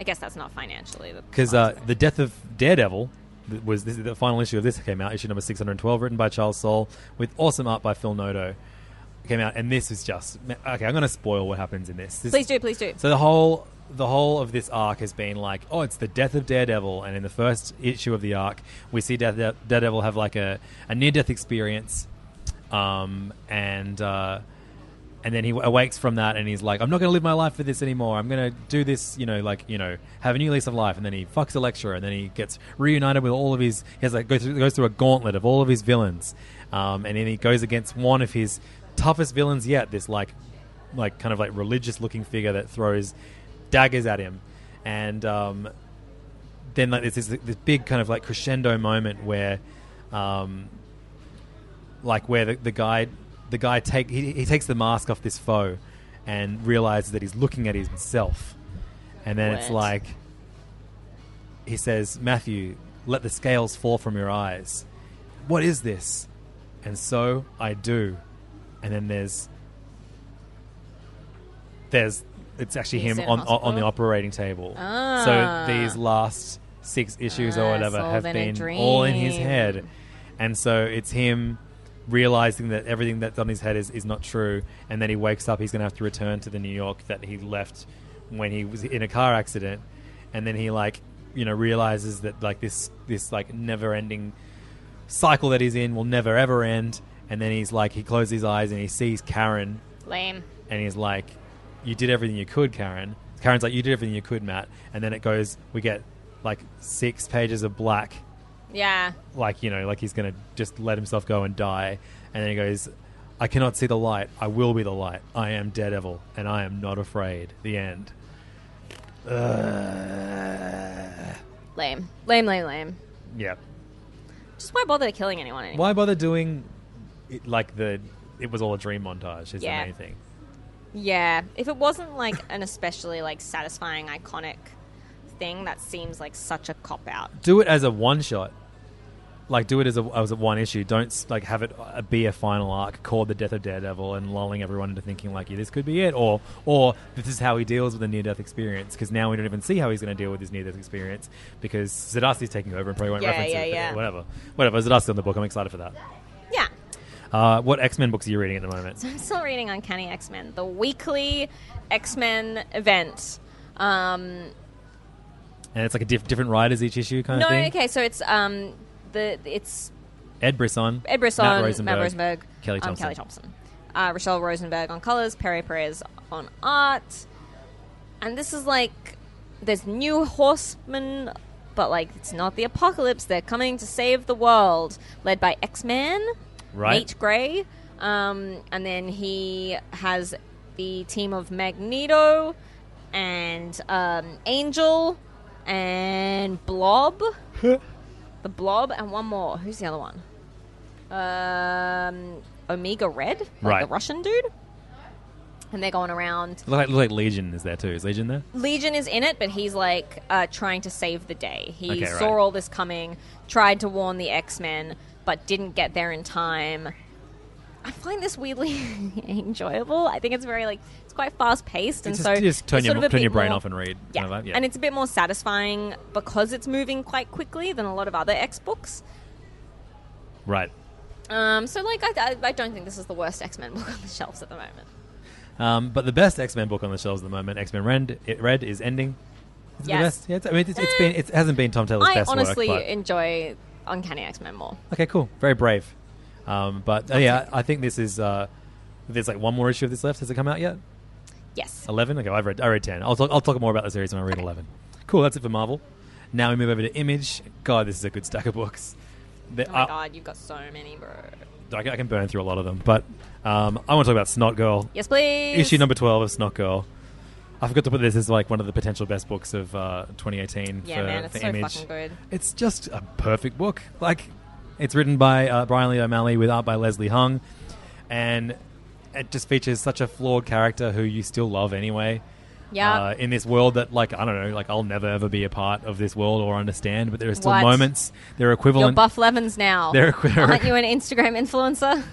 [SPEAKER 5] I guess that's not financially. the-
[SPEAKER 4] Because uh, the death of Daredevil th- was this is the final issue of this came out, issue number 612, written by Charles Soule, with awesome art by Phil Noto. Came out, and this is just ma- okay. I'm going to spoil what happens in this. This-
[SPEAKER 5] Please do, please do.
[SPEAKER 4] So the whole the whole of this arc has been like, oh, it's the death of Daredevil, and in the first issue of the arc, we see Dare- Daredevil have like a, a near death experience, um, and uh, and then he w- awakes from that, and he's like, I'm not going to live my life for this anymore. I'm going to do this, you know, like you know, have a new lease of life. And then he fucks a lecturer, and then he gets reunited with all of his. He has like goes through, goes through a gauntlet of all of his villains, um, and then he goes against one of his toughest villains yet. This like like kind of like religious looking figure that throws daggers at him and um, then like there's this, this big kind of like crescendo moment where um, like where the, the guy the guy take he, he takes the mask off this foe and realizes that he's looking at himself. And then it's
[SPEAKER 8] What?
[SPEAKER 4] like he says, Matthew, let the scales fall from your eyes. What is this? And so I do. And then there's there's it's actually
[SPEAKER 8] He's
[SPEAKER 4] him
[SPEAKER 8] in
[SPEAKER 4] on on on the
[SPEAKER 8] hospital?
[SPEAKER 4] operating table.
[SPEAKER 8] Ah.
[SPEAKER 4] So these last six issues
[SPEAKER 8] Ah,
[SPEAKER 4] or
[SPEAKER 8] it's
[SPEAKER 4] whatever
[SPEAKER 8] all
[SPEAKER 4] have
[SPEAKER 8] been a
[SPEAKER 4] been all in his
[SPEAKER 8] dream.
[SPEAKER 4] head. And so it's him realizing that everything that's on his head is, is not true. And then he wakes up, he's going to have to return to the New York that he left when he was in a car accident. And then he, like, you know, realizes that, like, this, this, like, never ending cycle that he's in will never ever end. And then he's like, he closes his eyes and he sees Karen
[SPEAKER 5] Lame.
[SPEAKER 4] and he's like, "You did everything you could, Karen." Karen's like, "You did everything you could, Matt." And then it goes, we get like six pages of black,
[SPEAKER 5] Yeah.
[SPEAKER 4] like you know, like he's gonna just let himself go and die. And then he goes, "I cannot see the light. I will be the light. I am Daredevil, and I am not afraid." The end. Ugh.
[SPEAKER 5] Lame. Lame, lame, lame.
[SPEAKER 4] yeah.
[SPEAKER 5] Just why bother killing anyone anymore?
[SPEAKER 4] Why bother doing it, like the? It was all a dream montage. Is
[SPEAKER 5] Yeah.
[SPEAKER 4] the main thing.
[SPEAKER 5] Yeah. If it wasn't like an especially like satisfying iconic thing, that seems like such a cop out.
[SPEAKER 4] do it as a one shot. Like do it as a as a one issue. Don't s- like have it uh, be a final arc called the Death of Daredevil and lulling everyone into thinking like yeah, this could be it, or or this is how he deals with a near death experience. Because now we don't even see how he's going to deal with his near death experience because Zdarsky's taking over and probably won't
[SPEAKER 5] Yeah,
[SPEAKER 4] reference
[SPEAKER 5] yeah,
[SPEAKER 4] it.
[SPEAKER 5] yeah.
[SPEAKER 4] Whatever, whatever. Zdarsky on the book. I'm excited for that.
[SPEAKER 5] Yeah.
[SPEAKER 4] Uh, what X Men books are you reading at the moment?
[SPEAKER 5] So I'm still reading Uncanny X Men, the weekly X Men event. Um,
[SPEAKER 4] And it's like a diff- different writers each issue kind
[SPEAKER 5] no,
[SPEAKER 4] of thing.
[SPEAKER 5] okay, so it's um, the it's
[SPEAKER 4] Ed Brisson,
[SPEAKER 5] Ed Brisson,
[SPEAKER 4] Matt Rosenberg, Kelly
[SPEAKER 5] Kelly
[SPEAKER 4] Thompson.
[SPEAKER 5] Thompson, um, Kelly Thompson. Uh, Rochelle Rosenberg on colors, Perry Perez on art, and this is like there's new horsemen, but like it's not the apocalypse. They're coming to save the world, led by X Man,
[SPEAKER 8] Right.
[SPEAKER 5] Nate Gray, um, and then he has the team of Magneto and um, Angel and Blob, the Blob, and one more. Who's the other one? um, Omega Red, like
[SPEAKER 4] Right.
[SPEAKER 5] the Russian dude, and they're going around.
[SPEAKER 4] Look like, look like Legion is there too. Is Legion there?
[SPEAKER 5] Legion is in it, but he's like uh, trying to save the day. He
[SPEAKER 4] Okay,
[SPEAKER 5] saw
[SPEAKER 4] right.
[SPEAKER 5] all this coming, tried to warn the X Men, but didn't get there in time. I find this weirdly enjoyable. I think it's very like it's quite fast paced, and
[SPEAKER 4] Just,
[SPEAKER 5] so
[SPEAKER 4] just turn
[SPEAKER 5] it's
[SPEAKER 4] your
[SPEAKER 5] sort of a
[SPEAKER 4] turn your
[SPEAKER 5] bit
[SPEAKER 4] brain
[SPEAKER 5] more-
[SPEAKER 4] off and read.
[SPEAKER 5] Yeah.
[SPEAKER 4] kind of vibe.
[SPEAKER 5] and it's a bit more satisfying because it's moving quite quickly than a lot of other X books.
[SPEAKER 4] right.
[SPEAKER 5] Um, so like I, I, I don't think this is the worst X Men book on the shelves at the moment.
[SPEAKER 4] Um, but the best X Men book on the shelves at the moment, X Men Red, it, Red, is ending. Is it
[SPEAKER 5] Yes. Eh.
[SPEAKER 4] the best? Yeah, it's, I mean, it's, it's been it hasn't been Tom Taylor's
[SPEAKER 5] I
[SPEAKER 4] best
[SPEAKER 5] honestly
[SPEAKER 4] work.
[SPEAKER 5] enjoy Uncanny X Men more.
[SPEAKER 4] But, okay, cool, very brave. Um, but uh, yeah, I think this is. Uh, there's like one more issue of this left. Has it come out yet?
[SPEAKER 5] Yes.
[SPEAKER 4] Eleven. Okay, I've read. I read ten. I'll talk. I'll talk more about the series when I read eleven. Cool. That's it for Marvel. Now we move over to Image. God, this is a good stack of books. There
[SPEAKER 5] Oh my
[SPEAKER 4] are-
[SPEAKER 5] god, you've got so many, bro.
[SPEAKER 4] I can, I can burn through a lot of them, but um, I want to talk about Snot Girl.
[SPEAKER 5] Yes, please.
[SPEAKER 4] Issue number twelve of Snot Girl. I forgot to put this as like one of the potential best books of uh, 2018
[SPEAKER 5] Yeah,
[SPEAKER 4] for,
[SPEAKER 5] man, it's
[SPEAKER 4] for
[SPEAKER 5] so
[SPEAKER 4] Image.
[SPEAKER 5] fucking good.
[SPEAKER 4] It's just a perfect book. Like, it's written by uh, Brian Lee O'Malley with art by Leslie Hung, and it just features such a flawed character who you still love anyway.
[SPEAKER 8] Yeah.
[SPEAKER 4] Uh, in this world that, like, I don't know, like I'll never ever be a part of this world or understand, but there are still
[SPEAKER 5] What?
[SPEAKER 4] moments. There are
[SPEAKER 5] You're
[SPEAKER 4] equivalent.
[SPEAKER 5] Buff Lemons now.
[SPEAKER 4] They're equi-
[SPEAKER 5] Aren't you an Instagram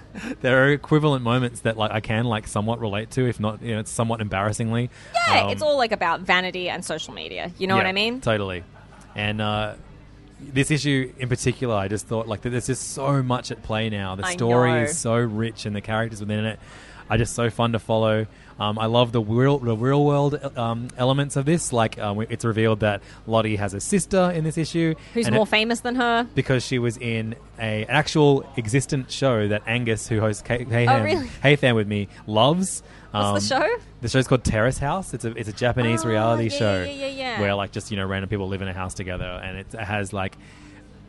[SPEAKER 5] influencer?
[SPEAKER 4] there are equivalent moments that like I can like somewhat relate to, if not, you know, it's somewhat embarrassingly.
[SPEAKER 5] Yeah,
[SPEAKER 4] Um,
[SPEAKER 5] it's all like about vanity and social media. You know what
[SPEAKER 4] yeah,
[SPEAKER 5] I mean?
[SPEAKER 4] Totally. And uh, this issue in particular, I just thought like that there's just so much at play now. The
[SPEAKER 8] I
[SPEAKER 4] story
[SPEAKER 8] know.
[SPEAKER 4] is so rich, and the characters within it are just so fun to follow. Um, I love the real, the real world um, elements of this. Like, um, it's revealed that Lottie has a sister in this issue,
[SPEAKER 5] Who's
[SPEAKER 4] and
[SPEAKER 5] more
[SPEAKER 4] it-
[SPEAKER 5] famous than her?
[SPEAKER 4] because she was in a an actual existent show that Angus, who hosts K- Hey Fan,
[SPEAKER 5] Oh, really?
[SPEAKER 4] Hey Fan with me, loves. Um,
[SPEAKER 5] What's the show?
[SPEAKER 4] The show's called Terrace House. It's a it's a Japanese
[SPEAKER 5] Oh,
[SPEAKER 4] reality
[SPEAKER 5] yeah,
[SPEAKER 4] show
[SPEAKER 5] yeah, yeah, yeah.
[SPEAKER 4] where like just you know random people live in a house together, and it has like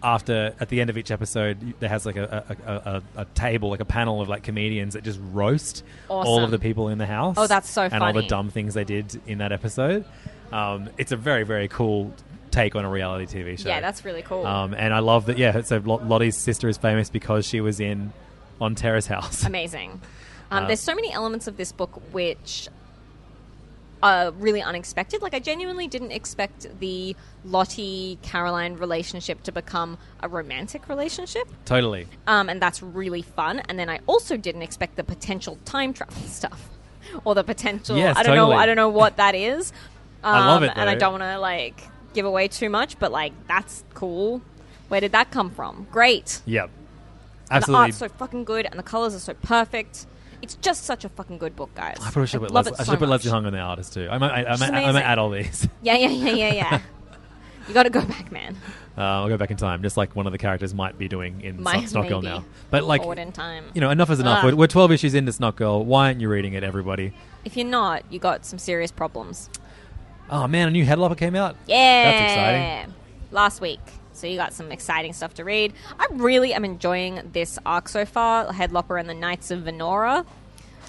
[SPEAKER 4] after at the end of each episode there has like a a, a, a, a table like a panel of like comedians that just roast all
[SPEAKER 5] Awesome.
[SPEAKER 4] of the people in the house.
[SPEAKER 5] Oh, that's so
[SPEAKER 4] and all the
[SPEAKER 5] funny.
[SPEAKER 4] dumb things they did in that episode. Um, it's a very very cool take on a reality TV show.
[SPEAKER 5] Yeah, that's really cool.
[SPEAKER 4] Um, and I love that. Yeah, so Lot- Lottie's sister is famous because she was in on Terrace House.
[SPEAKER 5] Amazing. Um,
[SPEAKER 4] Uh,
[SPEAKER 5] there's so many elements of this book which uh, really unexpected. Like I genuinely didn't expect the Lottie Caroline relationship to become a romantic relationship.
[SPEAKER 4] Totally.
[SPEAKER 5] Um, and that's really fun. And then I also didn't expect the potential time travel stuff, or the potential.
[SPEAKER 4] Yes,
[SPEAKER 5] I don't know.
[SPEAKER 4] totally.
[SPEAKER 5] I don't know what that is. Um,
[SPEAKER 4] I love it,
[SPEAKER 5] and I
[SPEAKER 4] though.
[SPEAKER 5] don't want to like give away too much, but like that's cool. Where did that come from? Great.
[SPEAKER 4] Yep.
[SPEAKER 5] And the
[SPEAKER 4] Absolutely.
[SPEAKER 5] art's so fucking good, and the colors are so perfect. It's just such a fucking good book, guys.
[SPEAKER 4] I probably should
[SPEAKER 5] I
[SPEAKER 4] put
[SPEAKER 5] love
[SPEAKER 4] Leslie,
[SPEAKER 5] it
[SPEAKER 4] I
[SPEAKER 5] so
[SPEAKER 4] should put
[SPEAKER 5] much.
[SPEAKER 4] Leslie Hung on the artist too. I might, I, I,
[SPEAKER 5] She's
[SPEAKER 4] might, I might
[SPEAKER 5] amazing.
[SPEAKER 4] add all these.
[SPEAKER 5] Yeah, yeah, yeah, yeah, yeah. you got to go back, man.
[SPEAKER 4] Uh, I'll go back in time, just like one of the characters might be doing in
[SPEAKER 5] Might-
[SPEAKER 4] Snot Snot Girl
[SPEAKER 5] maybe.
[SPEAKER 4] now. But like,
[SPEAKER 5] Forward in time. Ah.
[SPEAKER 4] you know, enough is enough.
[SPEAKER 5] Ugh.
[SPEAKER 4] We're, we're twelve issues into Snot Girl. Why aren't you reading it, everybody?
[SPEAKER 5] If you're not, you got some serious problems.
[SPEAKER 4] Oh man, a new Headlopper came out.
[SPEAKER 5] Yeah,
[SPEAKER 4] that's exciting.
[SPEAKER 5] Last week, so you got some exciting stuff to read. I really am enjoying this arc so far: Headlopper and the Knights of Venora.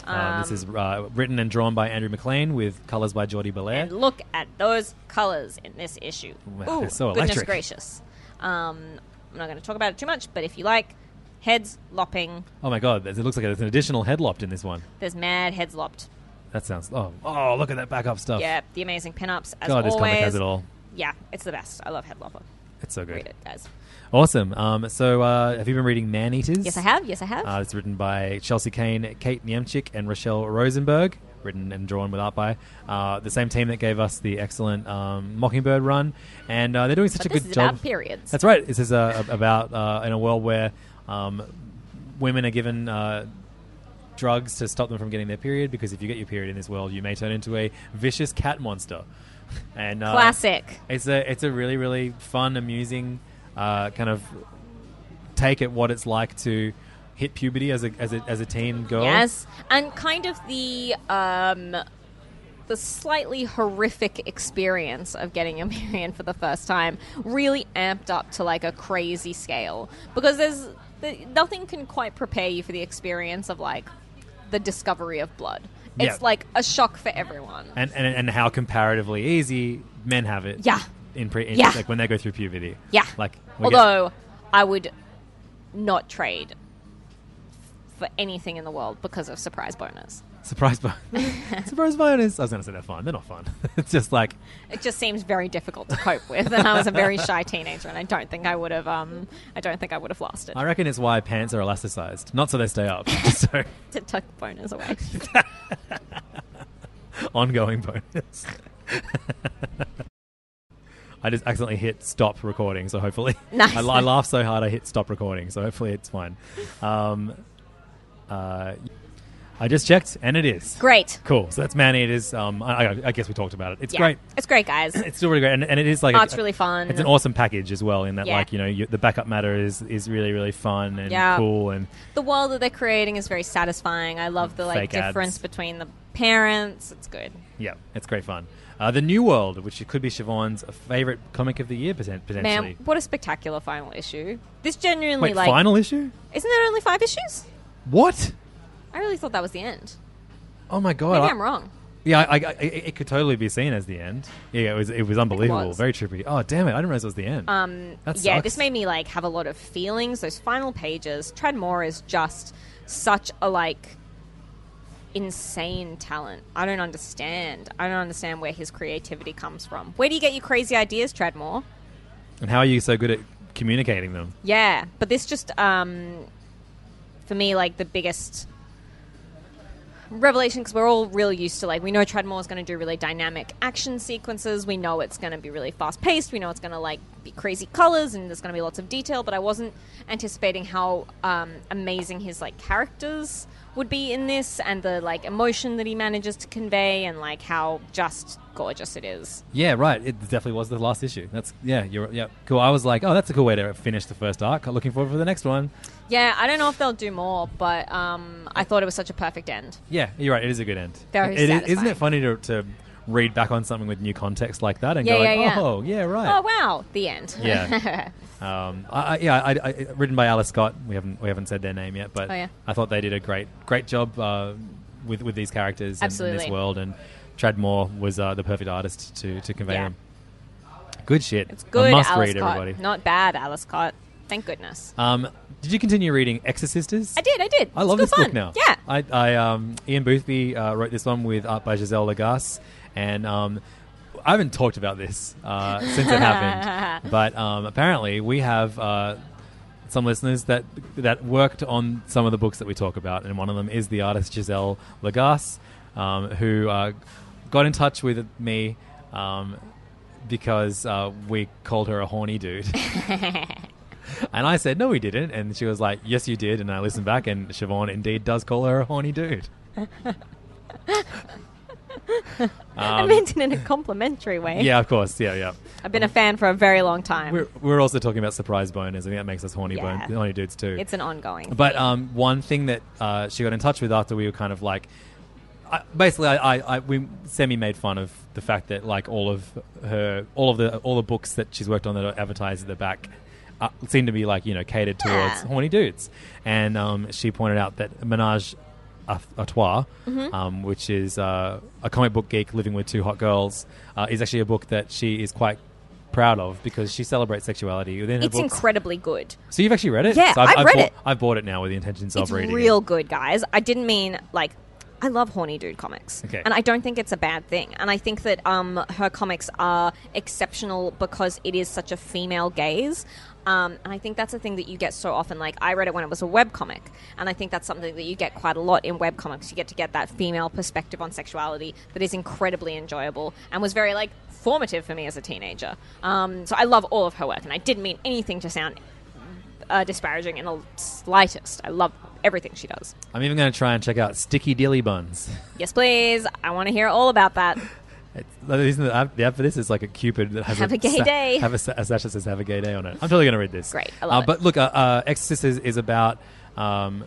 [SPEAKER 4] Um, this is uh, written and drawn by Andrew McLean with colors by Geordie Belair.
[SPEAKER 5] And look at those colors in this issue.
[SPEAKER 4] Wow,
[SPEAKER 5] Ooh,
[SPEAKER 4] they're so
[SPEAKER 5] goodness
[SPEAKER 4] electric.
[SPEAKER 5] gracious. Um, I'm not going to talk about it too much, but if you like heads lopping,
[SPEAKER 4] Oh my god, there's- it looks like there's an additional head lopped in this one.
[SPEAKER 5] there's mad heads lopped.
[SPEAKER 4] That sounds. Oh, oh, look at that backup stuff.
[SPEAKER 5] Yeah, the amazing pinups as
[SPEAKER 4] God,
[SPEAKER 5] always.
[SPEAKER 4] this comic has it all.
[SPEAKER 5] Yeah, it's the best. I love Headlopper.
[SPEAKER 4] It's so good.
[SPEAKER 5] Read it, guys.
[SPEAKER 4] Awesome. Um, so, uh, have you been reading Man Eaters?
[SPEAKER 5] Yes, I have. Yes, I have.
[SPEAKER 4] Uh, it's written by Chelsea Kane, Kate Niemczyk, and Rochelle Rosenberg. Written and drawn with art by uh, the same team that gave us the excellent um, Mockingbird run, and uh, they're doing such
[SPEAKER 5] But
[SPEAKER 4] a
[SPEAKER 5] this
[SPEAKER 4] good
[SPEAKER 5] is
[SPEAKER 4] job.
[SPEAKER 5] about periods.
[SPEAKER 4] That's right. This is uh, ab- about uh, in a world where um, women are given. Uh, Drugs to stop them from getting their period because if you get your period in this world, you may turn into a vicious cat monster. And uh,
[SPEAKER 5] Classic.
[SPEAKER 4] It's a it's a really really fun, amusing uh, kind of take at what it's like to hit puberty as a as a, as a teen girl.
[SPEAKER 5] Yes, and kind of the um, the slightly horrific experience of getting your period for the first time really amped up to like a crazy scale because there's the, nothing can quite prepare you for the experience of like the discovery of blood. It's
[SPEAKER 4] Yeah.
[SPEAKER 5] like a shock for everyone.
[SPEAKER 4] And, and and how comparatively easy men have it.
[SPEAKER 5] Yeah.
[SPEAKER 4] In pre in,
[SPEAKER 5] Yeah.
[SPEAKER 4] like when they go through puberty.
[SPEAKER 5] Yeah.
[SPEAKER 4] Like we get-
[SPEAKER 5] Although I would not trade for anything in the world because of surprise bonus.
[SPEAKER 4] surprise bonus. surprise bonus. I was going to say they're fun. They're not fun. it's just like
[SPEAKER 5] It just seems very difficult to cope with, and I was a very shy teenager, and I don't think I would have. Um, I don't think I would have lasted.
[SPEAKER 4] I reckon it's why pants are elasticized, not so they stay up. so
[SPEAKER 5] To tuck boners away.
[SPEAKER 4] ongoing bonus. I just accidentally hit stop recording, so hopefully.
[SPEAKER 5] Nice.
[SPEAKER 4] I, I laughed so hard I hit stop recording, so hopefully it's fine. Um, uh, I just checked, and it is.
[SPEAKER 5] Great.
[SPEAKER 4] Cool. So that's Man Eaters. Um, I, I- I guess we talked about it. It's
[SPEAKER 5] Yeah.
[SPEAKER 4] great.
[SPEAKER 5] It's great, guys.
[SPEAKER 4] It's still really great, and, and it is like
[SPEAKER 5] Oh, it's really fun.
[SPEAKER 4] It's an awesome package as well, in that
[SPEAKER 5] Yeah.
[SPEAKER 4] like you know you, the backup matter is is really really fun and
[SPEAKER 5] Yeah.
[SPEAKER 4] cool and
[SPEAKER 5] the world that they're creating is very satisfying. I love the like
[SPEAKER 4] Fake ads.
[SPEAKER 5] difference between the parents. It's good.
[SPEAKER 4] Yeah, it's great fun. Uh, the New World, which could be Siobhan's favorite comic of the year, poten- potentially.
[SPEAKER 5] Man, what a spectacular final issue. This genuinely
[SPEAKER 4] Wait,
[SPEAKER 5] like
[SPEAKER 4] final issue?
[SPEAKER 5] Isn't there only five issues?
[SPEAKER 4] What?
[SPEAKER 5] I really thought that was the end.
[SPEAKER 4] Oh my god!
[SPEAKER 5] Maybe
[SPEAKER 4] I-
[SPEAKER 5] I'm wrong.
[SPEAKER 4] Yeah, I, I, I- it could totally be seen as the end. Yeah, it was. It was unbelievable.
[SPEAKER 5] was.
[SPEAKER 4] Very trippy. Oh damn it! I didn't realize it was the end.
[SPEAKER 5] Um,
[SPEAKER 4] That
[SPEAKER 5] yeah,
[SPEAKER 4] sucks.
[SPEAKER 5] this made me like have a lot of feelings. Those final pages, Treadmore is just such a like insane talent. I don't understand. I don't understand where his creativity comes from. Where do you get your crazy ideas, Treadmore?
[SPEAKER 4] and how are you so good at communicating them?
[SPEAKER 5] Yeah, but this just um, for me like the biggest revelation because we're all real used to like we know Treadmore is going to do really dynamic action sequences. We know it's going to be really fast paced. We know it's going to like be crazy colors and there's going to be lots of detail. But I wasn't anticipating how um, amazing his like characters would be in this and the like emotion that he manages to convey and like how just gorgeous it is.
[SPEAKER 4] Yeah, right. It definitely was the last issue. That's yeah. You're yeah. Cool. I was like, oh, that's a cool way to finish the first arc. Looking forward for the next one.
[SPEAKER 5] Yeah, I don't know if they'll do more, but um, I thought it was such a perfect end.
[SPEAKER 4] Yeah, you're right. It is a good end.
[SPEAKER 5] Very
[SPEAKER 4] It- it- isn't
[SPEAKER 5] satisfying.
[SPEAKER 4] it funny to, to read back on something with new context like that and
[SPEAKER 5] Yeah,
[SPEAKER 4] go, like,
[SPEAKER 5] yeah, yeah.
[SPEAKER 4] oh, yeah, right.
[SPEAKER 5] Oh wow, the end.
[SPEAKER 4] Yeah. Um, I, I, yeah, I, I, written by Alice Scott. We haven't we haven't said their name yet, but
[SPEAKER 5] Oh, yeah.
[SPEAKER 4] I thought they did a great great job uh, with with these characters and, and this
[SPEAKER 5] Absolutely.
[SPEAKER 4] world. And Trad Moore was uh, the perfect artist to to convey
[SPEAKER 5] Yeah.
[SPEAKER 4] them. Good shit.
[SPEAKER 5] Good
[SPEAKER 4] I must
[SPEAKER 5] Alice
[SPEAKER 4] read
[SPEAKER 5] Cott.
[SPEAKER 4] everybody.
[SPEAKER 5] Not bad Alice Cott. Thank goodness.
[SPEAKER 4] Um, did you continue reading Exorcisters?
[SPEAKER 5] I did. I did.
[SPEAKER 4] I love
[SPEAKER 5] it's
[SPEAKER 4] this book
[SPEAKER 5] good fun.
[SPEAKER 4] now.
[SPEAKER 5] Yeah.
[SPEAKER 4] I, I um, Ian Boothby uh, wrote this one with art by Giselle Lagasse, and um, I haven't talked about this uh, since it happened. But um, apparently, we have uh, some listeners that that worked on some of the books that we talk about, and one of them is the artist Giselle Lagasse, um, who uh, got in touch with me. Um, because uh, we called her a horny dude. And I said, no, we didn't. And she was like, yes, you did. And I listened back, and Siobhan indeed does call her a horny dude.
[SPEAKER 5] I
[SPEAKER 4] Um,
[SPEAKER 5] meant it in a complimentary way.
[SPEAKER 4] Yeah, of course. Yeah, yeah.
[SPEAKER 5] I've been a fan for a very long time.
[SPEAKER 4] We're, we're also talking about surprise boners. I think that makes us horny,
[SPEAKER 5] Yeah.
[SPEAKER 4] bone, horny dudes too.
[SPEAKER 5] It's an ongoing.
[SPEAKER 4] But um, one thing that uh, she got in touch with after we were kind of like, I, basically, I, I, I we semi made fun of the fact that like all of her, all of the all the books that she's worked on that are advertised at the back. Uh, seem to be like you know catered towards
[SPEAKER 8] Yeah.
[SPEAKER 4] horny dudes, and um, she pointed out that Menage a, a Trois,
[SPEAKER 8] Mhm.
[SPEAKER 4] um, which is uh, a comic book geek living with two hot girls, uh, is actually a book that she is quite proud of because she celebrates sexuality within her
[SPEAKER 5] it's
[SPEAKER 4] books.
[SPEAKER 5] incredibly good.
[SPEAKER 4] So you've actually read it?
[SPEAKER 5] Yeah,
[SPEAKER 4] so
[SPEAKER 5] I've read
[SPEAKER 4] bought,
[SPEAKER 5] it.
[SPEAKER 4] I've bought it now with the intentions
[SPEAKER 5] It's
[SPEAKER 4] of reading.
[SPEAKER 5] real good, guys. I didn't mean like I love horny dude comics,
[SPEAKER 4] Okay.
[SPEAKER 5] and I don't think it's a bad thing. And I think that um, her comics are exceptional because it is such a female gaze. Um, and I think that's a thing that you get so often. Like I read it when it was a web comic, and I think that's something that you get quite a lot in web comics. You get to get that female perspective on sexuality that is incredibly enjoyable and was very like formative for me as a teenager. Um, so I love all of her work, and I didn't mean anything to sound uh, disparaging in the slightest. I love everything she does.
[SPEAKER 4] I'm even going to try and check out Sticky Dilly Buns.
[SPEAKER 5] Yes, please. I want to hear all about that.
[SPEAKER 4] The reason that I've- the ad for this is like a Cupid that has
[SPEAKER 5] Have a gay day.
[SPEAKER 4] Have a, sa- a sash that says "Have a gay day" on it. I'm totally going to read this.
[SPEAKER 5] Great, I love
[SPEAKER 4] uh, But look, uh, uh, Exorcist is, is about um,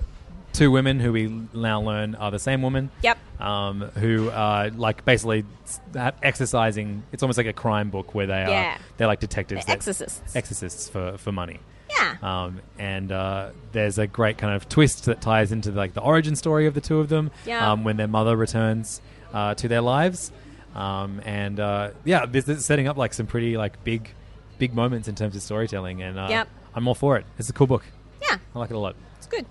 [SPEAKER 4] two women who we now learn are the same woman.
[SPEAKER 5] Yep.
[SPEAKER 4] Um, who are like basically s- ha- exercising. It's almost like a crime book where they
[SPEAKER 5] Yeah.
[SPEAKER 4] are they're like detectives,
[SPEAKER 5] They're
[SPEAKER 4] that-
[SPEAKER 5] exorcists.
[SPEAKER 4] exorcists for for money.
[SPEAKER 5] Yeah.
[SPEAKER 4] Um, and uh, there's a great kind of twist that ties into like the origin story of the two of them.
[SPEAKER 8] Yeah.
[SPEAKER 4] Um, when their mother returns uh, to their lives, um, and uh, yeah, this is setting up like some pretty like big, big moments in terms of storytelling. And uh,
[SPEAKER 5] Yep.
[SPEAKER 4] I'm all for it. It's a cool book.
[SPEAKER 5] Yeah.
[SPEAKER 4] I like it a lot.
[SPEAKER 5] It's good.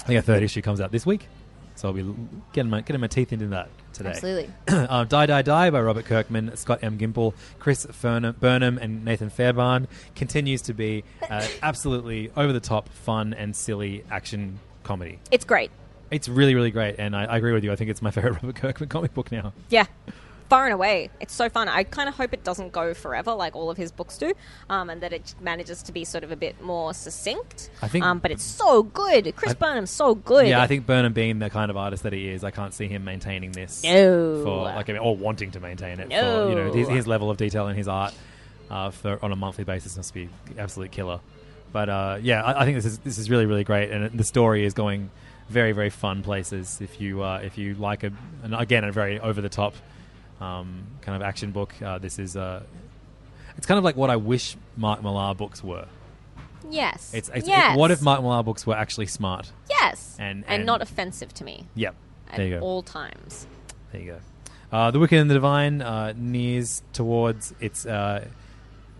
[SPEAKER 4] I think a third issue comes out this week, so I'll be l- getting my getting my teeth into that today.
[SPEAKER 5] Absolutely.
[SPEAKER 4] uh, Die Die Die by Robert Kirkman, Scott M. Gimple, Chris Fern- Burnham, and Nathan Fairbairn continues to be uh, absolutely over the top, fun and silly action comedy.
[SPEAKER 5] It's great.
[SPEAKER 4] It's really really great, and I, I agree with you. I think it's my favorite Robert Kirkman comic book now.
[SPEAKER 5] Yeah. Far and away. It's so fun. I kind of hope it doesn't go forever like all of his books do, um, and that it manages to be sort of a bit more succinct.
[SPEAKER 4] I think-
[SPEAKER 5] um, but it's so good.
[SPEAKER 4] I-
[SPEAKER 5] Chris Burnham's so good.
[SPEAKER 4] Yeah, I think Burnham being the kind of artist that he is, I can't see him maintaining this.
[SPEAKER 5] No.
[SPEAKER 4] For, like, I mean, or wanting to maintain it. For, you know,
[SPEAKER 5] No.
[SPEAKER 4] his, his level of detail in his art uh, for, on a monthly basis must be absolute killer. But uh, yeah, I, I think this is this is really really great, and it, the story is going very very fun places. If you uh, if you like a and again a very over the top um, kind of action book, uh, this is uh, it's kind of like what I wish Mark Millar books were.
[SPEAKER 5] Yes.
[SPEAKER 4] It's, it's it-
[SPEAKER 5] yes.
[SPEAKER 4] what if Mark Millar books were actually smart?
[SPEAKER 5] Yes.
[SPEAKER 4] And- and-
[SPEAKER 5] not offensive to me.
[SPEAKER 4] Yep.
[SPEAKER 5] At
[SPEAKER 4] There you go.
[SPEAKER 5] all times.
[SPEAKER 4] There you go. Uh, the Wicked and the Divine uh, nears towards its uh,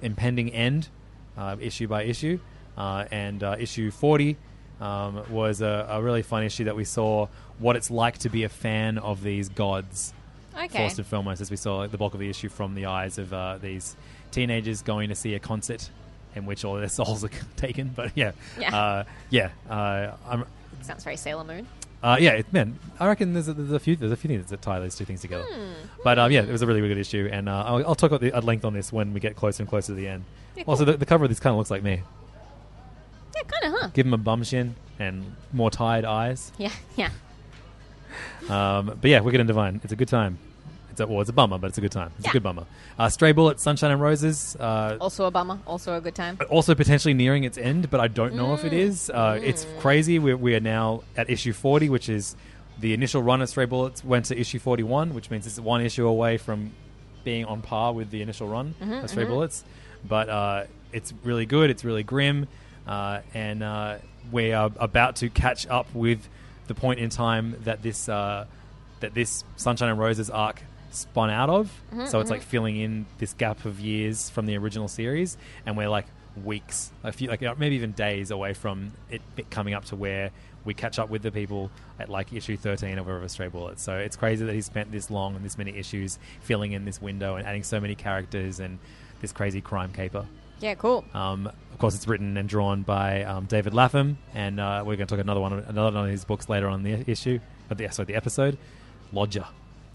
[SPEAKER 4] impending end, uh, issue by issue. Uh, and uh, issue 40 um, was a, a really fun issue that we saw what it's like to be a fan of these gods.
[SPEAKER 8] Okay.
[SPEAKER 4] Forced to film us as we saw the bulk of the issue from the eyes of uh, these teenagers going to see a concert in which all their souls are taken. But yeah.
[SPEAKER 5] Yeah.
[SPEAKER 4] Uh, yeah. Uh, I'm,
[SPEAKER 5] Sounds very Sailor Moon.
[SPEAKER 4] uh, yeah, it, man, I reckon there's a, there's a few there's a few things that tie those two things together.
[SPEAKER 5] Hmm.
[SPEAKER 4] But um, yeah, it was a really really good issue, and uh, I'll, I'll talk about the, at length on this when we get closer and closer to the end.
[SPEAKER 5] Yeah,
[SPEAKER 4] Also,
[SPEAKER 5] cool.
[SPEAKER 4] the, the cover of this kind of looks like me.
[SPEAKER 5] Yeah, kind of, huh?
[SPEAKER 4] Give him a bum shin and more tired eyes.
[SPEAKER 5] Yeah, yeah.
[SPEAKER 4] Um, but yeah, Wicked and Divine. It's a good time. It's a, well, it's a bummer, but it's a good time. It's
[SPEAKER 5] Yeah.
[SPEAKER 4] a good bummer. Uh, Stray Bullets, Sunshine and Roses. Uh,
[SPEAKER 5] Also a bummer. Also a good time.
[SPEAKER 4] also potentially nearing its end, but I don't know if it is. Uh, It's crazy. We're, we are now at issue 40, which is the initial run at Stray Bullets went to issue 41, which means it's one issue away from being on par with the initial run
[SPEAKER 8] Mhm,
[SPEAKER 4] of Stray
[SPEAKER 8] mhm.
[SPEAKER 4] Bullets. But uh, it's really good. It's really grim. Uh, and uh, we are about to catch up with the point in time that this uh, that this Sunshine and Roses arc spun out of.
[SPEAKER 8] Mhm,
[SPEAKER 4] so it's like
[SPEAKER 8] mhm.
[SPEAKER 4] filling in this gap of years from the original series, and we're like weeks, a few, like uh, maybe even days away from it be- coming up to where we catch up with the people at like issue 13 of wherever Stray Bullet. So it's crazy that he spent this long and this many issues filling in this window and adding so many characters and this crazy crime caper.
[SPEAKER 5] Yeah, cool.
[SPEAKER 4] Um, of course, it's written and drawn by um, David Lapham, and uh, we're going to talk another one, another one of his books later on in the issue, but the sorry, the episode, Lodger.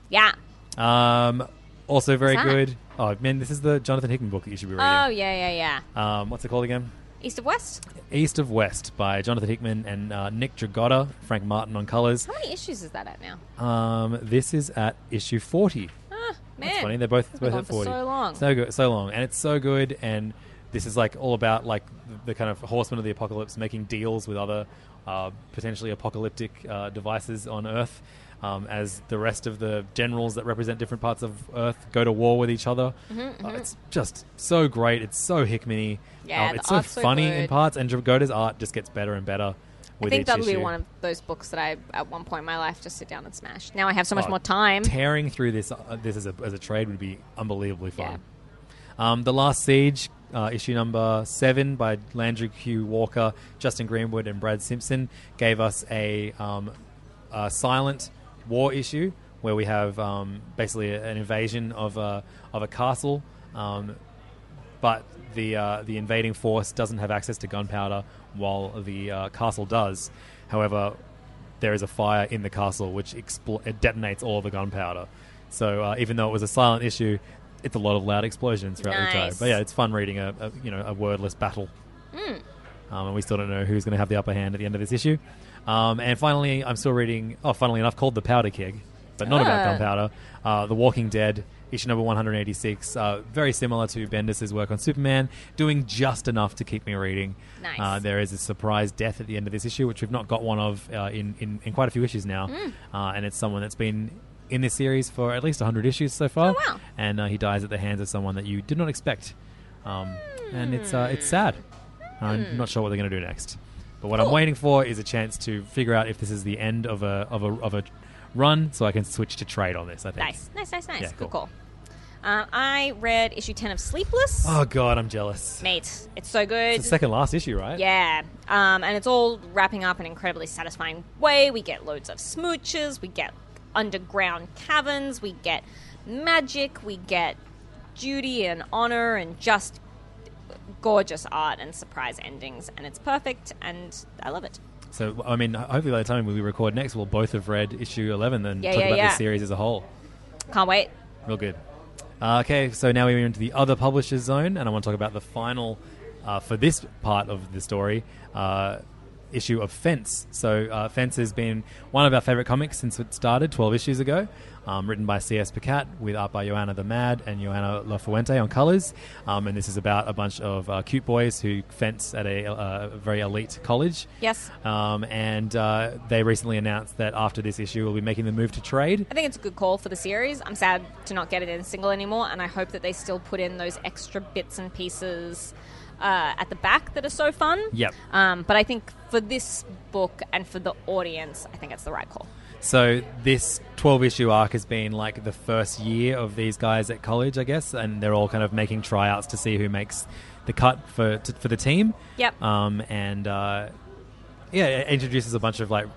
[SPEAKER 5] Yeah.
[SPEAKER 4] Um, also very
[SPEAKER 5] What's that?
[SPEAKER 4] good. Oh man, this is the Jonathan Hickman book that you should be
[SPEAKER 5] Oh yeah,
[SPEAKER 4] reading.
[SPEAKER 5] yeah, yeah.
[SPEAKER 4] Um, what's it called again?
[SPEAKER 5] East of West.
[SPEAKER 4] East of West by Jonathan Hickman and uh, Nick Dragotta, Frank Martin on colors.
[SPEAKER 5] How many issues is that at now?
[SPEAKER 4] Um, this is at issue forty.
[SPEAKER 5] Ah, man.
[SPEAKER 4] That's funny. They're both
[SPEAKER 5] It's been
[SPEAKER 4] both
[SPEAKER 5] on
[SPEAKER 4] at
[SPEAKER 5] for
[SPEAKER 4] forty.
[SPEAKER 5] so long.
[SPEAKER 4] So good, so long, and it's so good. And this is like all about like the, the kind of horsemen of the apocalypse making deals with other uh, potentially apocalyptic uh, devices on Earth. Um, as the rest of the generals that represent different parts of Earth go to war with each other,
[SPEAKER 5] Mhm,
[SPEAKER 4] Uh,
[SPEAKER 5] mhm.
[SPEAKER 4] it's just so great. It's so Hickmany.
[SPEAKER 5] Yeah, the
[SPEAKER 4] it's so
[SPEAKER 5] art's so
[SPEAKER 4] funny in
[SPEAKER 5] good.
[SPEAKER 4] parts, and Dragota's art just gets better and better.
[SPEAKER 5] I
[SPEAKER 4] With
[SPEAKER 5] think
[SPEAKER 4] each
[SPEAKER 5] that'll be
[SPEAKER 4] issue.
[SPEAKER 5] one of those books that I, at one point in my life, just sit down and smash. Now I have so much
[SPEAKER 4] Oh,
[SPEAKER 5] more time.
[SPEAKER 4] Tearing through this uh, this as a, as a trade would be unbelievably fun. Um, the Last Siege, uh, issue number seven by Landry Q. Walker, Justin Greenwood, and Brad Simpson, gave us a, um, a silent war issue where we have um, basically an invasion of a, of a castle. Um, but the uh, the invading force doesn't have access to gunpowder, while the uh, castle does. However, there is a fire in the castle which expl- it detonates all the gunpowder. So uh, even though it was a silent issue, it's a lot of loud explosions throughout the time.
[SPEAKER 5] Nice.
[SPEAKER 4] But yeah, it's fun reading a, a you know a wordless battle.
[SPEAKER 5] Mm.
[SPEAKER 4] Um, and we still don't know who's going to have the upper hand at the end of this issue. Um, and finally, I'm still reading, oh, funnily enough, called The Powder Keg, but not about
[SPEAKER 8] Ah.
[SPEAKER 4] gunpowder. Uh, the Walking Dead, issue number 186, uh, very similar to Bendis' work on Superman, doing just enough to keep me reading.
[SPEAKER 8] Nice.
[SPEAKER 4] Uh, there is a surprise death at the end of this issue, which we've not got one of uh, in, in, in quite a few issues now.
[SPEAKER 8] Mm.
[SPEAKER 4] Uh, and it's someone that's been in this series for at least 100 issues so far.
[SPEAKER 8] Oh,
[SPEAKER 4] wow. And uh, he dies at the hands of someone that you did not expect. Um, And it's, uh, it's sad. I'm
[SPEAKER 8] Hmm.
[SPEAKER 4] not sure what they're going to do next. But what I'm waiting for is a chance to figure out if this is the end of a of a of a run, so I can switch to trade on this. I think.
[SPEAKER 5] Nice, nice, nice, nice.
[SPEAKER 4] Yeah,
[SPEAKER 5] Good
[SPEAKER 4] cool.
[SPEAKER 5] call. Um, I read issue 10 of Sleepless.
[SPEAKER 4] Oh god, I'm jealous.
[SPEAKER 5] Mate, it's so good.
[SPEAKER 4] It's the second last issue, right?
[SPEAKER 5] Yeah, um, and it's all wrapping up in an incredibly satisfying way. We get loads of smooches, we get underground caverns, we get magic, we get duty and honor, and just gorgeous art and surprise endings, and it's perfect, and I love it.
[SPEAKER 4] So I mean, hopefully by the time we record next, we'll both have read issue 11 and
[SPEAKER 5] Yeah,
[SPEAKER 4] talk
[SPEAKER 5] yeah,
[SPEAKER 4] about
[SPEAKER 5] yeah.
[SPEAKER 4] this series as a whole.
[SPEAKER 5] Can't wait.
[SPEAKER 4] Real good. Uh, okay, so now we're into the other publishers zone, and I want to talk about the final uh, for this part of the story uh, issue of Fence. So uh, Fence has been one of our favorite comics since it started 12 issues ago. Um, written by C.S. Picat with art by Joanna the Mad and Joanna Lafuente on colors, um, and this is about a bunch of uh, cute boys who fence at a, uh very elite college.
[SPEAKER 5] Yes.
[SPEAKER 4] Um, and uh, they recently announced that after this issue, we'll be making the move to trade.
[SPEAKER 5] I think it's a good call for the series. I'm sad to not get it in single anymore, and I hope that they still put in those extra bits and pieces uh, at the back that are so fun.
[SPEAKER 4] Yep.
[SPEAKER 5] Um, but I think for this book and for the audience, I think it's the right call.
[SPEAKER 4] So this 12 issue arc has been like the first year of these guys at college, I guess, and they're all kind of making tryouts to see who makes the cut for to, for the team.
[SPEAKER 8] Yep.
[SPEAKER 4] Um, and uh, yeah, it introduces a bunch of like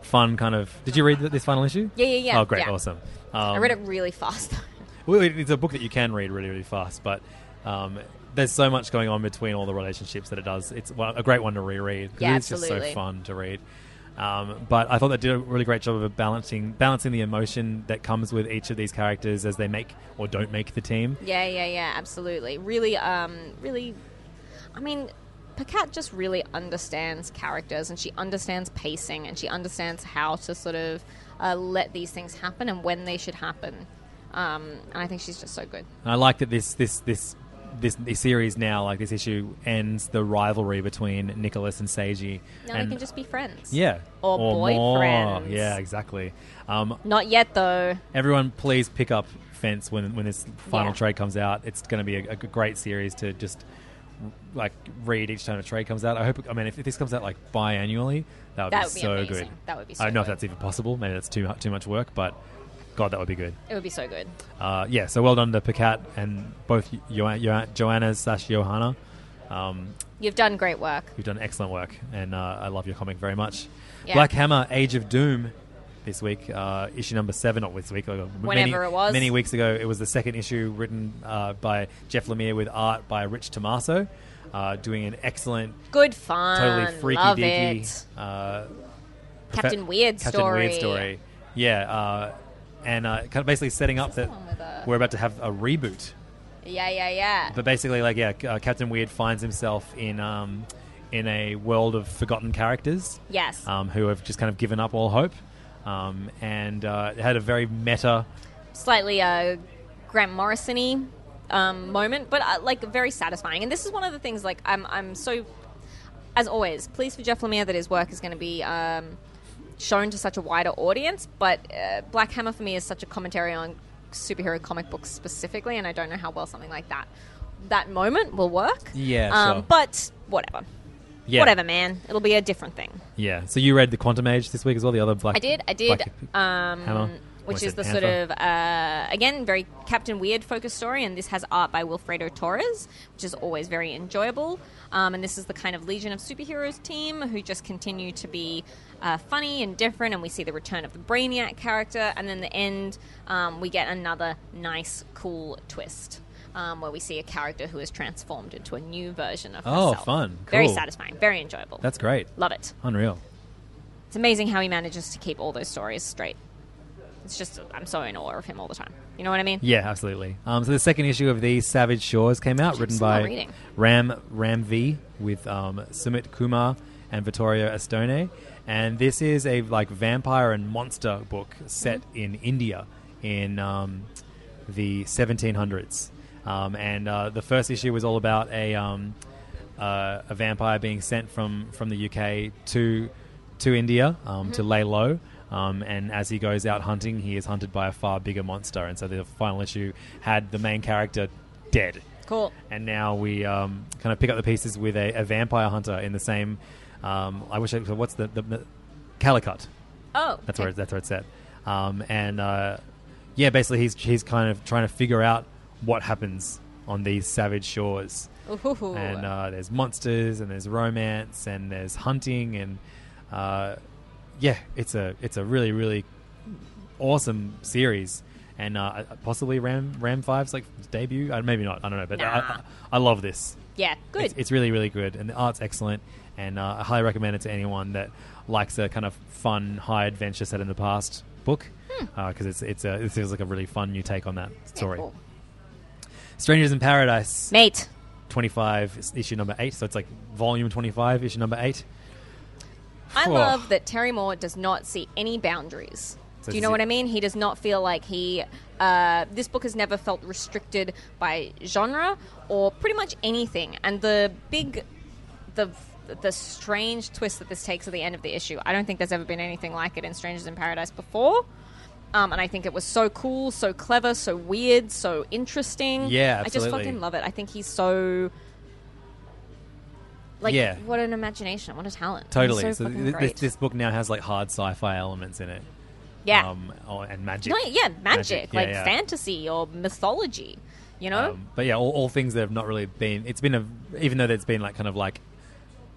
[SPEAKER 4] fun kind of. Did you read th- this final issue?
[SPEAKER 5] Yeah, yeah, yeah,
[SPEAKER 4] Oh, great,
[SPEAKER 5] yeah.
[SPEAKER 4] awesome.
[SPEAKER 5] I
[SPEAKER 4] Um,
[SPEAKER 5] read it really fast.
[SPEAKER 4] well, it- it's a book that you can read really, really fast, but um, there's so much going on between all the relationships that it does. It's one- a great one to reread. 'cause
[SPEAKER 8] Yeah,
[SPEAKER 4] it's just so
[SPEAKER 8] absolutely.
[SPEAKER 4] fun to read. Um, but I thought they did a really great job of balancing balancing the emotion that comes with each of these characters as they make or don't make the team.
[SPEAKER 5] yeah, yeah, yeah, absolutely. Really, um, really. I mean, Paquette just really understands characters, and she understands pacing, and she understands how to sort of uh, let these things happen and when they should happen. Um, and I think she's just so good.
[SPEAKER 4] And I like that this this this this, this series now, like this issue, ends the rivalry between Nicholas and Seiji.
[SPEAKER 5] Now
[SPEAKER 4] and
[SPEAKER 5] they can just be friends.
[SPEAKER 4] yeah,
[SPEAKER 5] Or,
[SPEAKER 4] more.
[SPEAKER 5] boyfriends.
[SPEAKER 4] Yeah, exactly. Um,
[SPEAKER 5] Not yet, though.
[SPEAKER 4] Everyone, please pick up Fence when when this final
[SPEAKER 5] Yeah.
[SPEAKER 4] trade comes out. It's going to be a, a great series to just like read each time a trade comes out. I hope. I mean, if, if this comes out like biannually, that would
[SPEAKER 5] That
[SPEAKER 4] be
[SPEAKER 5] would be
[SPEAKER 4] so
[SPEAKER 5] amazing.
[SPEAKER 4] good.
[SPEAKER 5] That would
[SPEAKER 4] I
[SPEAKER 5] be so
[SPEAKER 4] don't know if
[SPEAKER 5] good.
[SPEAKER 4] that's even possible. Maybe that's too mu- too much work, but God, that would be good.
[SPEAKER 5] It would be so good.
[SPEAKER 4] Uh, yeah, so well done to Picat and both Jo- Jo- Joanna slash Johanna Um,
[SPEAKER 5] You've done great work.
[SPEAKER 4] You've done excellent work, and uh, I love your comic very much.
[SPEAKER 5] Yeah.
[SPEAKER 4] Black Hammer: Age of Doom. This week, uh, issue number seven. Not this week. uh, many,
[SPEAKER 5] Whenever it was.
[SPEAKER 4] many weeks ago, it was the second issue written uh, by Jeff Lemire with art by Rich Tomaso, uh, doing an excellent,
[SPEAKER 5] Good fun.
[SPEAKER 4] totally freaky
[SPEAKER 5] Love
[SPEAKER 4] deaky.
[SPEAKER 5] it.
[SPEAKER 4] Uh,
[SPEAKER 5] Captain Weird
[SPEAKER 4] Captain Weird
[SPEAKER 5] story.
[SPEAKER 4] story. Yeah, uh, and uh, kind of basically setting up that
[SPEAKER 5] wrong with that?
[SPEAKER 4] we're about to have a reboot
[SPEAKER 5] Yeah, yeah, yeah.
[SPEAKER 4] but basically, like yeah, uh, Captain Weird finds himself in um, in a world of forgotten characters.
[SPEAKER 5] Yes.
[SPEAKER 4] um, who have just kind of given up all hope, um, and uh, it had a very meta.
[SPEAKER 5] slightly uh, Grant Morrison-y um, moment, but uh, like very satisfying. And this is one of the things like I'm I'm so as always pleased for Jeff Lemire that his work is going to be. Um, shown to such a wider audience but uh, black hammer for me is such a commentary on superhero comic books specifically and i don't know how well something like that that moment will work
[SPEAKER 4] Yeah,
[SPEAKER 5] um,
[SPEAKER 4] sure.
[SPEAKER 5] but whatever
[SPEAKER 4] Yeah.
[SPEAKER 5] whatever man it'll be a different thing
[SPEAKER 4] Yeah. So you read the Quantum Age this week as well. The other black.
[SPEAKER 5] I did. I did.
[SPEAKER 4] Black- Hammer.
[SPEAKER 5] Um, which
[SPEAKER 4] What's
[SPEAKER 5] is
[SPEAKER 4] it,
[SPEAKER 5] the sort
[SPEAKER 4] Panther?
[SPEAKER 5] of uh, again very Captain Weird focused story, and this has art by Wilfredo Torres, which is always very enjoyable. Um, and this is the kind of Legion of Superheroes team who just continue to be uh, funny and different, and we see the return of the Brainiac character, and then the end um, we get another nice, cool twist. Um, where we see a character who is transformed into a new version of
[SPEAKER 4] Oh,
[SPEAKER 5] herself.
[SPEAKER 4] fun.
[SPEAKER 5] Very
[SPEAKER 4] Cool.
[SPEAKER 5] satisfying. Very enjoyable.
[SPEAKER 4] That's great.
[SPEAKER 5] Love it.
[SPEAKER 4] Unreal.
[SPEAKER 5] It's amazing how he manages to keep all those stories straight. It's just I'm so in awe of him all the time. You know what I mean?
[SPEAKER 4] Yeah, absolutely. Um, so the second issue of the Savage Shores came out, written
[SPEAKER 5] still not
[SPEAKER 4] by
[SPEAKER 5] reading.
[SPEAKER 4] Ram Ram V with um, Sumit Kumar and Vittorio Estone, and this is a like vampire and monster book set in India in um, the 1700s. Um, and uh, the first issue was all about a um, uh, a vampire being sent from from the UK to to India um, to lay low. Um, and as he goes out hunting, he is hunted by a far bigger monster. And so the final issue had the main character dead.
[SPEAKER 5] Cool.
[SPEAKER 4] And now we um, kind of pick up the pieces with a, a vampire hunter in the same. Um, I wish I. so What's the, the, the Calicut?
[SPEAKER 5] Oh,
[SPEAKER 4] That's
[SPEAKER 5] okay.
[SPEAKER 4] where it- that's where it's at. Um, and uh, yeah, basically he's he's kind of trying to figure out what happens on these savage shores.
[SPEAKER 5] Ooh.
[SPEAKER 4] And uh, there's monsters, and there's romance, and there's hunting, and uh, yeah, it's a it's a really really awesome series. And uh, possibly Ram Ram 5's like debut, uh, maybe not. I don't know, but I, I, I love this.
[SPEAKER 5] Yeah, good.
[SPEAKER 4] It's, it's really, really good, and the art's excellent. And uh, I highly recommend it to anyone that likes a kind of fun, high adventure set in the past book,
[SPEAKER 5] Hmm.
[SPEAKER 4] because it's it's a, it feels like a really fun new take on that story.
[SPEAKER 5] cool.
[SPEAKER 4] Strangers in Paradise,
[SPEAKER 5] Mate,
[SPEAKER 4] twenty five issue number eight. So it's like volume twenty five, issue number eight.
[SPEAKER 5] I
[SPEAKER 4] Phew.
[SPEAKER 5] love that Terry Moore does not see any boundaries.
[SPEAKER 4] So
[SPEAKER 5] Do you know
[SPEAKER 4] zi-
[SPEAKER 5] what I mean? He does not feel like he. Uh, this book has never felt restricted by genre or pretty much anything. And the big, the the strange twist that this takes at the end of the issue. I don't think there's ever been anything like it in Strangers in Paradise before. Um, and I think it was so cool, so clever, so weird, so interesting.
[SPEAKER 4] Yeah,
[SPEAKER 5] I
[SPEAKER 4] absolutely.
[SPEAKER 5] just fucking love it. I think he's so. Like,
[SPEAKER 4] Yeah.
[SPEAKER 5] what an imagination. What a talent. He's
[SPEAKER 4] Totally.
[SPEAKER 5] So
[SPEAKER 4] So,
[SPEAKER 5] fucking
[SPEAKER 4] th- th-
[SPEAKER 5] great.
[SPEAKER 4] this, this book now has like hard sci-fi elements in it.
[SPEAKER 5] Yeah.
[SPEAKER 4] Um, oh, and magic.
[SPEAKER 5] No, yeah, magic,
[SPEAKER 4] Yeah,
[SPEAKER 5] like
[SPEAKER 4] yeah.
[SPEAKER 5] fantasy or mythology. You know,
[SPEAKER 4] Um, but yeah, all, all things that have not really been. It's been a even though it's been like kind of like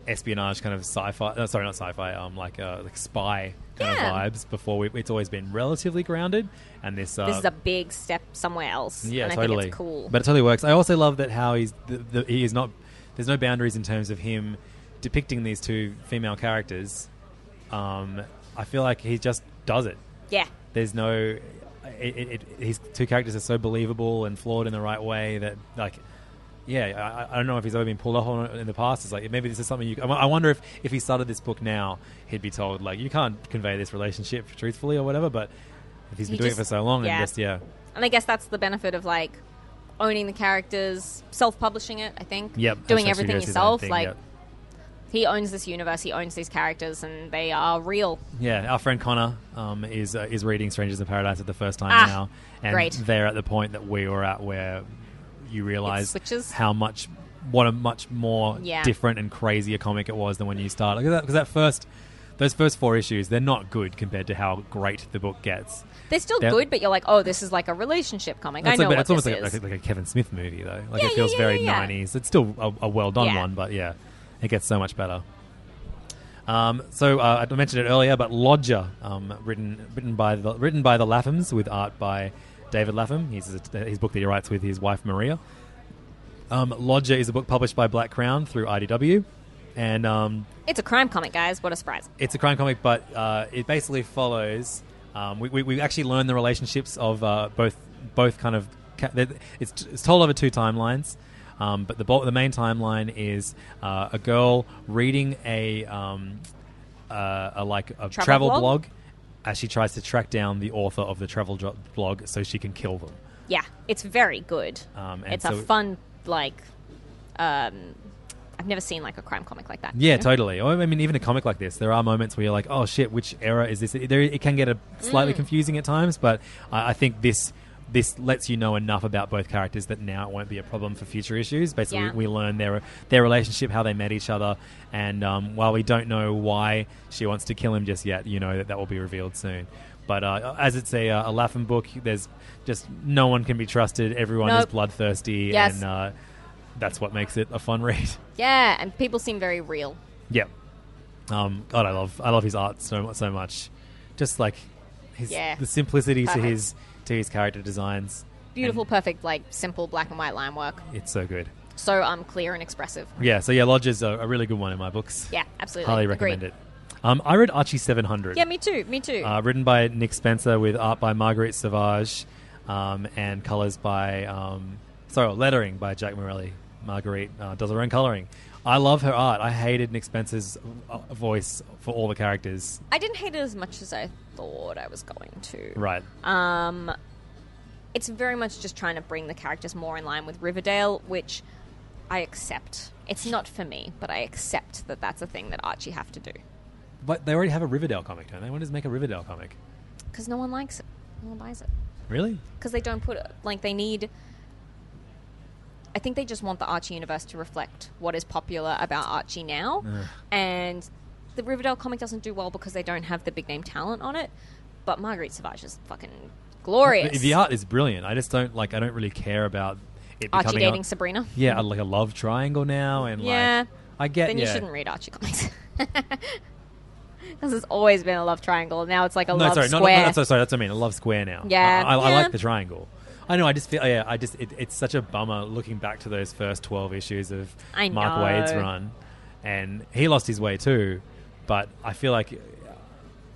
[SPEAKER 4] espionage kind of sci-fi. No, sorry, not sci-fi. Um, like uh, like spy kind
[SPEAKER 5] Yeah.
[SPEAKER 4] of vibes before. We, it's always been relatively grounded, and this uh,
[SPEAKER 5] this is a big step somewhere else.
[SPEAKER 4] yeah,
[SPEAKER 5] and I
[SPEAKER 4] totally.
[SPEAKER 5] think it's cool.
[SPEAKER 4] But it totally works. I also love that how he's the, the, he is not. There's no boundaries in terms of him depicting these two female characters. Um, I feel like he just does it.
[SPEAKER 5] yeah,
[SPEAKER 4] There's no. It, it, it, his two characters are so believable and flawed in the right way that like. Yeah, I- I, I don't know if he's ever been pulled off on it in the past. It's like maybe this is something you. I wo- I wonder if if he started this book now, he'd be told like you can't convey this relationship truthfully or whatever. But if he's been
[SPEAKER 5] He
[SPEAKER 4] doing
[SPEAKER 5] just-
[SPEAKER 4] it for so long,
[SPEAKER 5] yeah.
[SPEAKER 4] and just yeah,
[SPEAKER 5] and I guess that's the benefit of like owning the characters, self-publishing it. I think.
[SPEAKER 4] Yep.
[SPEAKER 5] Doing
[SPEAKER 4] Hashtag
[SPEAKER 5] everything
[SPEAKER 4] Studios is their own
[SPEAKER 5] yourself.
[SPEAKER 4] thing,
[SPEAKER 5] like
[SPEAKER 4] yep.
[SPEAKER 5] he owns this universe. He owns these characters, and they are real.
[SPEAKER 4] Yeah, our friend Connor um, is uh, is reading Strangers in Paradise for the first time
[SPEAKER 5] Ah,
[SPEAKER 4] now, and
[SPEAKER 5] great.
[SPEAKER 4] they're at the point that we were at where you realize
[SPEAKER 5] switches.
[SPEAKER 4] how much what a much more
[SPEAKER 5] Yeah.
[SPEAKER 4] different and crazier comic it was than when you started because that, 'cause that first those first four issues, they're not good compared to how great the book gets.
[SPEAKER 5] They're still good, but you're like, oh, this is like a relationship comic. I
[SPEAKER 4] It's
[SPEAKER 5] know
[SPEAKER 4] like,
[SPEAKER 5] what
[SPEAKER 4] it's almost
[SPEAKER 5] this
[SPEAKER 4] like,
[SPEAKER 5] is.
[SPEAKER 4] like, like a Kevin Smith movie, though. Like
[SPEAKER 5] Yeah,
[SPEAKER 4] it
[SPEAKER 5] yeah,
[SPEAKER 4] feels
[SPEAKER 5] yeah,
[SPEAKER 4] very
[SPEAKER 5] yeah, yeah.
[SPEAKER 4] 90s. It's still a, a well done
[SPEAKER 5] Yeah.
[SPEAKER 4] one, but yeah, it gets so much better. Um, so uh, I mentioned it earlier, but Lodger, um, written written by the written by the Laphams with art by David Lapham. He's a, his book that he writes with his wife Maria. Um, Lodger is a book published by Black Crown through IDW, and um,
[SPEAKER 5] it's a crime comic, guys. What a surprise!
[SPEAKER 4] it's a crime comic, but uh, it basically follows. Um, we, we, we actually learn the relationships of uh, both both kind of. Ca- that- it's, it's told over two timelines, um, but the bul- the main timeline is uh, a girl reading a, um, uh, a like a
[SPEAKER 5] Travel
[SPEAKER 4] travel,
[SPEAKER 5] blog?
[SPEAKER 4] blog? as she tries to track down the author of the travel dro- blog so she can kill them.
[SPEAKER 5] Yeah, it's very good.
[SPEAKER 4] Um, and
[SPEAKER 5] it's a
[SPEAKER 4] so-
[SPEAKER 5] fun like. Um, I've never seen like a crime comic like that.
[SPEAKER 4] Yeah,
[SPEAKER 5] you know?
[SPEAKER 4] totally. Or, I mean, even a comic like this, there are moments where you're like, "Oh shit, which era is this?" It, there, it can get a slightly
[SPEAKER 5] Mm.
[SPEAKER 4] confusing at times, but I, I think this this lets you know enough about both characters that now it won't be a problem for future issues. Basically,
[SPEAKER 5] Yeah.
[SPEAKER 4] we learn their their relationship, how they met each other, and um, while we don't know why she wants to kill him just yet, you know that that will be revealed soon. But uh, as it's a, uh, a Lapham book, there's just no one can be trusted. Everyone is
[SPEAKER 5] Nope.
[SPEAKER 4] bloodthirsty,
[SPEAKER 5] Yes.
[SPEAKER 4] and uh, that's what makes it a fun read.
[SPEAKER 5] Yeah, and people seem very real.
[SPEAKER 4] Yeah. Um, God, I love I love his art so mu- so much. Just like his
[SPEAKER 5] Yeah.
[SPEAKER 4] the simplicity
[SPEAKER 5] Perfect.
[SPEAKER 4] to his to his character designs.
[SPEAKER 5] Beautiful, perfect, like simple black and white line work.
[SPEAKER 4] It's so good.
[SPEAKER 5] So um, clear and expressive.
[SPEAKER 4] Yeah. So yeah, Lodger's a, a really good one in my books.
[SPEAKER 5] Yeah, absolutely.
[SPEAKER 4] Highly
[SPEAKER 5] Agreed.
[SPEAKER 4] recommend it. Um, I read Archie Seven Hundred.
[SPEAKER 5] Yeah, me too. Me too.
[SPEAKER 4] Uh, written by Nick Spencer with art by Marguerite Savage, um, and colors by um, sorry lettering by Jack Morelli. Marguerite uh, does her own coloring. I love her art. I hated Nick Spencer's uh, voice for all the characters.
[SPEAKER 5] I didn't hate it as much as I thought I was going to.
[SPEAKER 4] Right.
[SPEAKER 5] Um, it's very much just trying to bring the characters more in line with Riverdale, which I accept. It's not for me, but I accept that that's a thing that Archie have to do
[SPEAKER 4] But they already have a Riverdale comic, don't they? When does make a Riverdale comic?
[SPEAKER 5] because no one likes it, no one buys it
[SPEAKER 4] Really?
[SPEAKER 5] because they don't put it like they need. I think they just want the Archie universe to reflect what is popular about Archie now,
[SPEAKER 4] Ugh.
[SPEAKER 5] and the Riverdale comic doesn't do well because they don't have the big name talent on it. But Marguerite Savage is fucking glorious.
[SPEAKER 4] The, the art is brilliant. I just don't like. I don't really care about it
[SPEAKER 5] Archie
[SPEAKER 4] becoming
[SPEAKER 5] dating
[SPEAKER 4] a,
[SPEAKER 5] Sabrina.
[SPEAKER 4] Yeah, like a love triangle now, and
[SPEAKER 5] Yeah.
[SPEAKER 4] like I get.
[SPEAKER 5] then
[SPEAKER 4] yeah.
[SPEAKER 5] you shouldn't read Archie comics. Because it's always been a love triangle. Now it's like a
[SPEAKER 4] No,
[SPEAKER 5] love
[SPEAKER 4] sorry, no, no,
[SPEAKER 5] square.
[SPEAKER 4] no, that's- sorry, that's what I mean. A love square now.
[SPEAKER 5] Yeah.
[SPEAKER 4] I, I, I
[SPEAKER 5] Yeah.
[SPEAKER 4] like the triangle. I know. I just feel. Yeah, I just. It, it's such a bummer looking back to those first twelve issues of
[SPEAKER 5] I
[SPEAKER 4] Mark
[SPEAKER 5] know.
[SPEAKER 4] Wade's run, and he lost his way too. But I feel like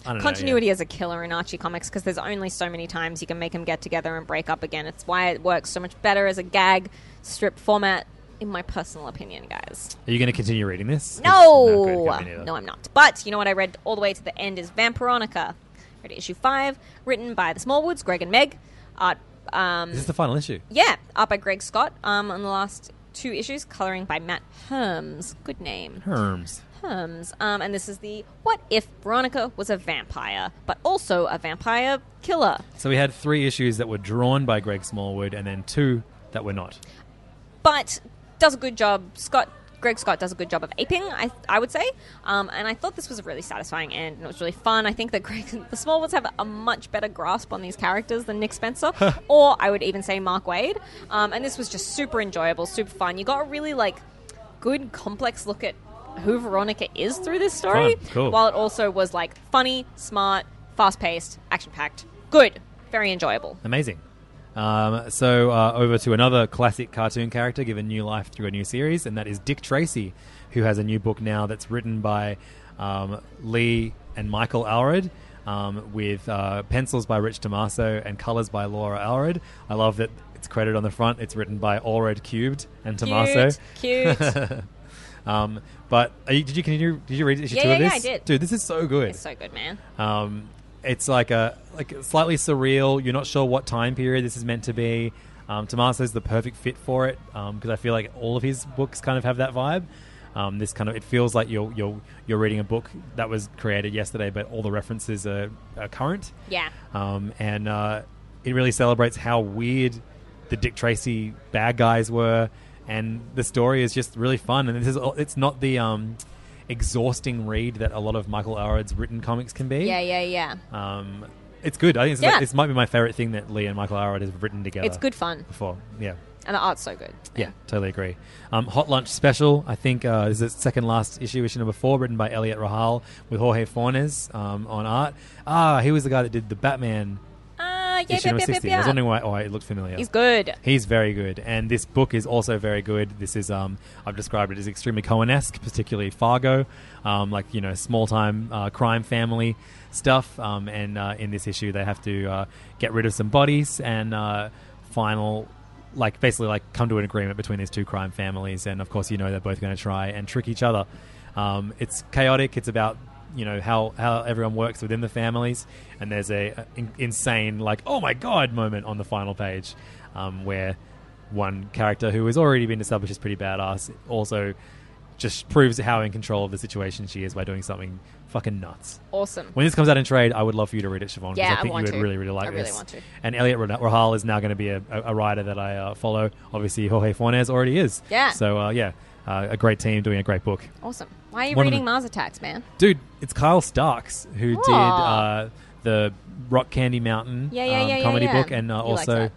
[SPEAKER 4] I don't
[SPEAKER 5] Continuity
[SPEAKER 4] know,
[SPEAKER 5] is a killer in Archie comics because there's only so many times you can make them get together and break up again. It's why it works so much better as a gag strip format, in my personal opinion, guys.
[SPEAKER 4] yeah. Are you going to continue reading this? 'Cause- good,
[SPEAKER 5] No,
[SPEAKER 4] good, me neither.
[SPEAKER 5] no, I'm not. But you know what I read all the way to the end is Vampironica, read issue five, written by the Smallwoods, Greg and Meg, art. Um,
[SPEAKER 4] Is this the final issue?
[SPEAKER 5] Yeah, art by Greg Scott um, on the last two issues, coloring by Matt Herms. Good name.
[SPEAKER 4] Herms.
[SPEAKER 5] Herms. Um, and this is the What If Veronica Was a Vampire, but also a vampire killer?
[SPEAKER 4] So we had three issues that were drawn by Greg Smallwood, and then two that were not.
[SPEAKER 5] But does a good job. Scott. Greg Scott does a good job of aping, I, I would say, um, and I thought this was really satisfying end, and it was really fun. I think that Greg, the Smallwoods have a much better grasp on these characters than Nick Spencer, or I would even say Mark Wade. Um, and this was just super enjoyable, super fun. You got a really like good complex look at who Veronica is through this story,
[SPEAKER 4] Fun, cool.
[SPEAKER 5] while it also was like funny, smart, fast paced, action packed, good, very enjoyable.
[SPEAKER 4] Amazing. Um, so uh, over to another classic cartoon character given new life through a new series, and that is Dick Tracy, who has a new book now that's written by um, Lee and Michael Alred. Um, with uh, pencils by Rich Tomaso and colors by Laura Alred. I love that it's credited on the front. It's written by Alred Cubed and Tomaso.
[SPEAKER 5] Cute, cute.
[SPEAKER 4] um, but are you, did you continue? Did you read issue
[SPEAKER 5] Yeah,
[SPEAKER 4] two of
[SPEAKER 5] yeah, yeah,
[SPEAKER 4] this?
[SPEAKER 5] I did.
[SPEAKER 4] Dude, this is so good.
[SPEAKER 5] It's so good, man.
[SPEAKER 4] Um, it's like a like slightly surreal. You're not sure what time period this is meant to be. Um, Tommaso's the perfect fit for it because I feel like all of his books kind of have that vibe. Um, this kind of it feels like you're you're you're reading a book that was created yesterday, but all the references are, are current.
[SPEAKER 5] Yeah.
[SPEAKER 4] Um, and uh, it really celebrates how weird the Dick Tracy bad guys were, and the story is just really fun. And this is all- it's not the um, exhausting read that a lot of Michael Allred's written comics can be.
[SPEAKER 5] Yeah, yeah, yeah.
[SPEAKER 4] Um, it's good. I think it's
[SPEAKER 5] Yeah.
[SPEAKER 4] this might be my favorite thing that Lee and Michael Allred have written together.
[SPEAKER 5] It's good fun.
[SPEAKER 4] Before, yeah.
[SPEAKER 5] And the art's so good.
[SPEAKER 4] Yeah, totally agree. Um, Hot Lunch Special, I think, uh, is its second last issue, issue number four, written by Elliot Rahal with Jorge Fornes um, on art. Ah, he was the guy that did the Batman
[SPEAKER 5] Uh, yeah,
[SPEAKER 4] issue
[SPEAKER 5] yeah,
[SPEAKER 4] number
[SPEAKER 5] yeah,
[SPEAKER 4] 60. I was wondering why oh, it looked familiar.
[SPEAKER 5] He's good.
[SPEAKER 4] He's very good. And this book is also very good. This is, um, I've described it as extremely Cohen esque, particularly Fargo, um, like, you know, small time uh, crime family stuff. Um, and uh, in this issue, they have to uh, get rid of some bodies and uh, final. Like basically, like come to an agreement between these two crime families, and of course, you know they're both going to try and trick each other. Um, it's chaotic. It's about you know how how everyone works within the families, and there's a, a in- insane like oh my god moment on the final page, um, where one character who has already been established as pretty badass also just proves how in control of the situation she is by doing something fucking nuts.
[SPEAKER 5] Awesome.
[SPEAKER 4] When this comes out in trade, I would love for you to read it, Siobhan. 'cause
[SPEAKER 5] Yeah,
[SPEAKER 4] I
[SPEAKER 5] I
[SPEAKER 4] think
[SPEAKER 5] want
[SPEAKER 4] you would
[SPEAKER 5] to.
[SPEAKER 4] really, really like
[SPEAKER 5] I really
[SPEAKER 4] this.
[SPEAKER 5] want to.
[SPEAKER 4] And Elliot Ra- Rahal is now going to be a, a, a writer that I uh, follow. Obviously, Jorge Fornes already is.
[SPEAKER 5] Yeah.
[SPEAKER 4] So uh, yeah, uh, a great team doing a great book.
[SPEAKER 5] Awesome. Why are you
[SPEAKER 4] One of
[SPEAKER 5] reading
[SPEAKER 4] the-
[SPEAKER 5] Mars Attacks, man?
[SPEAKER 4] Dude, it's Kyle Starks who did
[SPEAKER 5] Aw.
[SPEAKER 4] uh, the Rock Candy Mountain
[SPEAKER 5] Yeah, yeah, yeah, yeah,
[SPEAKER 4] comedy
[SPEAKER 5] yeah.
[SPEAKER 4] book, and uh,
[SPEAKER 5] He likes
[SPEAKER 4] also
[SPEAKER 5] that.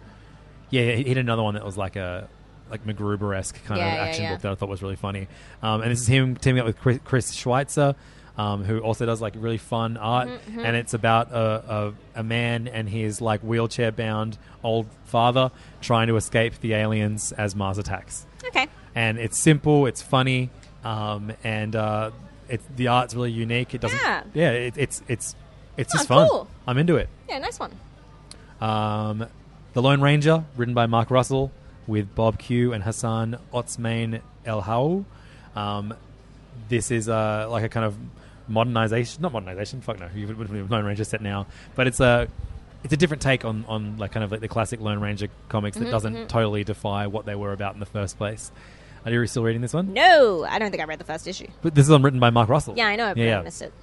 [SPEAKER 4] yeah, yeah, he did another one that was like a like MacGruber esque kind
[SPEAKER 5] Yeah,
[SPEAKER 4] of
[SPEAKER 5] yeah,
[SPEAKER 4] action
[SPEAKER 5] yeah.
[SPEAKER 4] book that I thought was really funny. Um, and this is him teaming up with Chris, Chris Schweitzer, um, who also does like really fun art,
[SPEAKER 5] Mm-hmm,
[SPEAKER 8] Mhm.
[SPEAKER 4] and it's about a, a, a man and his like wheelchair bound old father trying to escape the aliens as Mars attacks
[SPEAKER 5] Okay.
[SPEAKER 4] and it's simple, it's funny, um, and uh, it's the art's really unique. It doesn't,
[SPEAKER 5] Yeah.
[SPEAKER 4] it, it's it's it's
[SPEAKER 5] Oh,
[SPEAKER 4] just fun.
[SPEAKER 5] cool.
[SPEAKER 4] I'm into it.
[SPEAKER 5] Yeah, nice one.
[SPEAKER 4] Um, the Lone Ranger, written by Mark Russell, with Bob Q and Hassan Otsmain El Hao. Um, this is uh, like a kind of modernization, not modernization. Fuck no, you would have Lone Ranger set now, but it's a it's a different take on, on like kind of like the classic Lone Ranger comics
[SPEAKER 5] Mhm,
[SPEAKER 4] that doesn't
[SPEAKER 5] mhm.
[SPEAKER 4] totally defy what they were about in the first place. Are you still reading this one?
[SPEAKER 5] No, I don't think I read the first issue.
[SPEAKER 4] But this is on written by Mark Russell.
[SPEAKER 5] Yeah, I know. I've
[SPEAKER 4] yeah,
[SPEAKER 5] really
[SPEAKER 4] yeah.
[SPEAKER 5] missed it.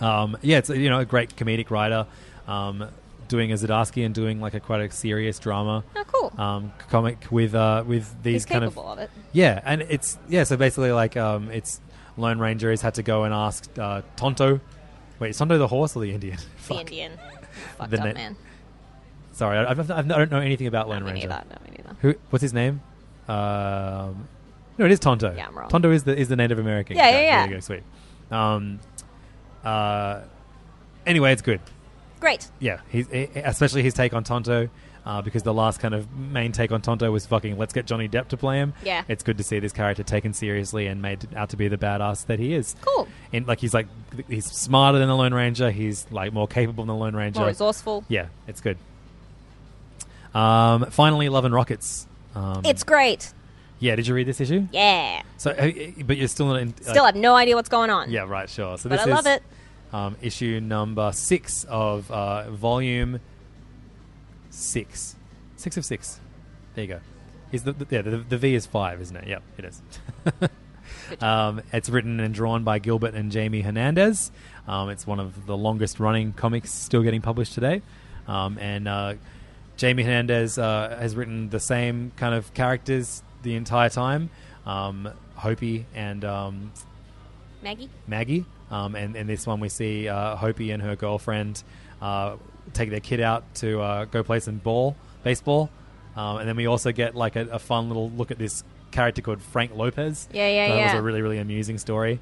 [SPEAKER 4] Um, yeah, it's you know a great comedic writer, um, doing a Zdarsky and doing like a quite a serious drama.
[SPEAKER 5] Oh, cool.
[SPEAKER 4] Um, c- comic with uh, with these
[SPEAKER 5] He's
[SPEAKER 4] kind
[SPEAKER 5] capable of it.
[SPEAKER 4] Yeah, and it's yeah. So basically, like um, it's Lone Ranger has had to go and ask uh, Tonto. Wait, is Tonto the horse or the Indian?
[SPEAKER 5] The Indian. Fucked
[SPEAKER 4] The
[SPEAKER 5] up,
[SPEAKER 4] na-
[SPEAKER 5] man.
[SPEAKER 4] Sorry, I, I've, I've, I don't know anything about Lone
[SPEAKER 5] me
[SPEAKER 4] Ranger.
[SPEAKER 5] neither, not me neither.
[SPEAKER 4] Who? What's his name? Um, no, it is Tonto.
[SPEAKER 5] Yeah, I'm wrong.
[SPEAKER 4] Tonto is the is the Native American.
[SPEAKER 5] Yeah, yeah,
[SPEAKER 4] guy.
[SPEAKER 5] yeah.
[SPEAKER 4] There you go, sweet. Um, uh, anyway, it's good.
[SPEAKER 5] Great.
[SPEAKER 4] Yeah, he's, eh, especially his take on Tonto, uh, because the last kind of main take on Tonto was fucking let's get Johnny Depp to play him.
[SPEAKER 5] Yeah.
[SPEAKER 4] it's good to see this character taken seriously and made out to be the badass that he is.
[SPEAKER 5] Cool.
[SPEAKER 4] And like he's like th- he's smarter than the Lone Ranger. He's like more capable than the Lone Ranger.
[SPEAKER 5] More resourceful.
[SPEAKER 4] Yeah, it's good. Um, finally, Love and Rockets. Um,
[SPEAKER 5] it's great.
[SPEAKER 4] yeah. Did you read this issue?
[SPEAKER 5] Yeah.
[SPEAKER 4] So, uh, but you're still not in. like-
[SPEAKER 5] Still have no idea what's going on.
[SPEAKER 4] yeah, right, sure. So
[SPEAKER 5] But
[SPEAKER 4] this
[SPEAKER 5] I
[SPEAKER 4] is
[SPEAKER 5] love it.
[SPEAKER 4] Um, issue number six of uh, volume six, six of six. There you go. Is the, the yeah the, the V is five, isn't it? Yep, it is. um, it's written and drawn by Gilbert and Jamie Hernandez. Um, it's one of the longest running comics still getting published today, um, and uh, Jamie Hernandez uh, has written the same kind of characters the entire time. Um, Hopi and um,
[SPEAKER 5] Maggie?
[SPEAKER 4] Maggie. Um, and in this one, we see uh, Hopi and her girlfriend uh, take their kid out to uh, go play some ball, baseball. Um, and then we also get like a, a fun little look at this character called Frank Lopez.
[SPEAKER 5] Yeah, yeah,
[SPEAKER 4] so That was
[SPEAKER 5] yeah.
[SPEAKER 4] a really, really amusing story.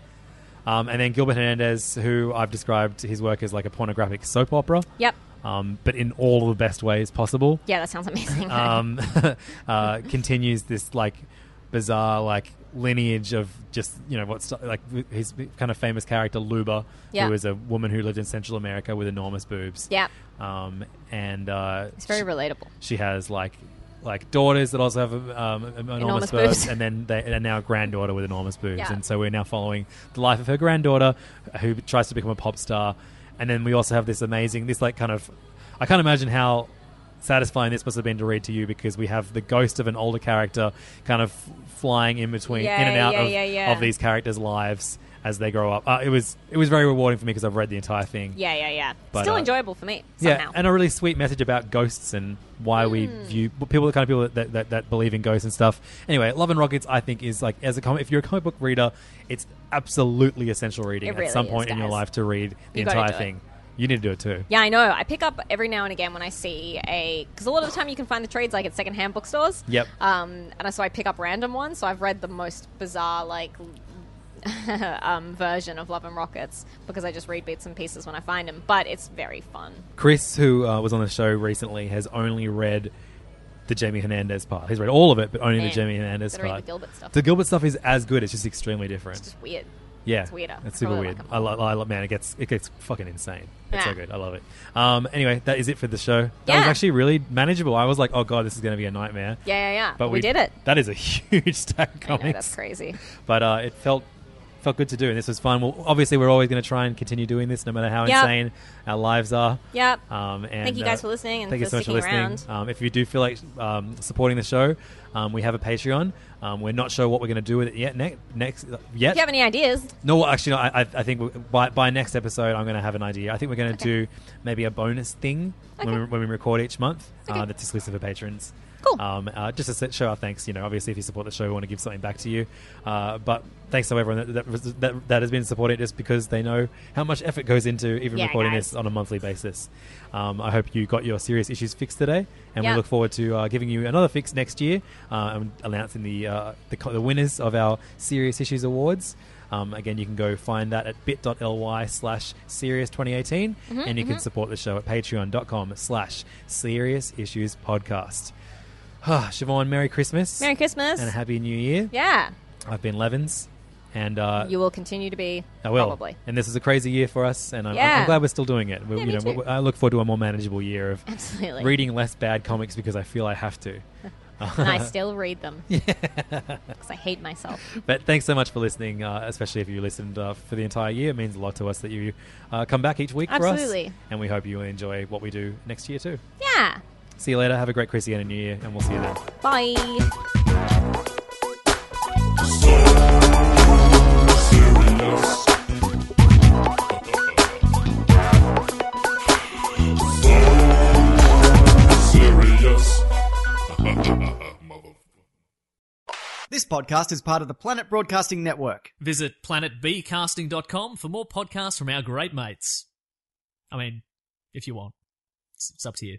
[SPEAKER 4] Um, and then Gilbert Hernandez, who I've described his work as like a pornographic soap opera.
[SPEAKER 5] Yep.
[SPEAKER 4] Um, but in all the best ways possible
[SPEAKER 5] Yeah, that sounds amazing.
[SPEAKER 4] um, uh, continues this like bizarre like lineage of just you know what's like his kind of famous character Luba,
[SPEAKER 5] Yeah.
[SPEAKER 4] who is a woman who lived in Central America with enormous boobs.
[SPEAKER 5] Yeah.
[SPEAKER 4] um, and uh,
[SPEAKER 5] It's very
[SPEAKER 4] she-
[SPEAKER 5] relatable.
[SPEAKER 4] She has like. Like daughters that also have um, enormous,
[SPEAKER 5] Enormous
[SPEAKER 4] boobs,
[SPEAKER 5] boobs.
[SPEAKER 4] and then they and now a granddaughter with enormous boobs,
[SPEAKER 5] Yeah.
[SPEAKER 4] and so we're now following the life of her granddaughter, who tries to become a pop star, and then we also have this amazing, this like kind of, I can't imagine how satisfying this must have been to read to you because we have the ghost of an older character kind of f- flying in between,
[SPEAKER 5] Yeah,
[SPEAKER 4] in and out
[SPEAKER 5] yeah,
[SPEAKER 4] of,
[SPEAKER 5] yeah, yeah.
[SPEAKER 4] of these characters' lives. as they grow up. Uh, it was it was very rewarding for me because I've read the entire thing.
[SPEAKER 5] Yeah, yeah, yeah.
[SPEAKER 4] But,
[SPEAKER 5] Still
[SPEAKER 4] uh,
[SPEAKER 5] enjoyable for me.
[SPEAKER 4] Yeah, and a really sweet message about ghosts and why we
[SPEAKER 5] Hmm.
[SPEAKER 4] view people, the kind of people that, that, that, that believe in ghosts and stuff. Anyway, Love and Rockets, I think, is like, as a comic, if you're a comic book reader, it's absolutely essential reading
[SPEAKER 5] It really
[SPEAKER 4] at some
[SPEAKER 5] is,
[SPEAKER 4] point in your
[SPEAKER 5] guys.
[SPEAKER 4] life to read the
[SPEAKER 5] You gotta
[SPEAKER 4] entire
[SPEAKER 5] do it.
[SPEAKER 4] thing. You need to do it too.
[SPEAKER 5] Yeah, I know. I pick up every now and again when I see a because a lot of the time you can find the trades like at secondhand bookstores.
[SPEAKER 4] Yep.
[SPEAKER 5] Um, and so I pick up random ones. So I've read the most bizarre like um, version of Love and Rockets because I just read bits and pieces when I find them. But it's very fun.
[SPEAKER 4] Chris, who uh, was on the show recently, has only read the Jamie Hernandez part. He's read all of it, but only the
[SPEAKER 5] Man,
[SPEAKER 4] Jamie Hernandez
[SPEAKER 5] gotta read
[SPEAKER 4] part.
[SPEAKER 5] the Gilbert stuff.
[SPEAKER 4] The Gilbert stuff is as good. It's just extremely different.
[SPEAKER 5] It's just weird.
[SPEAKER 4] Yeah,
[SPEAKER 5] It's weirder.
[SPEAKER 4] It's super
[SPEAKER 5] Probably
[SPEAKER 4] weird.
[SPEAKER 5] like
[SPEAKER 4] I love, I love, man. It gets it gets fucking insane. It's so
[SPEAKER 5] Yeah.
[SPEAKER 4] good. I love it. Um, anyway, that is it for the show. That was
[SPEAKER 5] Yeah.
[SPEAKER 4] actually really manageable. I was like, oh god, this is going to be a nightmare.
[SPEAKER 5] Yeah, yeah, yeah. We did it.
[SPEAKER 4] That is a huge stack of
[SPEAKER 5] I know,
[SPEAKER 4] comics.
[SPEAKER 5] that's crazy.
[SPEAKER 4] But uh, it felt felt good to do, and this was fun. Well, obviously, we're always going to try and continue doing this, no matter how
[SPEAKER 5] Yep.
[SPEAKER 4] insane our lives are.
[SPEAKER 5] Yep.
[SPEAKER 4] Um, and,
[SPEAKER 5] Thank you guys for listening and
[SPEAKER 4] thank you
[SPEAKER 5] for
[SPEAKER 4] so much for
[SPEAKER 5] sticking
[SPEAKER 4] listening. Um, if you do feel like um, supporting the show, um, we have a Patreon. Um, we're not sure what we're going to do with it yet. Ne- next,
[SPEAKER 5] If
[SPEAKER 4] yet.
[SPEAKER 5] you have any ideas,
[SPEAKER 4] No, well, actually, no, I, I I think we- by, by next episode, I'm going to have an idea. I think we're going to do maybe a bonus thing when, we, when we record each month uh, that's exclusive for patrons. Cool. Um, uh, just to se- show our thanks. You know, obviously, if you support the show, we want to give something back to you. Uh, but thanks to everyone that, that, was- that, that has been supporting it just because they know how much effort goes into even
[SPEAKER 8] Yeah,
[SPEAKER 4] recording
[SPEAKER 8] guys.
[SPEAKER 4] this on a monthly basis. Um, I hope you got your serious issues fixed today, and
[SPEAKER 8] Yeah.
[SPEAKER 4] we look forward to uh, giving you another fix next year uh, and announcing the, uh, the co- the winners of our Serious Issues Awards. Um, again, you can go find that at bit.ly slash serious2018,
[SPEAKER 5] Mm-hmm,
[SPEAKER 8] Mhm,
[SPEAKER 4] and you can
[SPEAKER 8] mhm.
[SPEAKER 4] support the show at patreon.com slash serious issues podcast. Siobhan, Merry Christmas.
[SPEAKER 5] Merry Christmas.
[SPEAKER 4] And a Happy New Year.
[SPEAKER 5] yeah,
[SPEAKER 4] I've been Levins, and uh,
[SPEAKER 5] you will continue to be.
[SPEAKER 4] I will.
[SPEAKER 5] Probably.
[SPEAKER 4] And this is a crazy year for us, and I'm, I'm- I'm
[SPEAKER 5] Yeah.
[SPEAKER 4] glad we're still doing it. We,
[SPEAKER 5] Yeah,
[SPEAKER 4] you
[SPEAKER 5] me
[SPEAKER 4] know,
[SPEAKER 5] too.
[SPEAKER 4] we- I look forward to a more manageable year of
[SPEAKER 5] Absolutely.
[SPEAKER 4] reading less bad comics because I feel I have to.
[SPEAKER 5] and I still read them because I hate myself.
[SPEAKER 4] But thanks so much for listening, uh, especially if you listened uh, for the entire year. It means a lot to us that you uh, come back each week for us.
[SPEAKER 5] Absolutely.
[SPEAKER 4] And we hope you enjoy what we do next year too.
[SPEAKER 5] Yeah.
[SPEAKER 4] See you later. Have a great Chrissy and a New Year, and we'll see you then.
[SPEAKER 5] Bye.
[SPEAKER 2] This podcast is part of the Planet Broadcasting Network.
[SPEAKER 3] Visit planetbcasting.com for more podcasts from our great mates. I mean, if you want, it's, it's up to you.